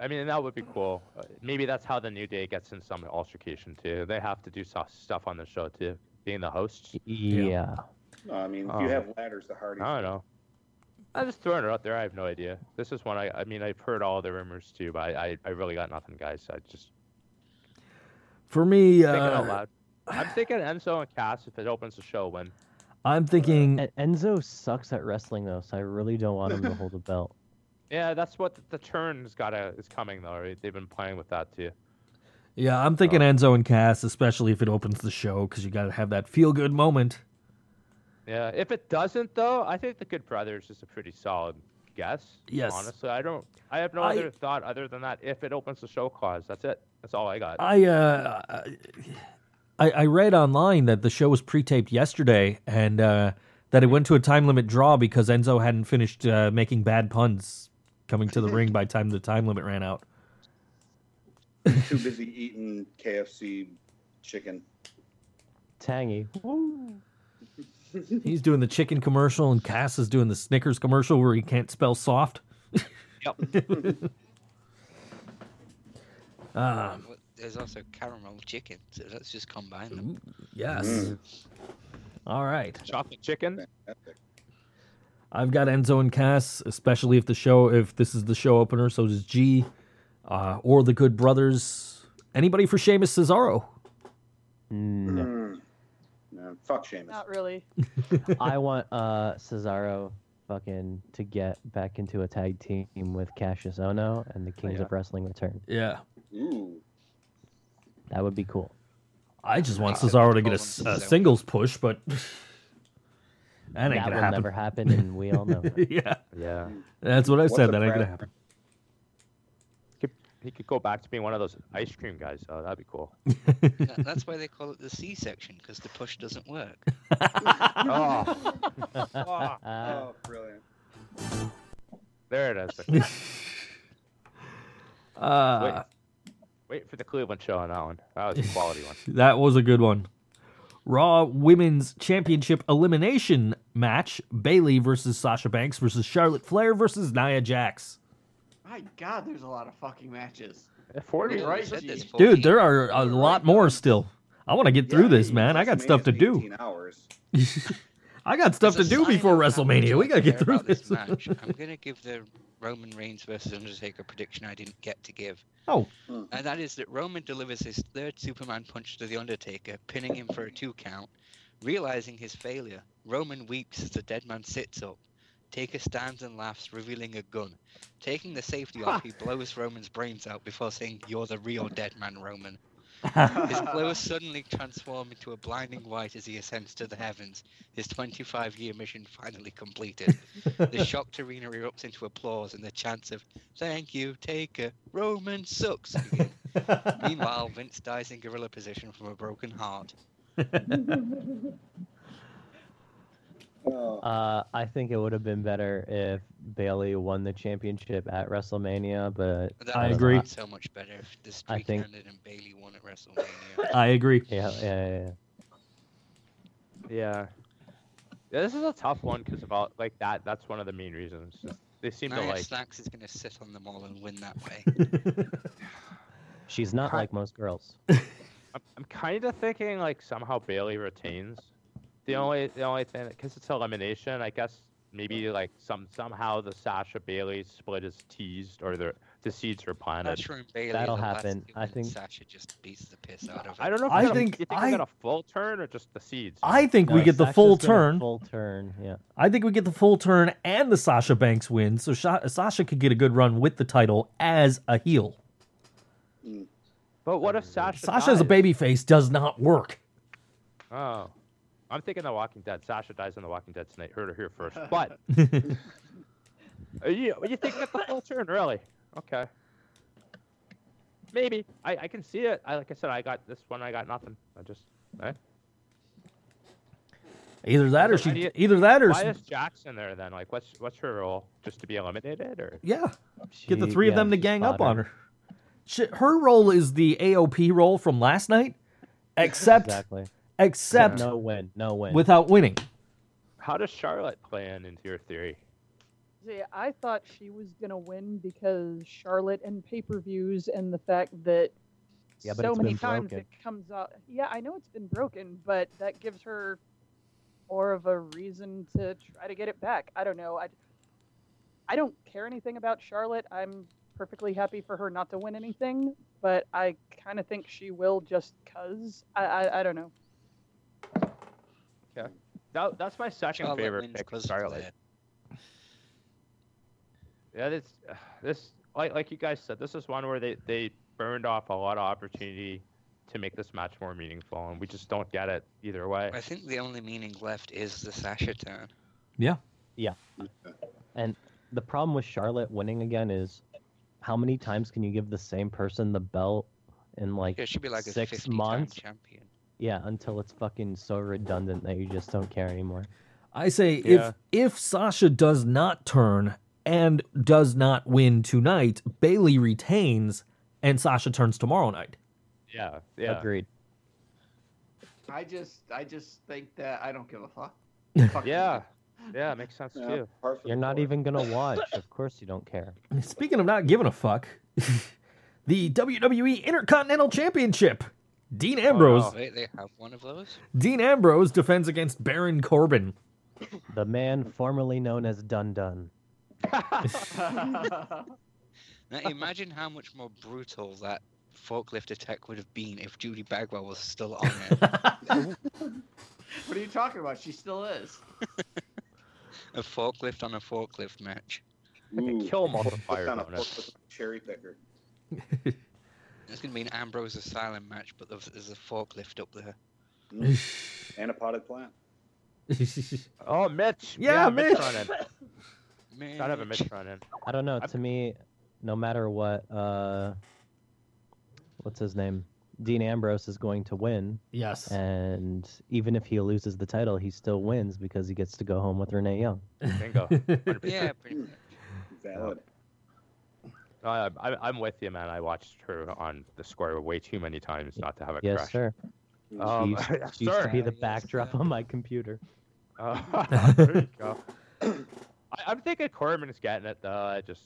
I mean, that would be cool. Uh, Maybe that's how the New Day gets in some altercation too. They have to do so- stuff on the show too, being the hosts. Yeah. No, I mean, if Oh. you have ladders, the Hardys. I don't know. I'm just throwing it out there. I have no idea. This is one I, I mean, I've heard all the rumors too, but I, I, I really got nothing, guys. I just For me, thinking uh, out loud. I'm thinking Enzo and Cass if it opens the show win. I'm thinking. En- E, Enzo sucks at wrestling though, so I really don't want him to hold <laughs> a belt. Yeah, that's what the, the turn's gotta is coming though. Right? They've been playing with that too. Yeah, I'm thinking Enzo and Cass, especially if it opens the show, because you got to have that feel good moment. Yeah, if it doesn't though, I think the Good Brothers is a pretty solid guess. Yes. Honestly, I don't. I have no I- other thought other than that. If it opens the show cause, that's it. That's all I got. I uh, I, I read online that the show was pre-taped yesterday, and uh, that it went to a time limit draw because Enzo hadn't finished uh, making bad puns coming to the ring by the time the time limit ran out. Too busy eating KFC chicken. Tangy. He's doing the chicken commercial, and Cass is doing the Snickers commercial where he can't spell soft. Yep. <laughs> Um, But there's also caramel chicken, so let's just combine them. ooh, yes. Mm. All right. <laughs> Chocolate chicken. Fantastic. I've got Enzo and Cass, especially if the show if this is the show opener. So does G, uh, or the Good Brothers. Anybody for Sheamus Cesaro? No. Mm. No, fuck Seamus. Not really. I want uh Cesaro fucking to get back into a tag team with Cassius Ono and the Kings Yeah. of Wrestling return. Yeah. Ooh. That would be cool. I just want I Cesaro would to get a, call s- him a Cesaro. singles push, but <laughs> that ain't gonna that will happen. never happen, and we <laughs> all know it. yeah, Yeah. that's what I What said. the That ain't crap? gonna happen. He could go back to being one of those ice cream guys. though. that'd be <laughs> cool. That- that's why they call it the C section, because the push doesn't work. Oh, Uh, Oh, brilliant. there it is. <laughs> Uh, Wait for the Cleveland show on that one. That was a quality one. that was a good one. Raw Women's Championship elimination match: Bailey versus Sasha Banks versus Charlotte Flair versus Nia Jax. My God, there's a lot of fucking matches. Forty, Yeah. right? right, Said there's dude, 14. Dude, there are a lot more still. I want to get through Yeah, this, hey, man. I got WrestleMania's stuff to do. 18 hours. I got stuff As to a do sign before of how much WrestleMania. I We gotta get care through about this. <laughs> match, I'm gonna give the Roman Reigns versus Undertaker prediction I didn't get to give. Oh. Hmm. And that is that Roman delivers his third Superman punch to the Undertaker, pinning him for a two count. Realizing his failure, Roman weeps as the dead man sits up. Taker stands and laughs, revealing a gun. Taking the safety off, <laughs> he blows Roman's brains out before saying, "You're the real dead man, Roman." <laughs> His clothes suddenly transform into a blinding white as he ascends to the heavens, his 25 year mission finally completed. the shocked arena erupts into applause and the chants of, Thank you, Taker, Roman sucks. begin. Meanwhile, Vince dies in gorilla position from a broken heart. Oh, uh, I think it would have been better if Bailey won the championship at WrestleMania, but That I would've agree. been So much better if the streak think- ended and Bailey won at <laughs> WrestleMania. I agree. yeah, yeah, yeah, yeah. Yeah. yeah. This is a tough one because about like that. That's one of the main reasons. They seem to Nia like. Snacks is going to sit on them all and win that way. She's not Hi- like most girls. I'm, I'm kind of thinking like somehow Bailey retains. The only the only thing because it's elimination, I guess maybe like some somehow the Sasha Bailey split is teased or the the seeds are I'm planted. not sure in Bailey. That'll the last happen. two I minutes, think- Sasha just beats the piss out of her. I don't know. If I we got a- think you think I- we got a full turn or just the seeds. I think we No, get the Sasha's full gonna turn. Full turn, yeah. I think we get the full turn and the Sasha Banks win, so Sha- Sasha could get a good run with the title as a heel. But what if Sasha? Sasha as a dies? babyface does not work. Oh, I'm thinking The Walking Dead. Sasha dies in The Walking Dead tonight. Heard her here <laughs> first. But are you are you thinking at the full turn really? Okay. Maybe I, I can see it. I like I said I got this one. I got nothing. I just eh? Either that or Why do she. you- Either that or why she- is Jackson there then? Like what's what's her role? Just to be eliminated or? yeah, get the She- three of yeah, them to she's gang up fodder. on her. She, her role is the AOP role from last night, except Exactly. except No win. No win. without winning. How does Charlotte play in into your theory? See, I thought she was gonna win because Charlotte and pay per views and the fact that Yeah, but so it's many been times broken. it comes out. Yeah, I know it's been broken, but that gives her more of a reason to try to get it back. I don't know. I, I don't care anything about Charlotte. I'm perfectly happy for her not to win anything, but I kind of think she will just cause. I, I I don't know. That, that's my second Charlotte favorite wins pick. 'cause of Charlotte. that. Yeah, this <sighs> this like like you guys said, this is one where they they burned off a lot of opportunity to make this match more meaningful, and we just don't get it either way. I think the only meaning left is the Sasha turn. and the problem with Charlotte winning again is how many times can you give the same person the belt in like It should be like a six 50-time months? champion. Yeah, until it's fucking so redundant that you just don't care anymore. I say Yeah. if if Sasha does not turn and does not win tonight, Bailey retains and Sasha turns tomorrow night. Yeah, yeah. Agreed. I just, I just think that I don't give a fuck. Fuck <laughs> Yeah, yeah, makes sense Yeah, too. par for the You're not course. <laughs> even gonna watch. of course you don't care. Speaking of not giving a fuck, <laughs> the WWE Intercontinental Championship. Dean Ambrose. Oh. Wait, they have one of those? Dean Ambrose defends against Baron Corbin. The man formerly known as Dun Dun. you. Now, imagine how much more brutal that forklift attack would have been if Judy Bagwell was still on it. What are you talking about? She still is. a forklift on a forklift match. Ooh, Kill put multiplier down a on it. fork with a cherry picker. It's going to be an Ambrose Asylum match, but there's there's a forklift up there. Mm. <laughs> and a potted plant. Oh, Mitch. Yeah, Mitch. run in. Gotta have a Mitch run in. I don't know. I- To me, no matter what, uh, what's his name? Dean Ambrose is going to win, yes. and even if he loses the title, he still wins because he gets to go home with Renee Young. Bingo. Yeah, pretty much. Oh, Valid. No, I, I, I'm with you, man. I watched her on the score way too many times not to have a yes, crush. sir. <laughs> Um, she used, yes, she used sir. to be Yeah, the yes, backdrop sir. on my computer. Uh, <laughs> there you go. I, I'm thinking Corbin is getting it though. I just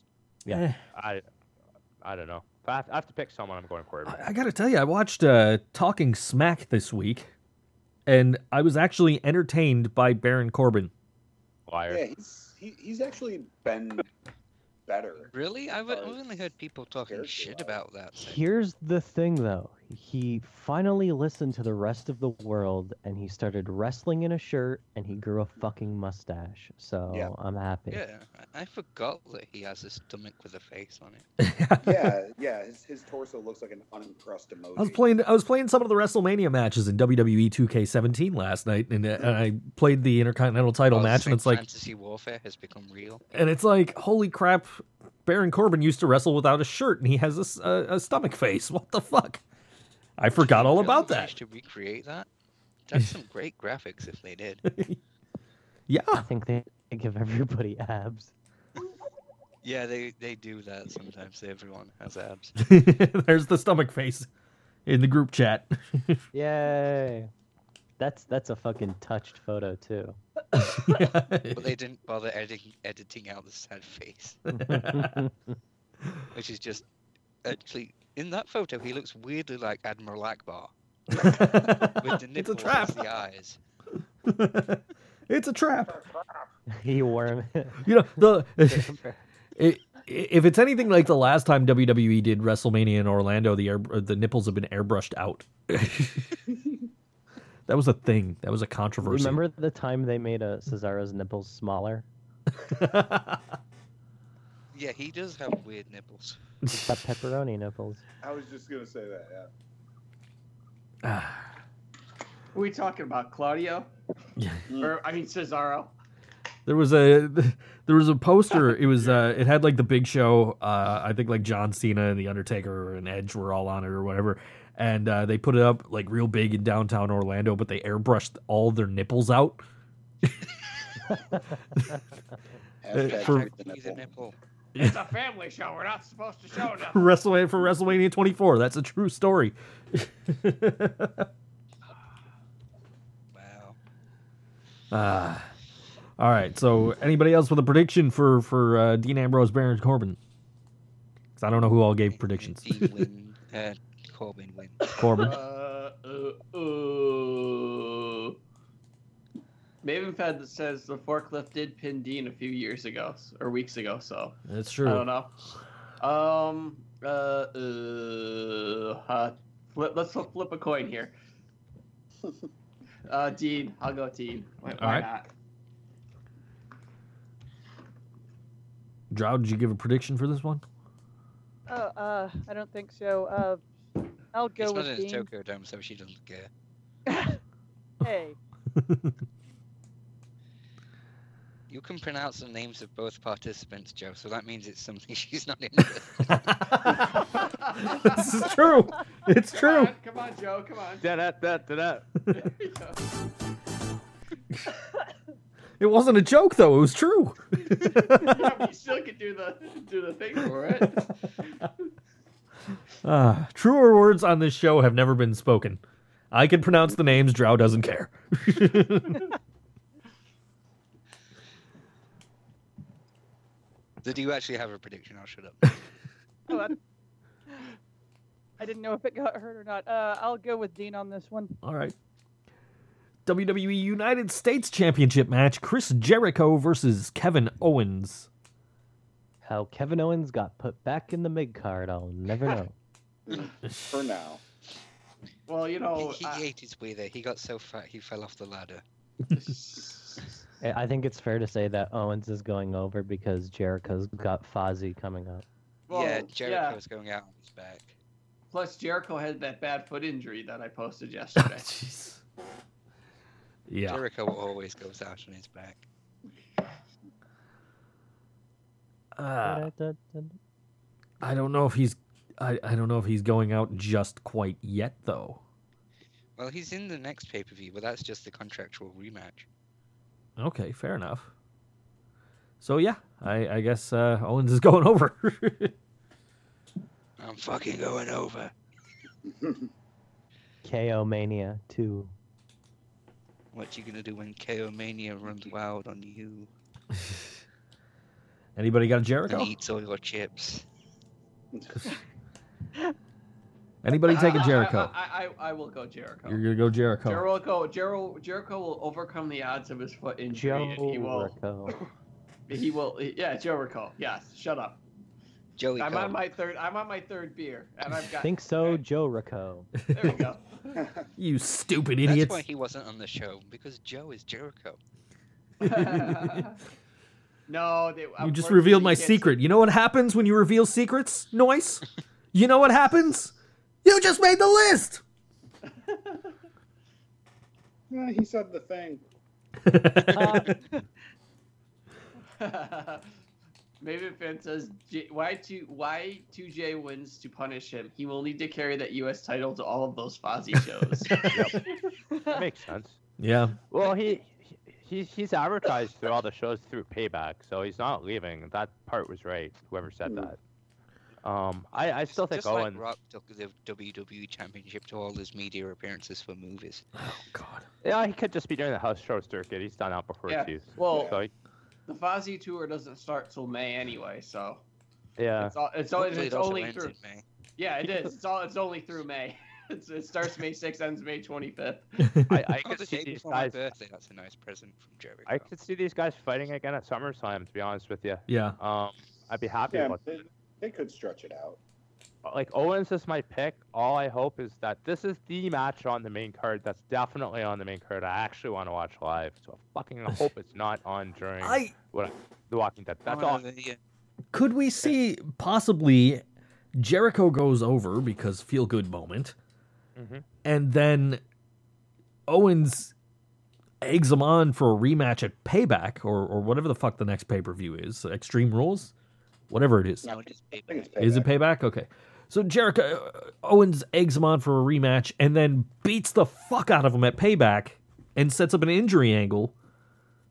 Eh, Yeah. I I don't know. If I have, I have to pick someone, I'm going Corbin. I, I gotta tell you, I watched uh, Talking Smack this week, and I was actually entertained by Baron Corbin. Liar. Yeah, he's he, he's actually been better. Really? I've, I've Sorry. only heard people talking Character shit wise. about that. thing. Here's the thing, though. He finally listened to the rest of the world, and he started wrestling in a shirt, and he grew a fucking mustache. So Yeah. I'm happy. Yeah, I- I forgot that he has a stomach with a face on it. <laughs> yeah, yeah. His, his torso looks like an unencrusted emoji. I was playing. I was playing some of the WrestleMania matches in E WWE 2K17 last night, and, uh, and I played the Intercontinental Title Oh, match, and Saint it's like, fantasy warfare has become real. and it's like, holy crap! Baron Corbin used to wrestle without a shirt, and he has a s- a, a stomach face. <laughs> What the fuck? I forgot all Really about that. managed To recreate that, that's some great graphics if they did. <laughs> I Yeah, <laughs> think they <laughs> give everybody <laughs> abs. Yeah, they they do that sometimes. Everyone has abs. there's the stomach face in the group chat. <laughs> Yay! That's that's a fucking touched photo <laughs> too. <laughs> But they didn't bother editing editing out the sad face, which is just actually in that photo he looks weirdly like Admiral Akbar with the <laughs> it's a nipples trap. as the eyes. <laughs> it's a trap. he worm. You know the. i- If it's anything like the last time WWE did WrestleMania in Orlando, the air, the nipples have been airbrushed out. <laughs> that was a thing. That was a controversy. <laughs> Remember the time they made a Cesaro's nipples smaller? Yeah, he does have weird nipples. It's got pepperoni nipples. I was just gonna say that. Yeah. Ah. Who are we talking about? Claudio? or I mean Cesaro. There was a <laughs> there was a poster. It was uh, it had like the Big Show. Uh, I think like John Cena and the Undertaker and Edge were all on it or whatever. And uh, they put it up like real big in downtown Orlando, but they airbrushed all their nipples out. <laughs> Hashtag Uh, for- check the He's a nipple. nipple. It's a family show. We're not supposed to show For <laughs> nothing. WrestleMania for WrestleMania 24. That's a true story. <laughs> Wow. Ah. all right. So anybody else with a prediction for for uh, Dean Ambrose, Baron Corbin? Because I don't know who all gave predictions. Dean win. Uh, Corbin win. Corbin. Uh, uh, uh. Mavenfed says the forklift did pin Dean a few years ago s- or weeks ago, so That's I true. don't know. Um, uh, uh, uh flip, let's flip, flip a coin here. <laughs> Uh, Dean, I'll go Dean. Why, why Alright. not? Drow, did you give a prediction for this one? <laughs> Oh, uh, I don't think so. Uh, I'll go it's not with in a Dean. Tokyo Dome, so she doesn't care. hey, You can pronounce the names of both participants, Joe, so that means it's something <laughs> she's not interested this is true. It's Come true. on, come on, Joe. Come on. <laughs> Da da da da. There you go. It wasn't a joke though. It was true. yeah, but you still could do the do the thing <laughs> for it. Uh, truer words on this show have never been spoken. I can pronounce the names. Drow doesn't care. <laughs> Did you actually have a prediction? I'll shut up. Go on. I didn't know if it got hurt or not. Uh, I'll go with Dean on this one. All right. WWE United States Championship match: Chris Jericho versus Kevin Owens. How Kevin Owens got put back in the mid card, I'll never <laughs> know. For now. Well, you know, he he Oh, I, ate his way there. He got so fat he fell off the ladder. <laughs> I I think it's fair to say that Owens is going over because Jericho's got Fozzy coming up. well, yeah, yeah, Jericho's going out on his back. Plus, Jericho had that bad foot injury that I posted yesterday. Jeez. Yeah. Jericho always goes out on his back. Uh, Ah. Da-da-da-da-da. I don't know if he's. I, I don't know if he's going out just quite yet though. Well, he's in the next pay per view, but that's just the contractual rematch. Okay, fair enough. So yeah, I, I guess uh, Owens is <laughs> going over. I'm fucking going over. KO Mania 2. What you gonna do when KO Mania runs wild on you Anybody got a and Jericho? eats all your chips? <laughs> Anybody take a I- I- Jericho? I, I, I, will go Jericho. You're gonna go Jericho. Jericho, Jericho, Jericho will overcome the odds of his foot injury. and he will. Jericho. <laughs> He will. Yeah, Jericho. Yes. Shut up. Joey, I'm Cole. on my third. I'm on my third beer, and I've got. Think so, Jericho. There <laughs> we go. You stupid that's idiots! why he wasn't on the show because Joe is Jericho. no, they, you just unfortunately, revealed my you can't- secret. You know what happens when you reveal secrets? <laughs> Noise. you know what happens? You just made the <laughs> list. Yeah, he said the thing. <laughs> Maven Fan says, "J- "Why two? Why two J wins to punish him? He will need to carry that U.S. title to all of those Fozzy <laughs> shows." That makes sense. yeah. Well, he, he he's he's advertised through all the shows through payback, so he's not leaving. That part was right. Whoever said Mm. that. Um, I, I still think just Owens. like Rock took the WWE Championship to all his media appearances for movies. Oh God. yeah, he could just be doing the house show circuit. He's done out before Yeah, too. well- so he- the Fozzy tour doesn't start till May anyway, so yeah, <laughs> it's all, it's, all, Hopefully it's it also only ends through. in May. Yeah, it is. It's all. It's <laughs> only through May. It's, it starts May 6th, ends May 25th. I, I Oh, the could day see these before my guys. birthday. That's a nice present from Jericho. I could see these guys fighting again at SummerSlam. To be honest with you, Yeah. um, I'd be happy Yeah, about they, that. they could stretch it out. Like Owens is my pick. All I hope is that this is the match on the main card. That's definitely on the main card. I actually want to watch live. So I fucking hope it's not on during I The Walking Dead. That's all. the, yeah, could we see possibly Jericho goes over because feel good moment, Mhm. and then Owens eggs him on for a rematch at Payback or or whatever the fuck the next pay per view is, Extreme Rules, whatever it is. no, it is I think it's payback. payback. Is it Payback? Okay. So Jericho uh, Owens eggs him on for a rematch and then beats the fuck out of him at Payback and sets up an injury angle.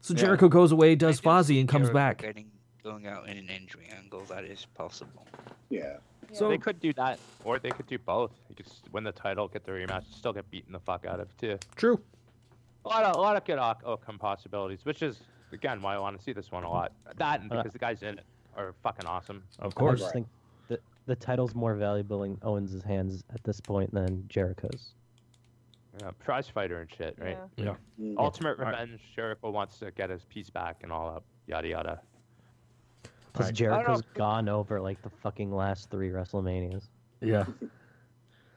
So Yeah. Jericho goes away, I does do Fozzy, see and comes Jericho back. Getting, going out in an injury angle, that is possible. Yeah. So they could do that, or they could do both. You could s- win the title, get the rematch, and still get beaten the fuck out of too. true. A lot of a lot of good out- outcome possibilities, which is again why I want to see this one a lot. That and Uh, because the guys in it are fucking awesome. Of I course. just think the, the title's more valuable in Owens' hands at this point than Jericho's. You know, prize fighter and shit, right? Yeah. Mm. Oh. Ultimate Alright. revenge. Jericho wants to get his piece back and all that. Yada yada. Because Right. Jericho's gone over like the fucking last three WrestleManias. Yeah.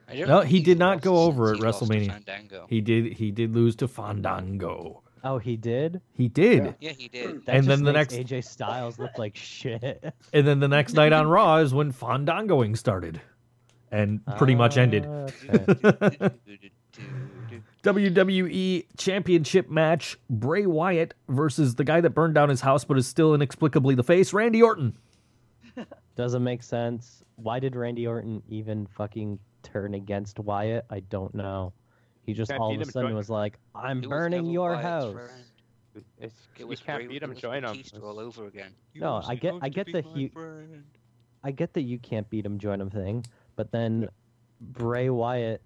I don't No, think he he's did not lost go since over he at lost to WrestleMania. Fandango. He did he did lose to Fandango. Oh, he did. He did. Yeah. Yeah, <laughs> he did. That And just then the makes next- AJ Styles looked like shit. <laughs> And then the next night on Raw is when Fandangoing started. And pretty much ended. Ah, okay. WWE E Championship match Bray Wyatt versus the guy that burned down his house but is still inexplicably the face, Randy Orton. Doesn't make sense. Why did Randy Orton even fucking turn against Wyatt? I don't know. He just Can't all beat of a him, sudden join- was like, "I'm It was burning never your Wyatt's house." friend. It's, It we was can't Ray- beat it him. was Join him. Batista all over again. You No, were I get- supposed I to get be that my he- friend. I get that you can't beat him, join him thing, but then Bray Wyatt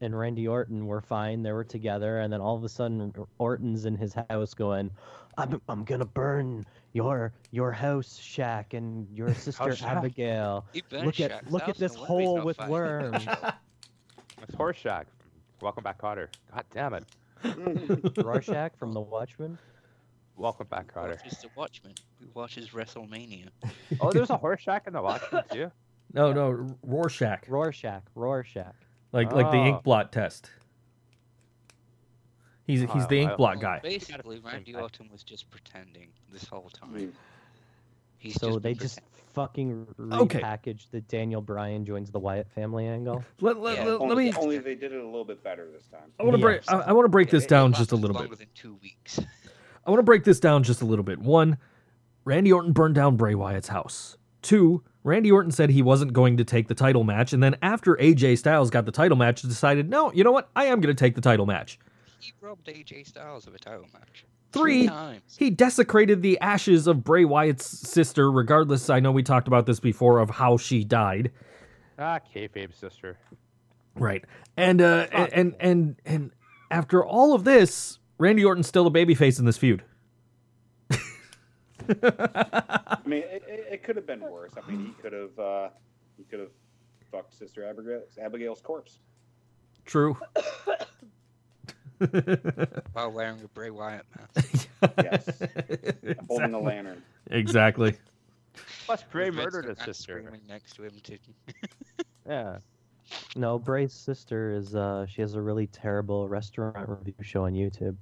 and Randy Orton were fine. They were together, and then all of a sudden, Orton's in his house going, "I'm I'm gonna burn your your house, Shaq, and <laughs> your sister Shaq. Abigail." He burned Look at- Shaq's look at house, this no wonder he's hole not with fighting in the <laughs> worms. show. It's Horseshack. Welcome back, Otter. God damn it. Mm-hmm. <laughs> Rorschach from The Watchmen. Welcome back, Otter. <laughs> Watches the Watchman who watches WrestleMania. Oh, there's a Horseshack in the Watchmen too. No, no, Rorschach. Rorschach, Rorschach. Like like the Oh. ink blot test. He's he's Oh, the ink wow. blot Well, guy. Basically, Gotta- Randy Orton was just pretending this whole Mm. time. He's so just they been just pretending. fucking Okay. repackaged the Daniel Bryan joins the Wyatt family angle. Let, let, Yeah. let, let only, me only they did it a little bit better this time. I want to break. I, I want to break this It- it down just a lasted little bit. longer than two weeks. <laughs> I want to break this down just a little bit. One, Randy Orton burned down Bray Wyatt's house. Two, Randy Orton said he wasn't going to take the title match, and then after AJ Styles got the title match, decided, no, you know what? I am going to take the title match. He robbed AJ Styles of a title match. Three. times. He desecrated the ashes of Bray Wyatt's sister, regardless. I know we talked about this before of how she died. <laughs> Ah, kayfabe sister. Right. And uh and, and and and after all of this, Randy Orton's still a babyface in this feud. <laughs> I mean, it, it, it could have been worse. I mean, he could have uh, he could have fucked Sister Abigail, Abigail's corpse. <laughs> True. While wearing a Bray Wyatt mask. <laughs> Yes, holding a lantern. Exactly. Plus, Bray With Red murdered his Skull and sister. screaming next to him to Yeah. No, Bray's sister is uh she has a really terrible restaurant review show on YouTube.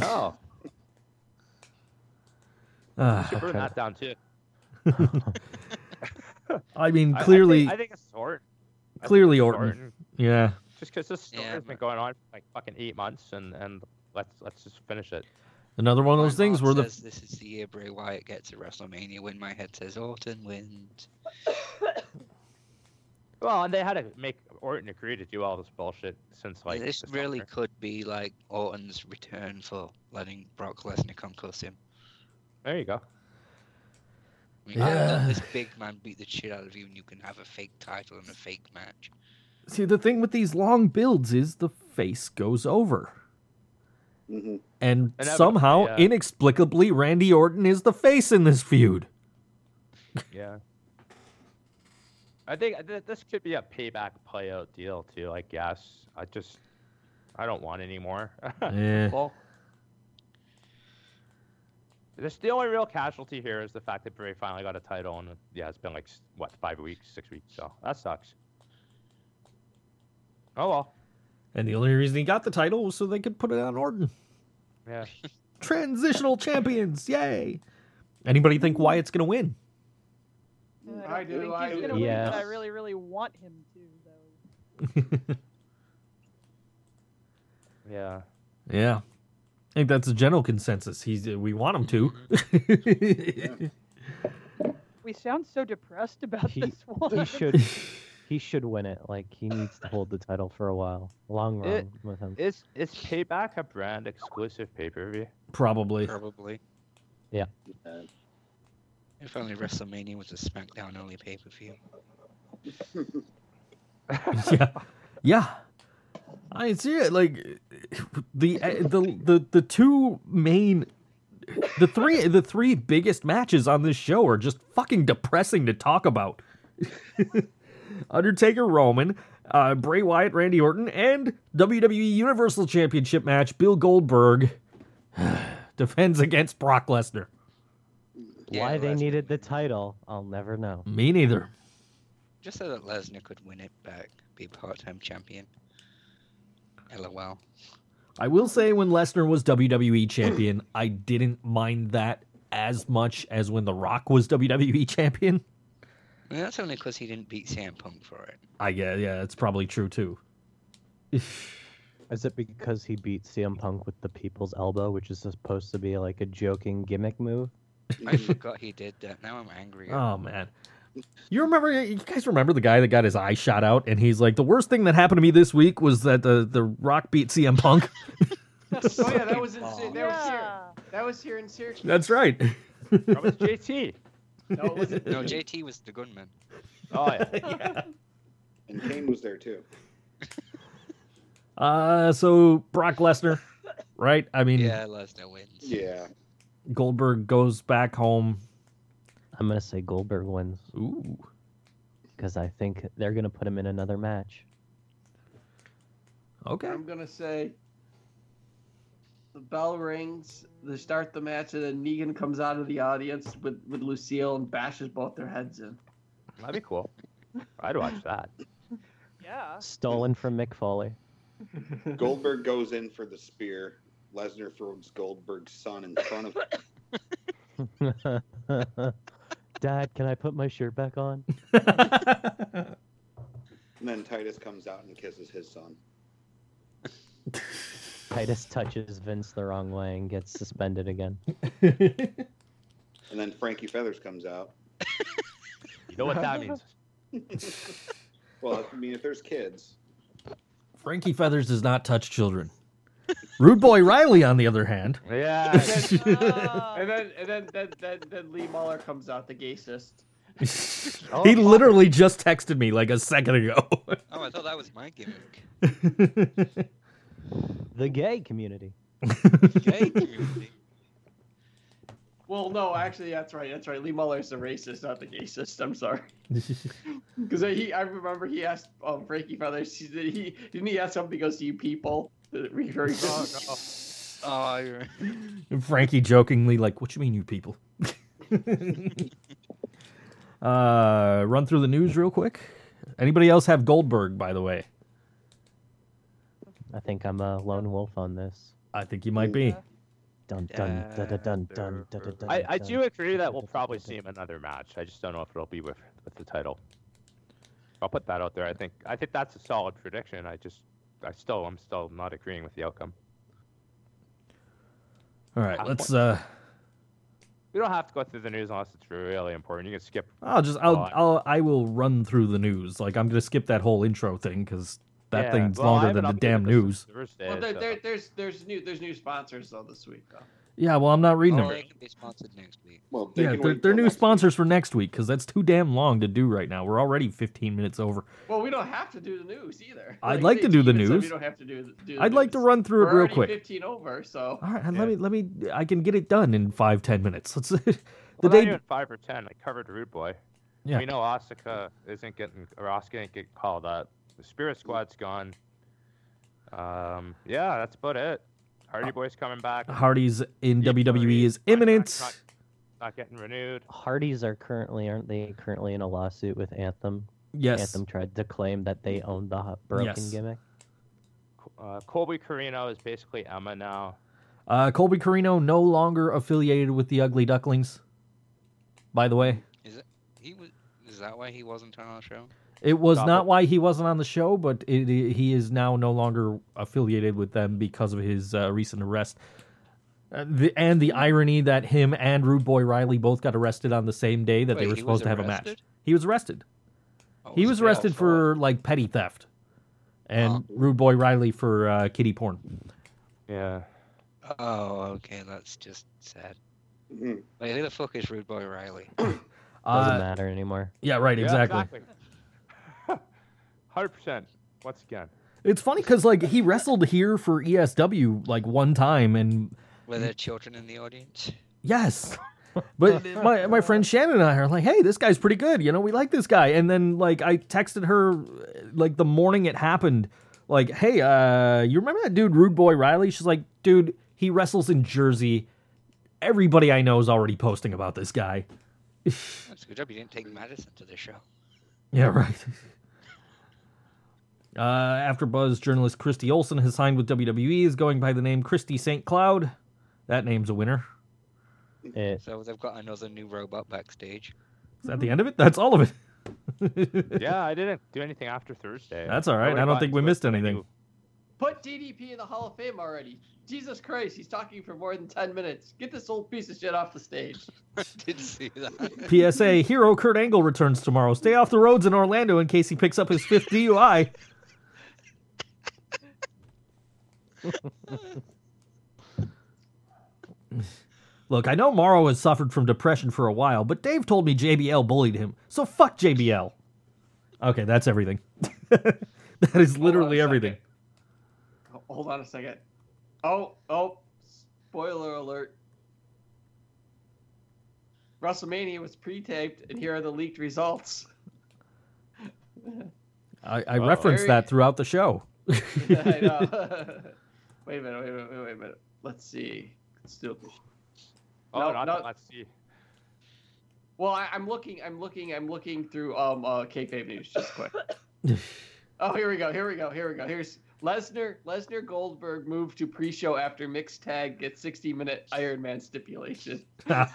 Oh, Ah, she burned that down too. I mean, I- clearly, I, think, I think it's Orton. I think clearly it's Orton. yeah. Just because this story Yeah, has been going on for like fucking eight months, and and let's let's just finish it. Another one of those things where the says, This is the year Bray Wyatt gets to WrestleMania when my head says Orton wins. Well, and they had to make Orton agree to do all this bullshit since like this the really summer. could be like Orton's return for letting Brock Lesnar concuss him. There you go. I mean, I've Yeah. done this big man beat the shit out of you, and you can have a fake title and a fake match. see the thing with these long builds is the face goes over, hmm and Inevitably, somehow yeah. inexplicably Randy Orton is the face in this feud. Yeah. I think th- this could be a payback playout deal too. I guess I just I don't want any more. <laughs> <laughs> Yeah. Well, this, the only real casualty here is the fact that Bray finally got a title, and yeah, it's been like s- what five weeks, six weeks, so that sucks. Oh well, And the only reason he got the title was so they could put it on Orton. yeah. Transitional champions, yay! Anybody think Wyatt's gonna win? <laughs> Uh, I I do, do. Think I he's do. gonna win, but I <laughs> Yes. <laughs> really, really want him to, though. Yeah. yeah, I think that's a general consensus. He's uh, we want him <laughs> to. We sound so depressed about He- this one. He should he should win it. Like he needs to hold the title for a while. Long run It- with him. Is is payback a brand exclusive pay per view? Probably. Probably. Uh, If only WrestleMania was a SmackDown only pay per view. <laughs> yeah, yeah. I see it. Like the eh, the the the two main, the three the three biggest matches on this show are just fucking depressing to talk about. <laughs> Undertaker Roman, uh, Bray Wyatt, Randy Orton, and WWE Universal Championship match Bill Goldberg <sighs> defends against Brock Lesnar. Yeah, Why they Lesnar needed the wins. title, I'll never know. Me neither. Just so that Lesnar could win it back, be part time champion. LOL. I will say when Lesnar was WWE champion, I didn't mind that as much as when The Rock was <laughs> WWE champion. I mean, that's only because he didn't beat CM Punk for it. I guess yeah, that's probably true too. Is it because he beat CM Punk with the people's elbow, which is supposed to be like a joking gimmick move? <laughs> I forgot he did that. Now I'm angry. Oh man. You remember you guys remember the guy that got his eye shot out and he's like the worst thing that happened to me this week was that the the rock beat CM Punk. Oh yeah, that was in Ball. Sy- that was here. Yeah. That was here in Syracuse. <laughs> That's right. That was JT. <laughs> No, it wasn't. No, JT was <laughs> the gunman. Oh yeah. Yeah. And Kane was there too. Uh so Brock Lesnar, right? I mean Yeah, Lesnar wins. Yeah. Goldberg goes back home. I'm gonna say Goldberg wins Ooh. because I think they're gonna put him in another match. Okay. I'm gonna say the bell rings, they start the match, and then Negan comes out of the audience with, with Lucille and bashes both their heads in. That'd be cool. I'd watch that. Yeah. Stolen from Mick Foley. <laughs> Goldberg goes in for the spear. Lesnar throws Goldberg's son in front of Dad, can I put my shirt back on? and then Titus comes out and kisses his son. Titus touches Vince the wrong way and gets suspended again. And then Frankie Feathers comes out. You know what <laughs> that means? Well, I mean, if there's kids, <laughs> Frankie Feathers does not touch children. Rude boy Riley, on the other hand. Yeah. <laughs> Oh. And then and then then, then, then Lee Muller comes out, the gaysist. Oh, he fuck. literally just texted me like a second <laughs> ago. Oh, I thought that was my gimmick. The gay community. Gay community. Well, no, actually, that's right. That's right. Lee Muller's the racist, not the gaysist. I'm sorry. Because <laughs> he, I remember he asked um, Frankie Feathers. He, did he didn't he ask something? He Goes, "You people." Referring <laughs> to- Oh, no. <laughs> Oh, I- And Frankie jokingly like, "What you mean, you people?" <laughs> uh, run through the news real quick. Anybody else have Goldberg? By the way, I think I'm a lone wolf on this. I think you might be. Dun dun da da dun dun da da dun. I, I dun. do agree that we'll probably see him in another match. I just don't know if it'll be with with the title. I'll put that out there. I think I think that's a solid prediction. I just I still I'm still not agreeing with the outcome. All right, let's. Uh, We don't have to go through the news unless it's really important. You can skip. I'll just, I'll, I'll, I will run through the news. Like I'm gonna skip that whole intro thing because that Yeah, thing's well, I longer haven't than the updated damn this since news. Thursday, well, there, so- there, there's there's new there's new sponsors though this week though. Yeah, well, I'm not reading oh, them. they can be sponsored next week. well, they Yeah, can they're, wait they're till new next week. sponsors for next week because that's too damn long to do right now. We're already 15 minutes over. Well, we don't have to do the news either. I'd like to they- do the even so, news. We don't have to do. the- do the I'd like to news. run through We're it real already quick. Fifteen over, so All right, Yeah. let me let me. I can get it done in five ten minutes. Let's. <laughs> the Well, not day. even five or ten. I covered Rude Boy. Yeah. We know Asuka isn't getting or Asuka ain't getting called up. The Spirit Squad's gone. Um. Yeah, that's about it. Hardy Uh, Boy's coming back. Hardy's in Yeah, WWE E is Hardy's contract imminent. not- Not getting renewed. Hardys are currently aren't they currently in a lawsuit with Anthem? Yes. Anthem tried to claim that they owned the ho- broken Yes. gimmick. Uh, Colby Carino is basically Emma now. Uh, Colby Carino no longer affiliated with the Ugly Ducklings. By the way, He was. Is that why he wasn't on our show? it was Stop not it. why he wasn't on the show, but it, he is now no longer affiliated with them because of his uh, recent arrest. Uh, the, and the irony that him and Rude Boy Riley both got arrested on the same day that Wait, they were he supposed was to have a match. arrested? He was arrested. Oh, he was jailed arrested for like petty theft, and Huh. Rude Boy Riley for uh, kitty porn. Yeah. it? Oh, okay. That's just sad. Mhm. Wait, who the fuck is Rude Boy Riley? Doesn't Uh, matter anymore. yeah, right, exactly. <laughs> Hundred percent. Once again. It's funny because like he wrestled here for ESW like one time, and Were there children in the audience? yes, <laughs> but my my friend Shannon and I are like, hey, this guy's pretty good, you know, we like this guy. And then like I texted her like the morning it happened, like, hey, uh, you remember that dude Rude Boy Riley? She's like, dude, he wrestles in Jersey. Everybody I know is already posting about this guy. That's a good job you didn't take Madison to the show. Yeah, right. Uh, after Buzz, journalist Christy Olsen has signed with WWE, is going by the name Christy St. Cloud. That name's a winner. It, So they've got another new robot backstage. <laughs> Is that the Mm-hmm. end of it? That's all of it. <laughs> Yeah, I didn't do anything after Thursday. That's all right. would've I don't gotten think we to it missed when I anything. knew- Put DDP in the Hall of Fame already. Jesus Christ, he's talking for more than 10 minutes. Get this old piece of shit off the stage. Didn't see <laughs> that. PSA: Hero Kurt Angle returns tomorrow. Stay off the roads in Orlando in case he picks up his fifth DUI. Look, I know Morrow has suffered from depression for a while, but Dave told me JBL bullied him, so fuck JBL. Okay, that's everything. <laughs> that is literally second. everything. Ho- Hold on a second. Oh, oh, spoiler alert. WrestleMania was pre taped, and here are the leaked results. <laughs> I, I referenced that throughout the show. I know. <laughs> wait a minute, wait a minute, wait a minute. Let's see. Let's do it. Oh, No, not, no. let's see. Well, I, I'm looking, I'm looking, I'm looking through um uh, kayfabe news just quick. oh, here we go, here we go, here we go. Here's Lesnar. Lesnar Goldberg moved to pre-show after mixed tag gets 60-minute Iron Man stipulation. That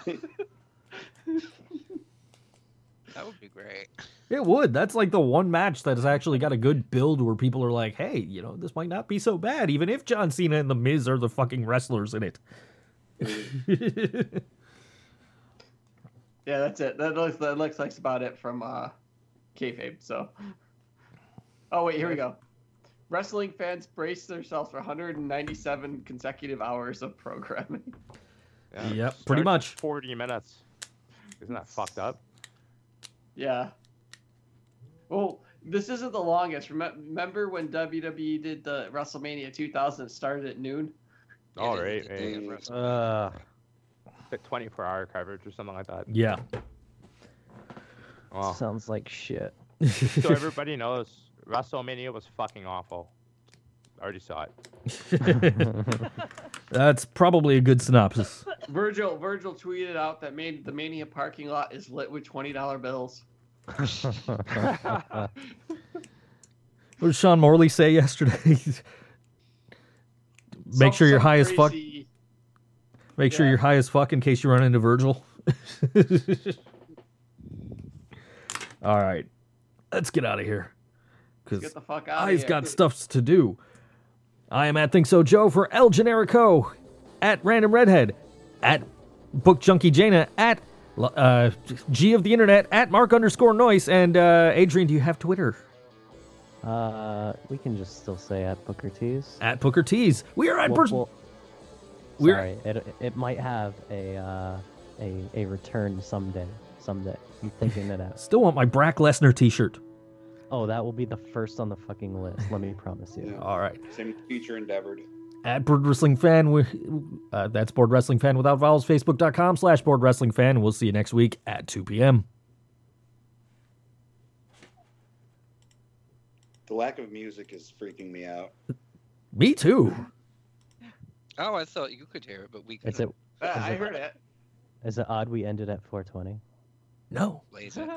would be great. It would. That's like the one match that has actually got a good build where people are like, hey, you know, this might not be so bad, even if John Cena and The Miz are the fucking wrestlers in <laughs> it. Yeah, that's it. That looks that looks like about it from uh, kayfabe. So, oh wait, here we go. Wrestling fans brace themselves for 197 consecutive hours of programming. <laughs> Yeah, Yep, it pretty starts much. at 40 minutes. Isn't that fucked up? Yeah. Well, this isn't the longest. Remem- Remember when WWE did the WrestleMania 2000? It started at noon. All It is right. the day of right. wrestling. Uh, Like 24 hour coverage or something like that. yeah. <laughs> Wow. Sounds like shit. <laughs> so everybody knows WrestleMania was fucking awful. I already saw it. That's probably a good synopsis. Virgil Virgil tweeted out that made the Mania parking lot is lit with $20 bills. What did Sean Morley say yesterday? <laughs> make Some- sure you're some high as fuck. crazy- Make sure yeah. you're high as fuck in case you run into <laughs> Virgil. All right. Let's get out of here. Get Because the fuck out. I've got stuffs to do. I am at Think So Joe for El Generico, at Random Redhead, at Book Junkie Jaina, at uh, G of the Internet, at Mark underscore Noise, and uh, Adrian, do you have Twitter? Uh, we can just still say at Booker T's. At Booker Tees. We are at Whoop, Burst. whoop. We're- Sorry, it, it might have a uh, a a return someday. Someday, I'm thinking it out. Still want my Brack Lesnar t shirt. Oh, that will be the first on the fucking list. Let me promise you. Yeah. All right. Same future endeavored. At Board Wrestling Fan, wi- uh, that's Board Wrestling Fan without vowels, facebook.com slash Board Wrestling Fan. We'll see you next week at 2 p.m. The lack of music is freaking me out. Me too. Oh, I thought you could hear it, but we could Is it I heard it. is it odd we ended at 420? No. blaze it.